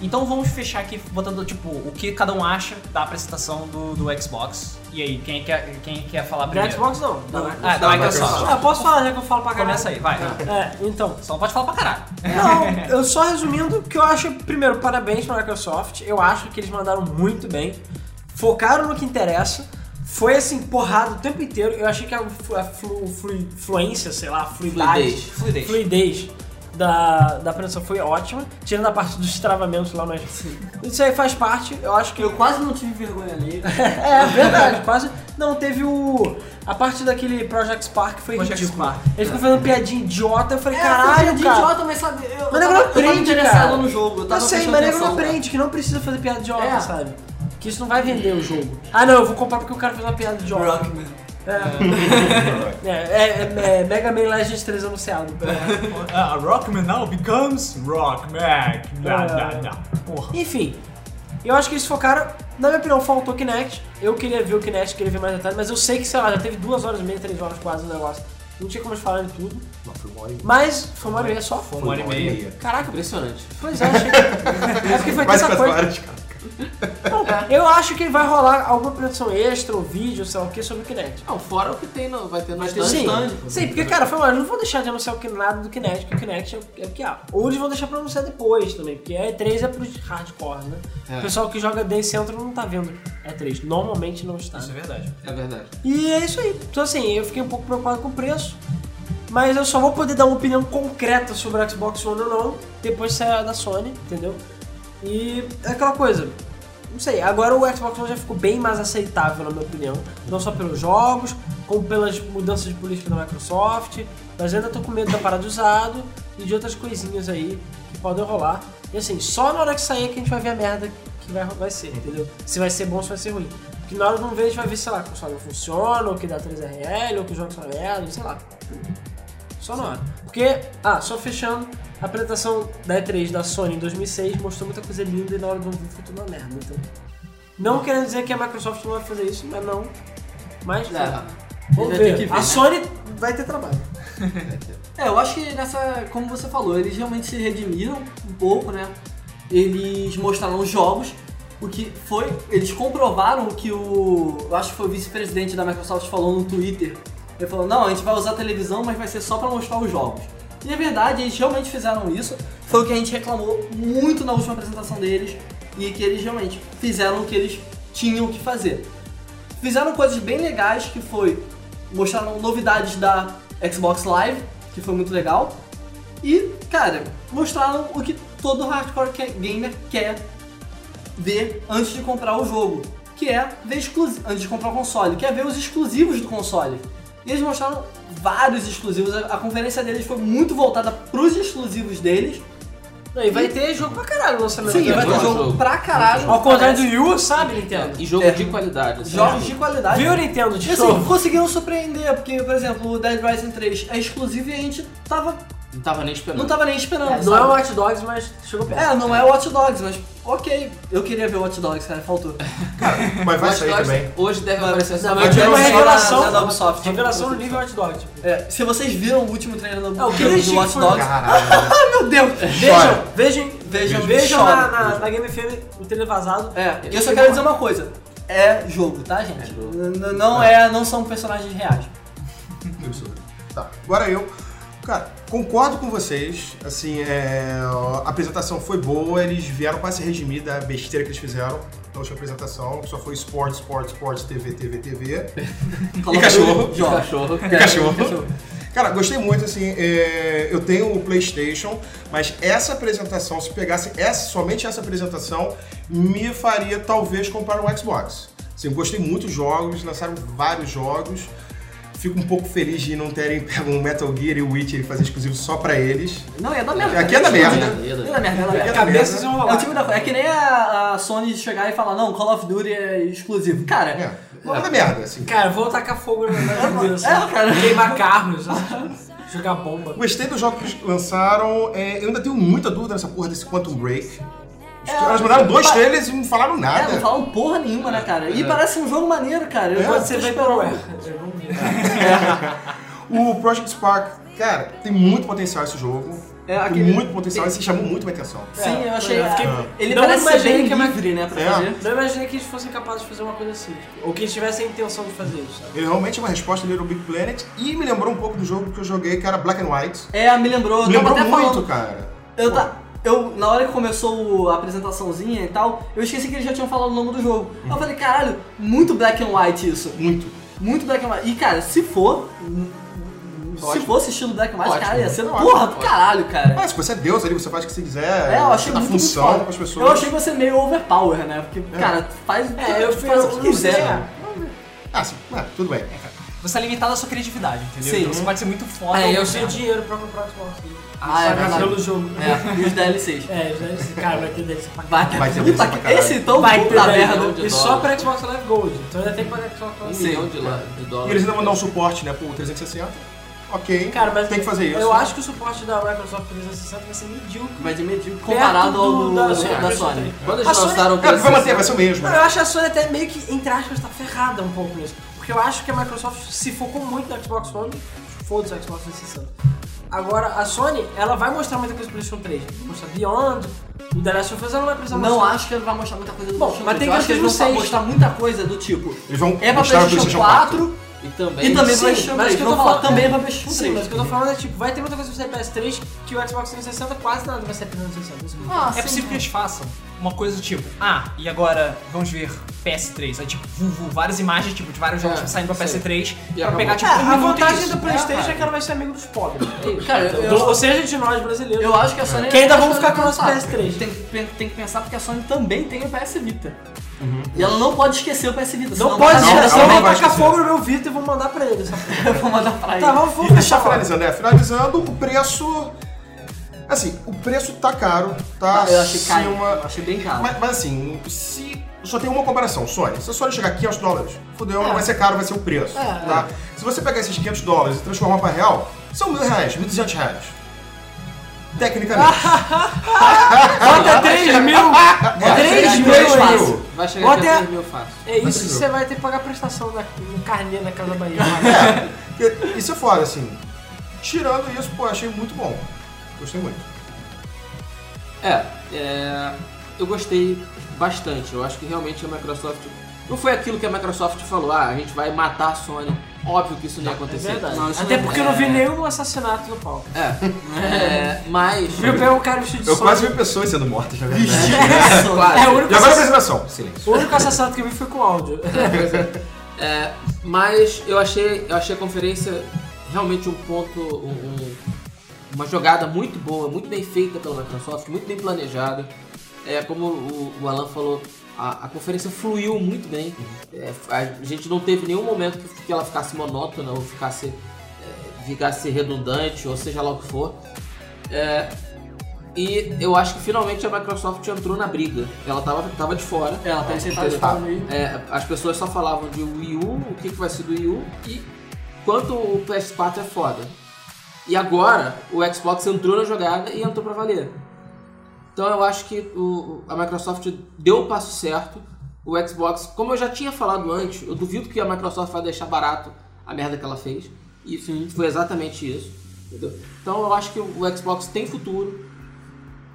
Speaker 1: Então vamos fechar aqui botando, tipo, o que cada um acha da apresentação do, do Xbox. E aí, quem quer, quem quer falar
Speaker 2: Da
Speaker 1: primeiro?
Speaker 2: Xbox não. Da
Speaker 4: Não.
Speaker 2: Microsoft.
Speaker 1: Ah, da Microsoft.
Speaker 2: Ah, eu posso falar, já que eu falo pra caralho.
Speaker 1: Começa aí, vai.
Speaker 2: É, então.
Speaker 1: Só não pode falar pra caralho.
Speaker 2: Não, eu só resumindo que eu acho, primeiro, parabéns pra Microsoft. Eu acho que eles mandaram muito bem. Focaram no que interessa. Foi assim, porrada o tempo inteiro. Eu achei que a, flu- a flu- flu- fluência, sei lá, a
Speaker 3: Fluidez.
Speaker 2: fluidez, fluidez. da, da apresentação foi ótima, tirando a parte dos travamentos lá, mas. Isso aí faz parte, eu acho que.
Speaker 4: Eu quase não tive vergonha ali.
Speaker 2: É, verdade, quase. Não, teve o. A parte daquele Project Spark foi
Speaker 1: Project
Speaker 2: ridícula.
Speaker 1: Spark.
Speaker 2: Ele ficou fazendo piadinha idiota, eu falei,
Speaker 4: Tipo, É,
Speaker 2: caralho,
Speaker 4: foi de
Speaker 2: cara.
Speaker 4: idiota, mas sabe, eu,
Speaker 2: Mas negócio é
Speaker 4: eu tava, eu tava
Speaker 2: aprende,
Speaker 4: interessado
Speaker 2: cara.
Speaker 4: no jogo. Eu
Speaker 2: Eu
Speaker 4: tava
Speaker 2: sei,
Speaker 4: prestando
Speaker 2: mas nego
Speaker 4: atenção,
Speaker 2: não
Speaker 4: cara.
Speaker 2: aprende, que não precisa fazer piada idiota,
Speaker 4: É.
Speaker 2: sabe? Que isso não vai vender o jogo. Ah não, eu vou comprar porque o cara fez uma piada idiota.
Speaker 4: Rockman.
Speaker 2: É, é, é, é Mega Man Legends 3 anunciado.
Speaker 4: É.
Speaker 1: Ah, Rockman now becomes Rockman.
Speaker 2: Não, não,
Speaker 1: Porra.
Speaker 2: Enfim, eu acho que eles focaram. Na minha opinião, faltou Kinect. Eu queria ver o Kinect, queria ver mais detalhes, mas eu sei que, sei lá, já teve duas horas e meia, três horas quase o negócio. Não tinha como eles falarem tudo.
Speaker 5: Não, foi uma hora e
Speaker 2: Mas foi uma hora e meia só.
Speaker 1: Foi uma hora e meia.
Speaker 2: Caraca,
Speaker 3: Impressionante.
Speaker 2: pois é, achei. É porque foi
Speaker 5: Mais
Speaker 2: tanta
Speaker 5: quatro
Speaker 2: coisa.
Speaker 5: horas, cara.
Speaker 2: Eu acho que vai rolar alguma produção extra, ou vídeo, sei lá o que, sobre o Kinect.
Speaker 3: Não, fora o que tem no, vai ter no
Speaker 4: ter
Speaker 3: stand.
Speaker 2: Sim,
Speaker 4: stand, pô.
Speaker 2: sim, porque cara, foi uma, eu não vou deixar de anunciar o que- nada do Kinect, porque o Kinect é o- é o que há. Ou eles vão deixar pra anunciar depois também, porque a E3 é pros hardcore, né?
Speaker 3: É.
Speaker 2: O pessoal que joga Day Central não tá vendo E3, normalmente não está.
Speaker 1: Isso é verdade.
Speaker 3: É verdade.
Speaker 2: E é isso aí. Então assim, eu fiquei um pouco preocupado com o preço, mas eu só vou poder dar uma opinião concreta sobre o Xbox One ou não, depois que sair a da Sony, entendeu? E é aquela coisa, não sei, agora o Xbox One já ficou bem mais aceitável, na minha opinião. Não só pelos jogos, como pelas mudanças de política da Microsoft, mas eu ainda tô com medo da parada de usado e de outras coisinhas aí que podem rolar. E assim, só na hora que sair que a gente vai ver a merda que vai, vai ser, entendeu? Se vai ser bom ou se vai ser ruim. Porque na hora de não ver, a gente vai ver, sei lá, que o console não funciona, ou que dá 3RL, ou que os jogos são merda, sei lá. Só na hora. Porque, ah, só fechando, a apresentação da E3 da Sony em 2006 mostrou muita coisa linda e na hora do vídeo foi tudo uma merda. Então, não querendo dizer que a Microsoft não vai fazer isso, mas não. Mas, vamos
Speaker 3: Ainda tem
Speaker 2: ver.
Speaker 3: que ver,
Speaker 2: A
Speaker 3: né?
Speaker 2: Sony vai ter trabalho.
Speaker 4: É, eu acho que nessa, como você falou, eles realmente se redimiram um pouco, né? Eles mostraram os jogos, o que foi, eles comprovaram o que o, eu acho que foi o vice-presidente da Microsoft falou no Twitter. Ele falou: "Não, a gente vai usar a televisão, mas vai ser só pra mostrar os jogos". E é verdade, eles realmente fizeram isso. Foi o que a gente reclamou muito na última apresentação deles e que eles realmente fizeram o que eles tinham que fazer fizeram coisas bem legais que foi mostraram novidades da Xbox Live, que foi muito legal. E, cara, mostraram o que todo hardcore que- gamer quer ver antes de comprar o jogo, que é ver exclusi- antes de comprar o console, que é ver os exclusivos do console. E eles mostraram vários exclusivos, a, a conferência deles foi muito voltada pros exclusivos deles.
Speaker 2: Não, e vai ter jogo pra caralho no lançamento.
Speaker 4: Sim,
Speaker 2: dela.
Speaker 4: vai ter
Speaker 3: muito
Speaker 4: jogo,
Speaker 3: jogo.
Speaker 4: pra caralho.
Speaker 2: Ao contrário do tá Yu, sabe, Nintendo?
Speaker 3: E jogo
Speaker 4: É.
Speaker 3: de qualidade. assim.
Speaker 4: jogos de qualidade.
Speaker 2: Viu, Nintendo?
Speaker 4: E
Speaker 2: De
Speaker 4: assim,
Speaker 2: novo.
Speaker 4: conseguiram surpreender, porque, por exemplo, o Dead Rising 3 é exclusivo e a gente tava,
Speaker 3: Não tava nem esperando.
Speaker 4: não tava nem esperando.
Speaker 2: Não é
Speaker 4: sabe?
Speaker 2: o Watch Dogs, mas chegou perto.
Speaker 4: É, não é o Watch Dogs, mas ok. Eu queria ver o Watch Dogs, cara, faltou.
Speaker 5: Mas vai
Speaker 3: Watch
Speaker 5: sair
Speaker 3: Dogs
Speaker 5: também.
Speaker 3: Hoje deve
Speaker 4: Vai-
Speaker 3: aparecer
Speaker 2: Não,
Speaker 3: essa
Speaker 2: mas
Speaker 4: Mas
Speaker 2: tive uma
Speaker 4: não é da-
Speaker 2: revelação.
Speaker 4: da Ubisoft.
Speaker 2: Revelação no nível Watch Dogs. tipo.
Speaker 4: É, se vocês viram o último trailer do,
Speaker 2: É, o que
Speaker 4: do-
Speaker 2: eles
Speaker 4: do
Speaker 2: tinham
Speaker 4: Watch
Speaker 2: foi-
Speaker 4: Dogs.
Speaker 5: Caralho.
Speaker 4: Ah, meu Deus!
Speaker 5: Chora.
Speaker 2: Vejam, vejam,
Speaker 4: Vejam,
Speaker 2: vejam
Speaker 4: chora.
Speaker 2: na, na, na Game FM o trailer vazado.
Speaker 4: É, e eu só quero dizer uma coisa. É jogo, tá, gente?
Speaker 3: É jogo.
Speaker 4: N- n- Não é, não são personagens reais.
Speaker 5: Tá, agora eu. Cara, concordo com vocês. Assim, é, a apresentação foi boa, eles vieram pra se redimir da besteira que eles fizeram na última apresentação, que só foi esporte, esporte, esporte, TV, TV, TV.
Speaker 4: Call of
Speaker 5: cachorro.
Speaker 3: um
Speaker 4: Duty,
Speaker 3: de
Speaker 4: joga.
Speaker 3: cachorro. é
Speaker 5: E cachorro. Cara, gostei muito, assim, é, eu tenho o Playstation, mas essa apresentação, se pegasse essa, somente essa apresentação, me faria talvez comprar um Xbox. Assim, eu gostei muito dos jogos, lançaram vários jogos. Fico um pouco feliz de não terem pego um Metal Gear e o Witcher e fazer exclusivo só pra eles.
Speaker 4: Não, ia dar merda.
Speaker 5: Aqui é da merda.
Speaker 4: Ia dar merda, ia dar merda.
Speaker 2: Cabeças iam
Speaker 4: É o
Speaker 2: rolar.
Speaker 4: tipo da coisa. É que nem a, a Sony chegar e falar, não, Call of Duty é exclusivo. Cara,
Speaker 5: É,
Speaker 4: é,
Speaker 5: uma da merda, assim.
Speaker 2: Cara, vou tacar fogo na na cabeça.
Speaker 4: É, cara.
Speaker 2: Queimar carros, jogar bomba.
Speaker 5: Gostei dos jogos que eles lançaram. é, eu ainda tenho muita dúvida nessa porra desse Quantum Break. Elas mandaram dois
Speaker 4: pa-
Speaker 5: trailers e não falaram
Speaker 4: É, não
Speaker 5: nada.
Speaker 4: falam porra nenhuma, né, cara? E parece um jogo maneiro, cara. Eu
Speaker 5: É,
Speaker 4: tô-
Speaker 2: Você
Speaker 4: tô
Speaker 2: vai
Speaker 4: esperando.
Speaker 2: pro Eu não vi.
Speaker 5: O Project Spark, cara, tem muito potencial esse jogo.
Speaker 4: É,
Speaker 5: Tem
Speaker 4: aquele-
Speaker 5: muito potencial, esse chamou muito minha atenção.
Speaker 4: Sim, eu achei.
Speaker 2: É, fiquei-
Speaker 4: Ele
Speaker 2: Não
Speaker 4: parece ser
Speaker 2: imaginei
Speaker 4: bem
Speaker 2: que é mais-
Speaker 4: livre, né, pra
Speaker 5: É.
Speaker 4: fazer.
Speaker 2: Não imaginei que eles fossem capazes de fazer uma coisa assim. Ou que eles tivessem a intenção de fazer isso, sabe?
Speaker 5: Ele realmente é uma resposta dele ao Big Planet e me lembrou um pouco do jogo que eu joguei, que era Black and White.
Speaker 4: É, me lembrou. eu
Speaker 5: lembrou
Speaker 4: tava até
Speaker 5: muito,
Speaker 4: falando.
Speaker 5: cara.
Speaker 4: Eu, ta- eu, na hora que começou a apresentaçãozinha e tal, eu esqueci que eles já tinham falado o nome do jogo. Aí Eu falei, caralho, muito black and white isso.
Speaker 5: Muito.
Speaker 4: Muito black and white. E cara, se for. Se
Speaker 3: Ótimo.
Speaker 4: fosse estilo black and white,
Speaker 3: Ótimo.
Speaker 4: cara, ia ser
Speaker 5: Eu
Speaker 4: porra
Speaker 5: acho.
Speaker 4: do caralho, cara.
Speaker 5: Ah, se você é Deus ali, você faz o que você quiser.
Speaker 4: É, eu achei
Speaker 5: a
Speaker 4: muito,
Speaker 5: função
Speaker 4: muito foda.
Speaker 5: com as pessoas.
Speaker 4: Eu achei você meio overpower, né? Porque, cara, faz,
Speaker 2: É, eu
Speaker 4: faz
Speaker 2: fiz
Speaker 4: o que quiser.
Speaker 5: Ah, sim. Ah, tudo bem.
Speaker 1: Você é limitado à sua criatividade, entendeu?
Speaker 4: Sim.
Speaker 1: Então você pode ser muito foda.
Speaker 3: É,
Speaker 1: ou
Speaker 3: eu
Speaker 1: muito
Speaker 2: Eu tinha
Speaker 1: merda.
Speaker 2: dinheiro pra comprar o Xbox.
Speaker 3: Ah, é
Speaker 2: Pagar
Speaker 3: verdade.
Speaker 2: pelo jogo.
Speaker 4: É, e os DLCs.
Speaker 2: É, já esse cara vai ter DLC pra
Speaker 4: Vai ter,
Speaker 5: Vai ter
Speaker 4: puta
Speaker 5: DLC pra
Speaker 4: que-
Speaker 5: caralho.
Speaker 4: Esse então,
Speaker 2: Vai ter
Speaker 4: puta
Speaker 2: DLC.
Speaker 4: merda.
Speaker 3: de
Speaker 2: E só
Speaker 3: dólar.
Speaker 2: pra Xbox Live Gold. Então ainda tem que pagar Xbox
Speaker 3: Um
Speaker 2: Live Gold.
Speaker 3: milhão de, lá, de
Speaker 5: E
Speaker 3: dólares.
Speaker 5: eles ainda não dão suporte, né, pro 360. Ok.
Speaker 2: Cara, mas
Speaker 5: tem que fazer isso. né?
Speaker 2: Eu acho que o suporte da Microsoft 360 vai ser medíocre.
Speaker 4: Vai dividir comparado
Speaker 2: Perto
Speaker 4: ao
Speaker 2: do-
Speaker 4: do-
Speaker 2: da
Speaker 4: da,
Speaker 2: Sony.
Speaker 4: Sony.
Speaker 3: Quando
Speaker 2: A
Speaker 3: eles
Speaker 2: Sony-
Speaker 3: lançaram o
Speaker 5: É, vai manter,
Speaker 3: 360,
Speaker 5: vai ser o mesmo.
Speaker 2: Mano, eu acho a Sony até meio que, entre aspas, tá ferrada um pouco nisso. Porque eu acho que a Microsoft se focou muito no Xbox One, foda-se o Xbox 360. Agora, a Sony, ela vai mostrar muita coisa pro PlayStation 3. Vai mostrar Beyond, o The Last of Us, ela não vai precisar
Speaker 4: Não
Speaker 2: mostrar.
Speaker 4: acho que ele vai mostrar muita coisa do
Speaker 2: Bom,
Speaker 4: PlayStation
Speaker 2: mas tem
Speaker 4: 3. Eu acho que
Speaker 2: que
Speaker 4: eles
Speaker 2: ter
Speaker 4: vão
Speaker 2: vocês.
Speaker 4: mostrar muita coisa do tipo.
Speaker 5: Eles vão
Speaker 4: É pra
Speaker 5: mostrar o
Speaker 4: PlayStation, 4,
Speaker 3: e também...
Speaker 4: e também
Speaker 2: Sim,
Speaker 4: pra PlayStation
Speaker 2: mas
Speaker 4: 3.
Speaker 2: que eu tô
Speaker 4: Vão falar
Speaker 2: falando-
Speaker 4: também pra PlayStation 3.
Speaker 2: Sim, mas o que eu tô falando é tipo, vai ter muita coisa pro PS3 que o Xbox 360 quase nada vai ser pro 360. isso que eu tô falando.
Speaker 1: É possível que eles façam uma coisa do tipo, ah, e agora vamos ver PS3. Aí, tipo, vu, vu, várias imagens tipo, de vários jogos
Speaker 3: É,
Speaker 1: tipo, saindo pra
Speaker 3: sei.
Speaker 1: PS3
Speaker 3: E
Speaker 1: pra
Speaker 3: acabou.
Speaker 1: pegar, tipo,
Speaker 2: É,
Speaker 1: um
Speaker 2: a
Speaker 1: minuto e
Speaker 2: vantagem
Speaker 1: isso.
Speaker 2: do PlayStation
Speaker 3: cara.
Speaker 2: é que ela vai ser amigo dos pobres. É isso.
Speaker 4: Cara, eu-
Speaker 2: Então, Ou seja, de nós brasileiros.
Speaker 4: Eu acho que a Sony.
Speaker 2: Que ainda
Speaker 4: acho
Speaker 2: vão
Speaker 4: que
Speaker 2: ficar
Speaker 4: ela
Speaker 2: com o nosso
Speaker 4: tá.
Speaker 2: PS3.
Speaker 4: Tem, que pen- tem que pensar porque a Sony também tem o PS Vita. E ela não pode esquecer o PS Vita.
Speaker 2: Não
Speaker 4: senão
Speaker 2: pode,
Speaker 4: tá
Speaker 5: não,
Speaker 2: senão
Speaker 5: ela
Speaker 4: merda.
Speaker 2: eu
Speaker 5: não
Speaker 2: vou
Speaker 5: vai
Speaker 2: tacar
Speaker 5: esquecer.
Speaker 2: fogo no meu Vita e vou mandar pra ele. essa porra.
Speaker 4: Eu vou mandar pra ele.
Speaker 2: Tá, vamos, vamos
Speaker 5: E
Speaker 2: fechar
Speaker 5: deixar
Speaker 2: agora.
Speaker 5: finalizando, né? Finalizando, o preço. Assim, o preço tá caro, tá?
Speaker 4: Ah, eu achei caro.
Speaker 5: acima-
Speaker 4: Eu achei bem caro.
Speaker 5: Mas, mas assim, se. Só tem uma comparação, Sony. Se a Sony chegar a 500 dólares, fudeu,
Speaker 4: É.
Speaker 5: não vai ser caro, vai ser o preço. tá? Se você pegar esses 500 dólares e transformar pra real, são mil reais, 1.200 reais.
Speaker 4: Ah,
Speaker 5: Tecnicamente.
Speaker 2: Bota 3 tá mil!
Speaker 5: É,
Speaker 2: três
Speaker 5: é,
Speaker 2: mil
Speaker 5: três
Speaker 2: é
Speaker 5: mil.
Speaker 2: isso.
Speaker 3: Vai chegar
Speaker 2: Bota-
Speaker 3: até 3 mil fácil.
Speaker 2: É
Speaker 5: Mas
Speaker 2: isso,
Speaker 5: tudo.
Speaker 2: você vai ter que pagar prestação na, no carnê na Casa Bahia.
Speaker 5: É, Isso é foda, assim. Tirando isso, pô, achei muito bom. Gostei muito.
Speaker 3: É, é, eu gostei bastante. Eu acho que realmente a Microsoft. Não foi aquilo que a Microsoft falou, ah, a gente vai matar a Sony. Óbvio que isso não ia acontecer.
Speaker 4: Não, isso
Speaker 2: É Até
Speaker 4: não-
Speaker 2: porque eu não
Speaker 5: é.
Speaker 2: vi nenhum assassinato no palco.
Speaker 3: É, mas.
Speaker 2: Viu pegar um cara vestido de
Speaker 5: Eu
Speaker 2: Sony.
Speaker 5: quase vi pessoas sendo mortas, na verdade.
Speaker 3: Claro.
Speaker 2: É o único,
Speaker 5: E
Speaker 2: assassinato,
Speaker 5: agora a apresentação. Silêncio.
Speaker 2: o único assassinato que eu vi foi com áudio.
Speaker 3: É, mas eu achei, eu achei a conferência realmente um ponto, um- um- uma jogada muito boa, muito bem feita pela Microsoft, muito bem planejada. É, como o, o Alan falou, a, a conferência fluiu muito bem. É, a gente não teve nenhum momento que, que ela ficasse monótona ou ficasse, é, ficasse redundante, ou seja lá o que for. É, e eu acho que finalmente a Microsoft entrou na briga. Ela tava, tava de fora.
Speaker 4: Ela tá sentada
Speaker 3: Entendeu?
Speaker 4: de fora mesmo.
Speaker 3: É, as pessoas só falavam de Wii U, o que, que vai ser do Wii U e quanto o PS4 é foda. E agora o Xbox entrou na jogada e entrou pra valer. Então eu acho que o- a Microsoft deu o passo certo. O Xbox, como eu já tinha falado antes, eu duvido que a Microsoft vai deixar barato a merda que ela fez. E foi exatamente isso. entendeu? Então eu acho que o Xbox tem futuro.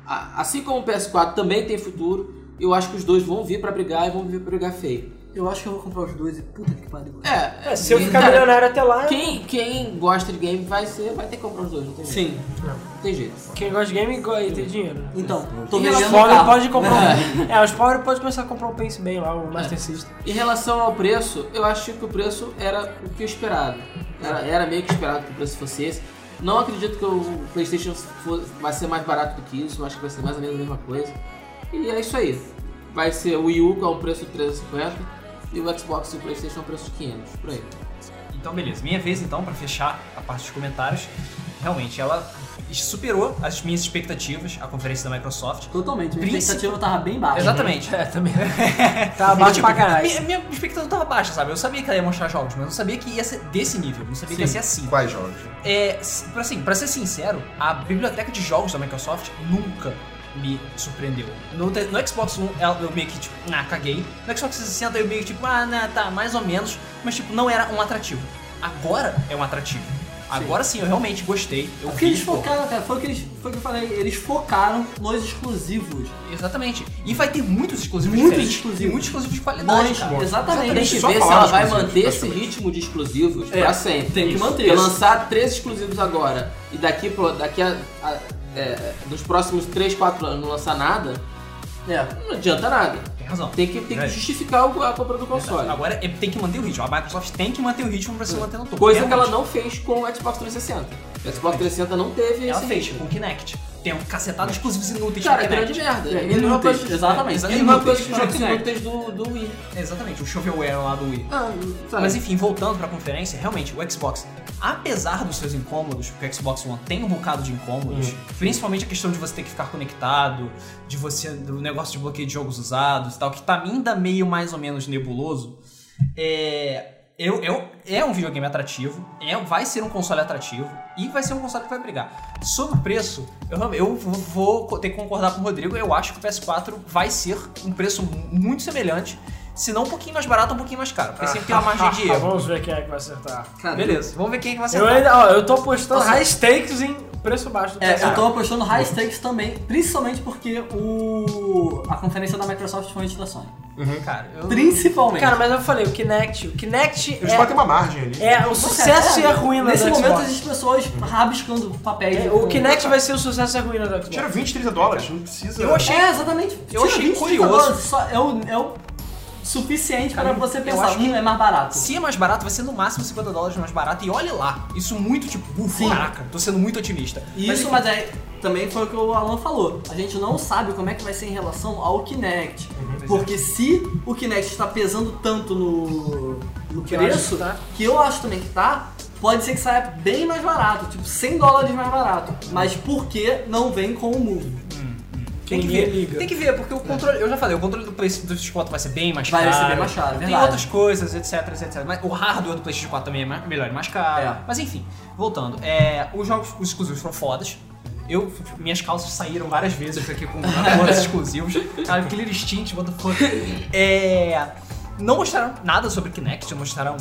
Speaker 3: A- Assim como o PS4 também tem futuro. Eu acho que os dois vão vir pra brigar e vão vir pra brigar feio.
Speaker 4: Eu acho que eu vou comprar os dois e puta que pariu.
Speaker 3: É,
Speaker 2: Se eu
Speaker 3: e,
Speaker 2: ficar
Speaker 3: cara,
Speaker 2: milionário até lá, quem,
Speaker 3: Quem, quem gosta de game vai, ser, vai ter que comprar os dois, não tem jeito.
Speaker 4: Sim.
Speaker 3: Não tem jeito.
Speaker 2: gosta de game go- e tem dinheiro. né?
Speaker 4: Então, tô
Speaker 3: E
Speaker 4: vendendo
Speaker 2: Os
Speaker 4: o
Speaker 3: ela
Speaker 2: pobres
Speaker 4: carro.
Speaker 2: podem comprar um... É, os pobres podem começar a comprar um Pense bem lá, o Master System.
Speaker 3: Em relação ao preço, eu acho que o preço era o que eu esperava. Era, era meio que esperado que o preço fosse esse. Não acredito que o PlayStation fo- vai ser mais barato do que isso, eu acho que vai ser mais ou menos a mesma coisa. E é isso aí. Vai ser o Wii U com um preço de 350 e o Xbox e o PlayStation é um preço de 500, por aí.
Speaker 1: Então, beleza. Minha vez, então, pra fechar a parte dos comentários. Realmente, ela superou as minhas expectativas, a conferência da Microsoft.
Speaker 4: Totalmente. Minha
Speaker 1: Príncipe.
Speaker 4: expectativa tava bem baixa.
Speaker 1: Exatamente.
Speaker 2: É, também. Tá baixo pra
Speaker 1: A
Speaker 2: caralho.
Speaker 1: Tipo, minha, minha expectativa tava baixa, sabe? Eu sabia que ela ia mostrar jogos, mas eu não sabia que ia ser desse nível. Não sabia que ia ser assim.
Speaker 5: Quais jogos?
Speaker 1: É, s- pra, assim, pra ser sincero, a biblioteca de jogos da Microsoft nunca me surpreendeu. No, te- no Xbox One ela- eu meio que tipo, ah, caguei. No Xbox 360 eu meio que tipo, ah, né, tá, mais ou menos, mas tipo, não era um atrativo. Agora é um atrativo. Agora sim, eu realmente gostei. Eu
Speaker 4: O que eles
Speaker 1: vi, pô.
Speaker 4: focaram, cara, foi o que, eles, foi o que eu falei, eles focaram nos exclusivos.
Speaker 1: Exatamente. E vai ter muitos exclusivos
Speaker 4: Muitos
Speaker 1: diferentes.
Speaker 4: exclusivos.
Speaker 1: E muitos exclusivos de qualidade,
Speaker 4: Bons,
Speaker 1: cara.
Speaker 4: bons.
Speaker 3: Tem
Speaker 4: Exatamente.
Speaker 3: que ver
Speaker 5: Só
Speaker 3: se
Speaker 5: falar
Speaker 3: ela
Speaker 5: dos
Speaker 3: vai
Speaker 5: exclusivos,
Speaker 3: manter esse
Speaker 5: praticamente.
Speaker 3: ritmo de exclusivos
Speaker 4: É,
Speaker 3: pra sempre.
Speaker 4: tem que manter.
Speaker 3: Porque lançar três exclusivos agora e daqui, pro, daqui a, a é, nos próximos 3, 4 anos não lançar nada,
Speaker 4: É.
Speaker 3: não adianta nada.
Speaker 1: Tem razão.
Speaker 3: Tem que, tem que
Speaker 1: Verdade.
Speaker 3: justificar o- É. a compra do console.
Speaker 1: Agora é- tem que manter o ritmo. A Microsoft tem que manter o ritmo pra se manter no topo. um
Speaker 3: Coisa É. que
Speaker 1: Realmente.
Speaker 3: ela não fez com o Xbox 360. O Xbox 360 não teve
Speaker 1: Ela
Speaker 3: esse
Speaker 1: fez
Speaker 3: ritmo.
Speaker 1: com o Kinect. Tem um cacetado de exclusivos inúteis
Speaker 3: Cara, é
Speaker 1: pro Kinect.
Speaker 3: grande merda.
Speaker 4: É,
Speaker 3: E não é uma coisa-
Speaker 4: inúteis.
Speaker 3: Exatamente.
Speaker 1: Exatamente.
Speaker 3: E não é uma coisa que os
Speaker 1: Inúteis.
Speaker 3: jogos inúteis do, do Wii.
Speaker 1: Exatamente, o shovelware lá do Wii.
Speaker 3: Ah, sabe?
Speaker 1: Mas enfim, voltando pra conferência, realmente, o Xbox, apesar dos seus incômodos, porque o Xbox One tem um bocado de incômodos, principalmente a questão de você ter que ficar conectado, de você do negócio de bloqueio de jogos usados e tal, que tá ainda meio mais ou menos nebuloso, é... Eu, eu, é um videogame atrativo, é, vai ser um console atrativo e vai ser um console que vai brigar. Sobre o preço, eu, realmente- eu vou co- ter que concordar com o Rodrigo, eu acho que o PS4 vai ser um preço mu- muito semelhante, se não um pouquinho mais barato, um pouquinho mais caro, porque
Speaker 4: é
Speaker 1: sempre tem uma margem de erro.
Speaker 2: Ah, Vamos ver quem é que vai acertar.
Speaker 4: Tá Cara,
Speaker 1: Beleza, vamos ver quem é que vai
Speaker 2: Eu
Speaker 1: acertar.
Speaker 2: ainda, ó, eu tô apostando
Speaker 4: Nossa.
Speaker 2: high stakes em preço baixo do
Speaker 4: É,
Speaker 2: PS4.
Speaker 4: eu tô apostando high stakes também, principalmente porque o a conferência da Microsoft foi antes da Sony.
Speaker 1: Cara, eu...
Speaker 4: Principalmente.
Speaker 2: Cara, mas eu falei, o Kinect, o Kinect
Speaker 5: Eles batem uma margem ali.
Speaker 2: é, é o sucesso e a ruína do
Speaker 4: Nesse
Speaker 2: Xbox.
Speaker 4: momento as pessoas rabiscando papéis.
Speaker 2: É,
Speaker 4: com-
Speaker 2: O Kinect vai ser o sucesso e a ruína do Xbox.
Speaker 5: Tira 20, 30 dólares, não precisa.
Speaker 1: Eu achei-
Speaker 4: É, exatamente. Tira
Speaker 1: achei
Speaker 4: 20, 30
Speaker 1: curioso.
Speaker 4: dólares, só- é, o, é o suficiente para você pensar,
Speaker 1: acho que-
Speaker 4: hum, é mais barato.
Speaker 1: Se é mais barato, vai ser no máximo 50 dólares mais barato. E olhe lá. Isso muito tipo, ufa,
Speaker 4: Sim.
Speaker 1: caraca, tô sendo muito otimista.
Speaker 4: E Isso, mas é, também foi o que o Alan falou. A gente não sabe como é que vai ser em relação ao Kinect. Porque se o Kinect está pesando tanto no, no
Speaker 2: Que eu acho
Speaker 4: preço,
Speaker 2: que tá.
Speaker 4: que eu acho também que tá, pode ser que saia bem mais barato, tipo 100 dólares mais barato. Mas por que não vem com o Move?
Speaker 1: Tem que
Speaker 2: Ninguém
Speaker 1: ver.
Speaker 2: liga.
Speaker 1: Tem que ver, porque o controle. Eu já falei, o controle do PlayStation 4 vai ser bem mais
Speaker 4: Vai
Speaker 1: caro.
Speaker 4: ser bem mais caro, é
Speaker 1: Tem
Speaker 4: verdade.
Speaker 1: outras coisas, etc, etc. Mas o hardware do PlayStation 4 também é mais- melhor e mais caro.
Speaker 4: É.
Speaker 1: Mas enfim, voltando. é, os jogos os exclusivos foram fodas. Eu, minhas calças saíram várias vezes aqui com jogos exclusivos. Cara, Killer Instinct, what the fuck. É, não mostraram nada sobre Kinect, mostraram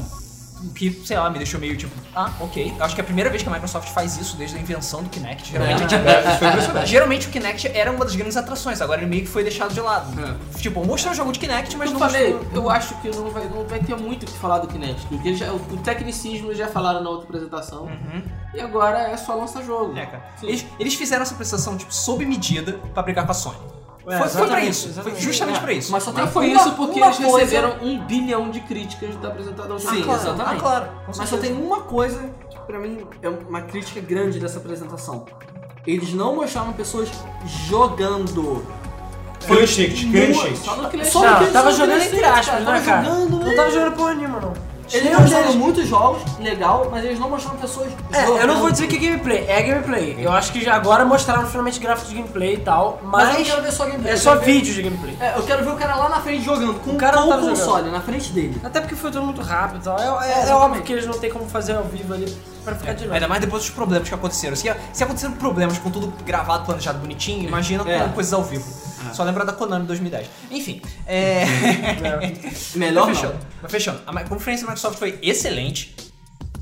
Speaker 1: o que, sei lá, me deixou meio tipo, ah, ok. Acho que é a primeira vez que a Microsoft faz isso desde a invenção do Kinect. Geralmente é tipo,
Speaker 5: Isso foi impressionante.
Speaker 1: Geralmente o Kinect era uma das grandes atrações, agora ele meio que foi deixado de lado. Tipo, mostrou o jogo de Kinect, mas
Speaker 3: Mas eu
Speaker 1: não
Speaker 3: falei,
Speaker 1: mostrou.
Speaker 3: eu acho que não vai, não vai ter muito o que falar do Kinect. Porque já, o tecnicismo já falaram na outra apresentação. E agora é só lançar jogo.
Speaker 1: Uhum. É, cara.
Speaker 3: Sim.
Speaker 1: Eles, eles fizeram essa prestação, tipo, sob medida pra brigar com a Sony.
Speaker 2: É,
Speaker 1: foi, foi pra
Speaker 2: exatamente,
Speaker 1: isso. Foi
Speaker 2: exatamente.
Speaker 1: justamente pra isso.
Speaker 4: Mas só tem
Speaker 3: Mas foi
Speaker 4: uma-
Speaker 3: Ah, isso porque
Speaker 4: uma
Speaker 3: eles
Speaker 4: coisa-
Speaker 3: receberam um bilhão de críticas da apresentação.
Speaker 4: Sim, exatamente.
Speaker 1: Ah, claro. Com
Speaker 4: Mas
Speaker 1: certeza.
Speaker 4: só tem uma coisa que pra mim é uma crítica grande dessa apresentação. Eles não mostraram pessoas jogando.
Speaker 5: Killer Instinct, Killer Instinct.
Speaker 3: Só no Kinect.
Speaker 4: Só
Speaker 2: Não,
Speaker 4: porque
Speaker 2: tava
Speaker 4: eles são
Speaker 2: jogando entre aspas,
Speaker 4: tava
Speaker 2: né, cara?
Speaker 4: jogando,
Speaker 2: não tava jogando porra nenhuma, não.
Speaker 4: Eles
Speaker 2: Nenhum
Speaker 4: mostraram
Speaker 2: deles-
Speaker 4: muitos jogos, legal, mas eles não mostraram
Speaker 2: um
Speaker 4: pessoas
Speaker 2: É,
Speaker 4: jogando.
Speaker 2: eu não vou dizer que é gameplay, é gameplay. Eu acho que já agora mostraram finalmente gráficos de gameplay e tal,
Speaker 4: Mas eu
Speaker 2: mas
Speaker 4: quero ver só gameplay.
Speaker 2: é
Speaker 4: eu
Speaker 2: só
Speaker 4: quero ver-
Speaker 2: vídeo de gameplay.
Speaker 4: É, eu quero ver o cara lá na frente jogando, com
Speaker 2: O
Speaker 4: o,
Speaker 2: cara tá não tava
Speaker 4: console na frente dele.
Speaker 2: Até porque foi tudo muito rápido e tal. É, é- é
Speaker 4: exatamente.
Speaker 2: óbvio que eles não tem como fazer ao vivo ali pra ficar de novo.
Speaker 1: Ainda mais depois dos problemas que aconteceram. Se, se aconteceram problemas com tudo gravado, planejado bonitinho, imagina
Speaker 4: É.
Speaker 1: com coisas ao vivo. Só lembrar da Konami 2010. Enfim, é.
Speaker 2: Tá
Speaker 4: Melhor
Speaker 1: Mas
Speaker 4: não.
Speaker 1: fechando. Mas fechando, a ma- conferência da Microsoft foi excelente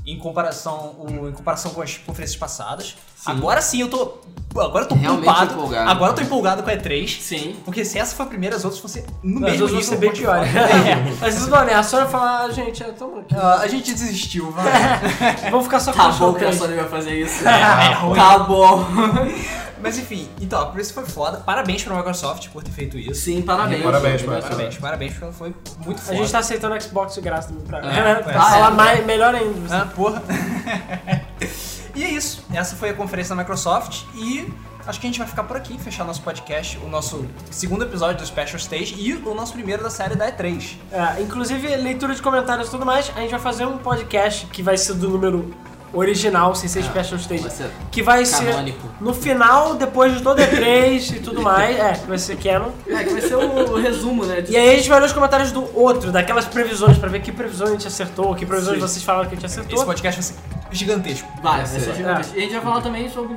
Speaker 1: em comparação, o- em comparação com as conferências passadas. Agora sim eu tô. Agora eu tô
Speaker 3: Realmente
Speaker 1: empolgado.
Speaker 3: empolgado.
Speaker 1: Agora eu tô empolgado com a E3.
Speaker 3: Sim.
Speaker 1: Porque se essa foi a primeira, as outras vão ser no
Speaker 2: Mas
Speaker 1: mesmo
Speaker 2: os outros
Speaker 1: nível,
Speaker 2: vão ser bem
Speaker 1: muito
Speaker 2: pior.
Speaker 1: foda. É.
Speaker 2: Mas isso não é, a Sony fala, "Ah, gente, eu tô aqui.
Speaker 1: Ah, a gente desistiu, vai.
Speaker 2: Vamos ficar só com
Speaker 4: Tá
Speaker 2: o
Speaker 4: bom
Speaker 2: jogo
Speaker 4: que a
Speaker 2: três.
Speaker 4: Sony vai fazer isso.
Speaker 1: É ruim.
Speaker 4: tá bom.
Speaker 1: Mas enfim, então, a conferência foi foda. Parabéns pra Microsoft por ter feito isso.
Speaker 4: Sim, parabéns.
Speaker 5: Parabéns,
Speaker 1: Parabéns, parabéns, porque ela foi muito
Speaker 2: A
Speaker 1: foda.
Speaker 2: gente tá aceitando Xbox de graça também pra,
Speaker 1: É,
Speaker 2: pra
Speaker 1: é.
Speaker 2: falar
Speaker 4: É.
Speaker 2: mais, melhor ainda.
Speaker 1: Ah, porra. e é isso. Essa foi a conferência da Microsoft e acho que a gente vai ficar por aqui, fechar nosso podcast, o nosso segundo episódio do Special Stage e o nosso primeiro da série da E3.
Speaker 2: É, inclusive, leitura de comentários e tudo mais, a gente vai fazer um podcast que vai ser do número original, sem ser Special Stage.
Speaker 3: vai ser
Speaker 2: que vai
Speaker 3: canônico.
Speaker 2: ser no final, depois de todo E3 e tudo mais. É, que vai ser canon.
Speaker 4: É, que vai ser o resumo, né?
Speaker 2: E aí a gente vai ler os comentários do outro, daquelas previsões, pra ver que previsões a gente acertou, que previsões vocês falaram que a gente
Speaker 1: Esse
Speaker 2: acertou.
Speaker 1: podcast vai ser gigantesco.
Speaker 4: Vai, vai ser
Speaker 3: É.
Speaker 4: gigante. E a gente vai falar também sobre.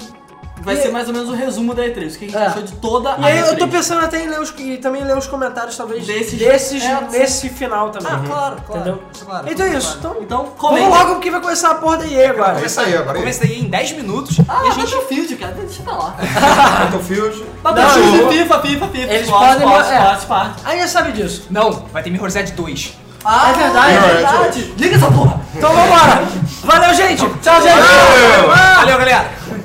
Speaker 4: Vai
Speaker 2: E-
Speaker 4: ser mais ou menos o resumo da E3, o que a gente
Speaker 2: É.
Speaker 4: achou de toda
Speaker 2: E
Speaker 4: a
Speaker 2: aí eu tô
Speaker 4: E3.
Speaker 2: pensando até em ler os, e também ler os comentários, talvez, desses,
Speaker 4: Desses- é, Ah,
Speaker 2: nesse final também.
Speaker 1: claro,
Speaker 2: Entendeu?
Speaker 1: claro.
Speaker 2: Então é isso. Então,
Speaker 4: Então, comenta.
Speaker 2: vamos logo porque vai começar a porra da EA agora.
Speaker 5: É isso aí, agora é
Speaker 1: Começa daí em 10 minutos
Speaker 4: Ah,
Speaker 1: e a gente.
Speaker 4: Battlefield, cara, deixa pra lá.
Speaker 5: Battlefield.
Speaker 4: Battlefield,
Speaker 2: eu-
Speaker 4: FIFA, FIFA, FIFA.
Speaker 2: Eles
Speaker 4: esporte,
Speaker 2: podem-
Speaker 4: esporte,
Speaker 2: é.
Speaker 4: esporte, esporte.
Speaker 2: A gente sabe disso.
Speaker 1: Não, vai ter Mirror's Edge 2.
Speaker 4: Ah,
Speaker 2: é verdade,
Speaker 5: é
Speaker 4: é verdade. Liga essa porra.
Speaker 2: Então vambora. Valeu, gente. Tchau, gente.
Speaker 5: Valeu.
Speaker 1: Valeu, galera!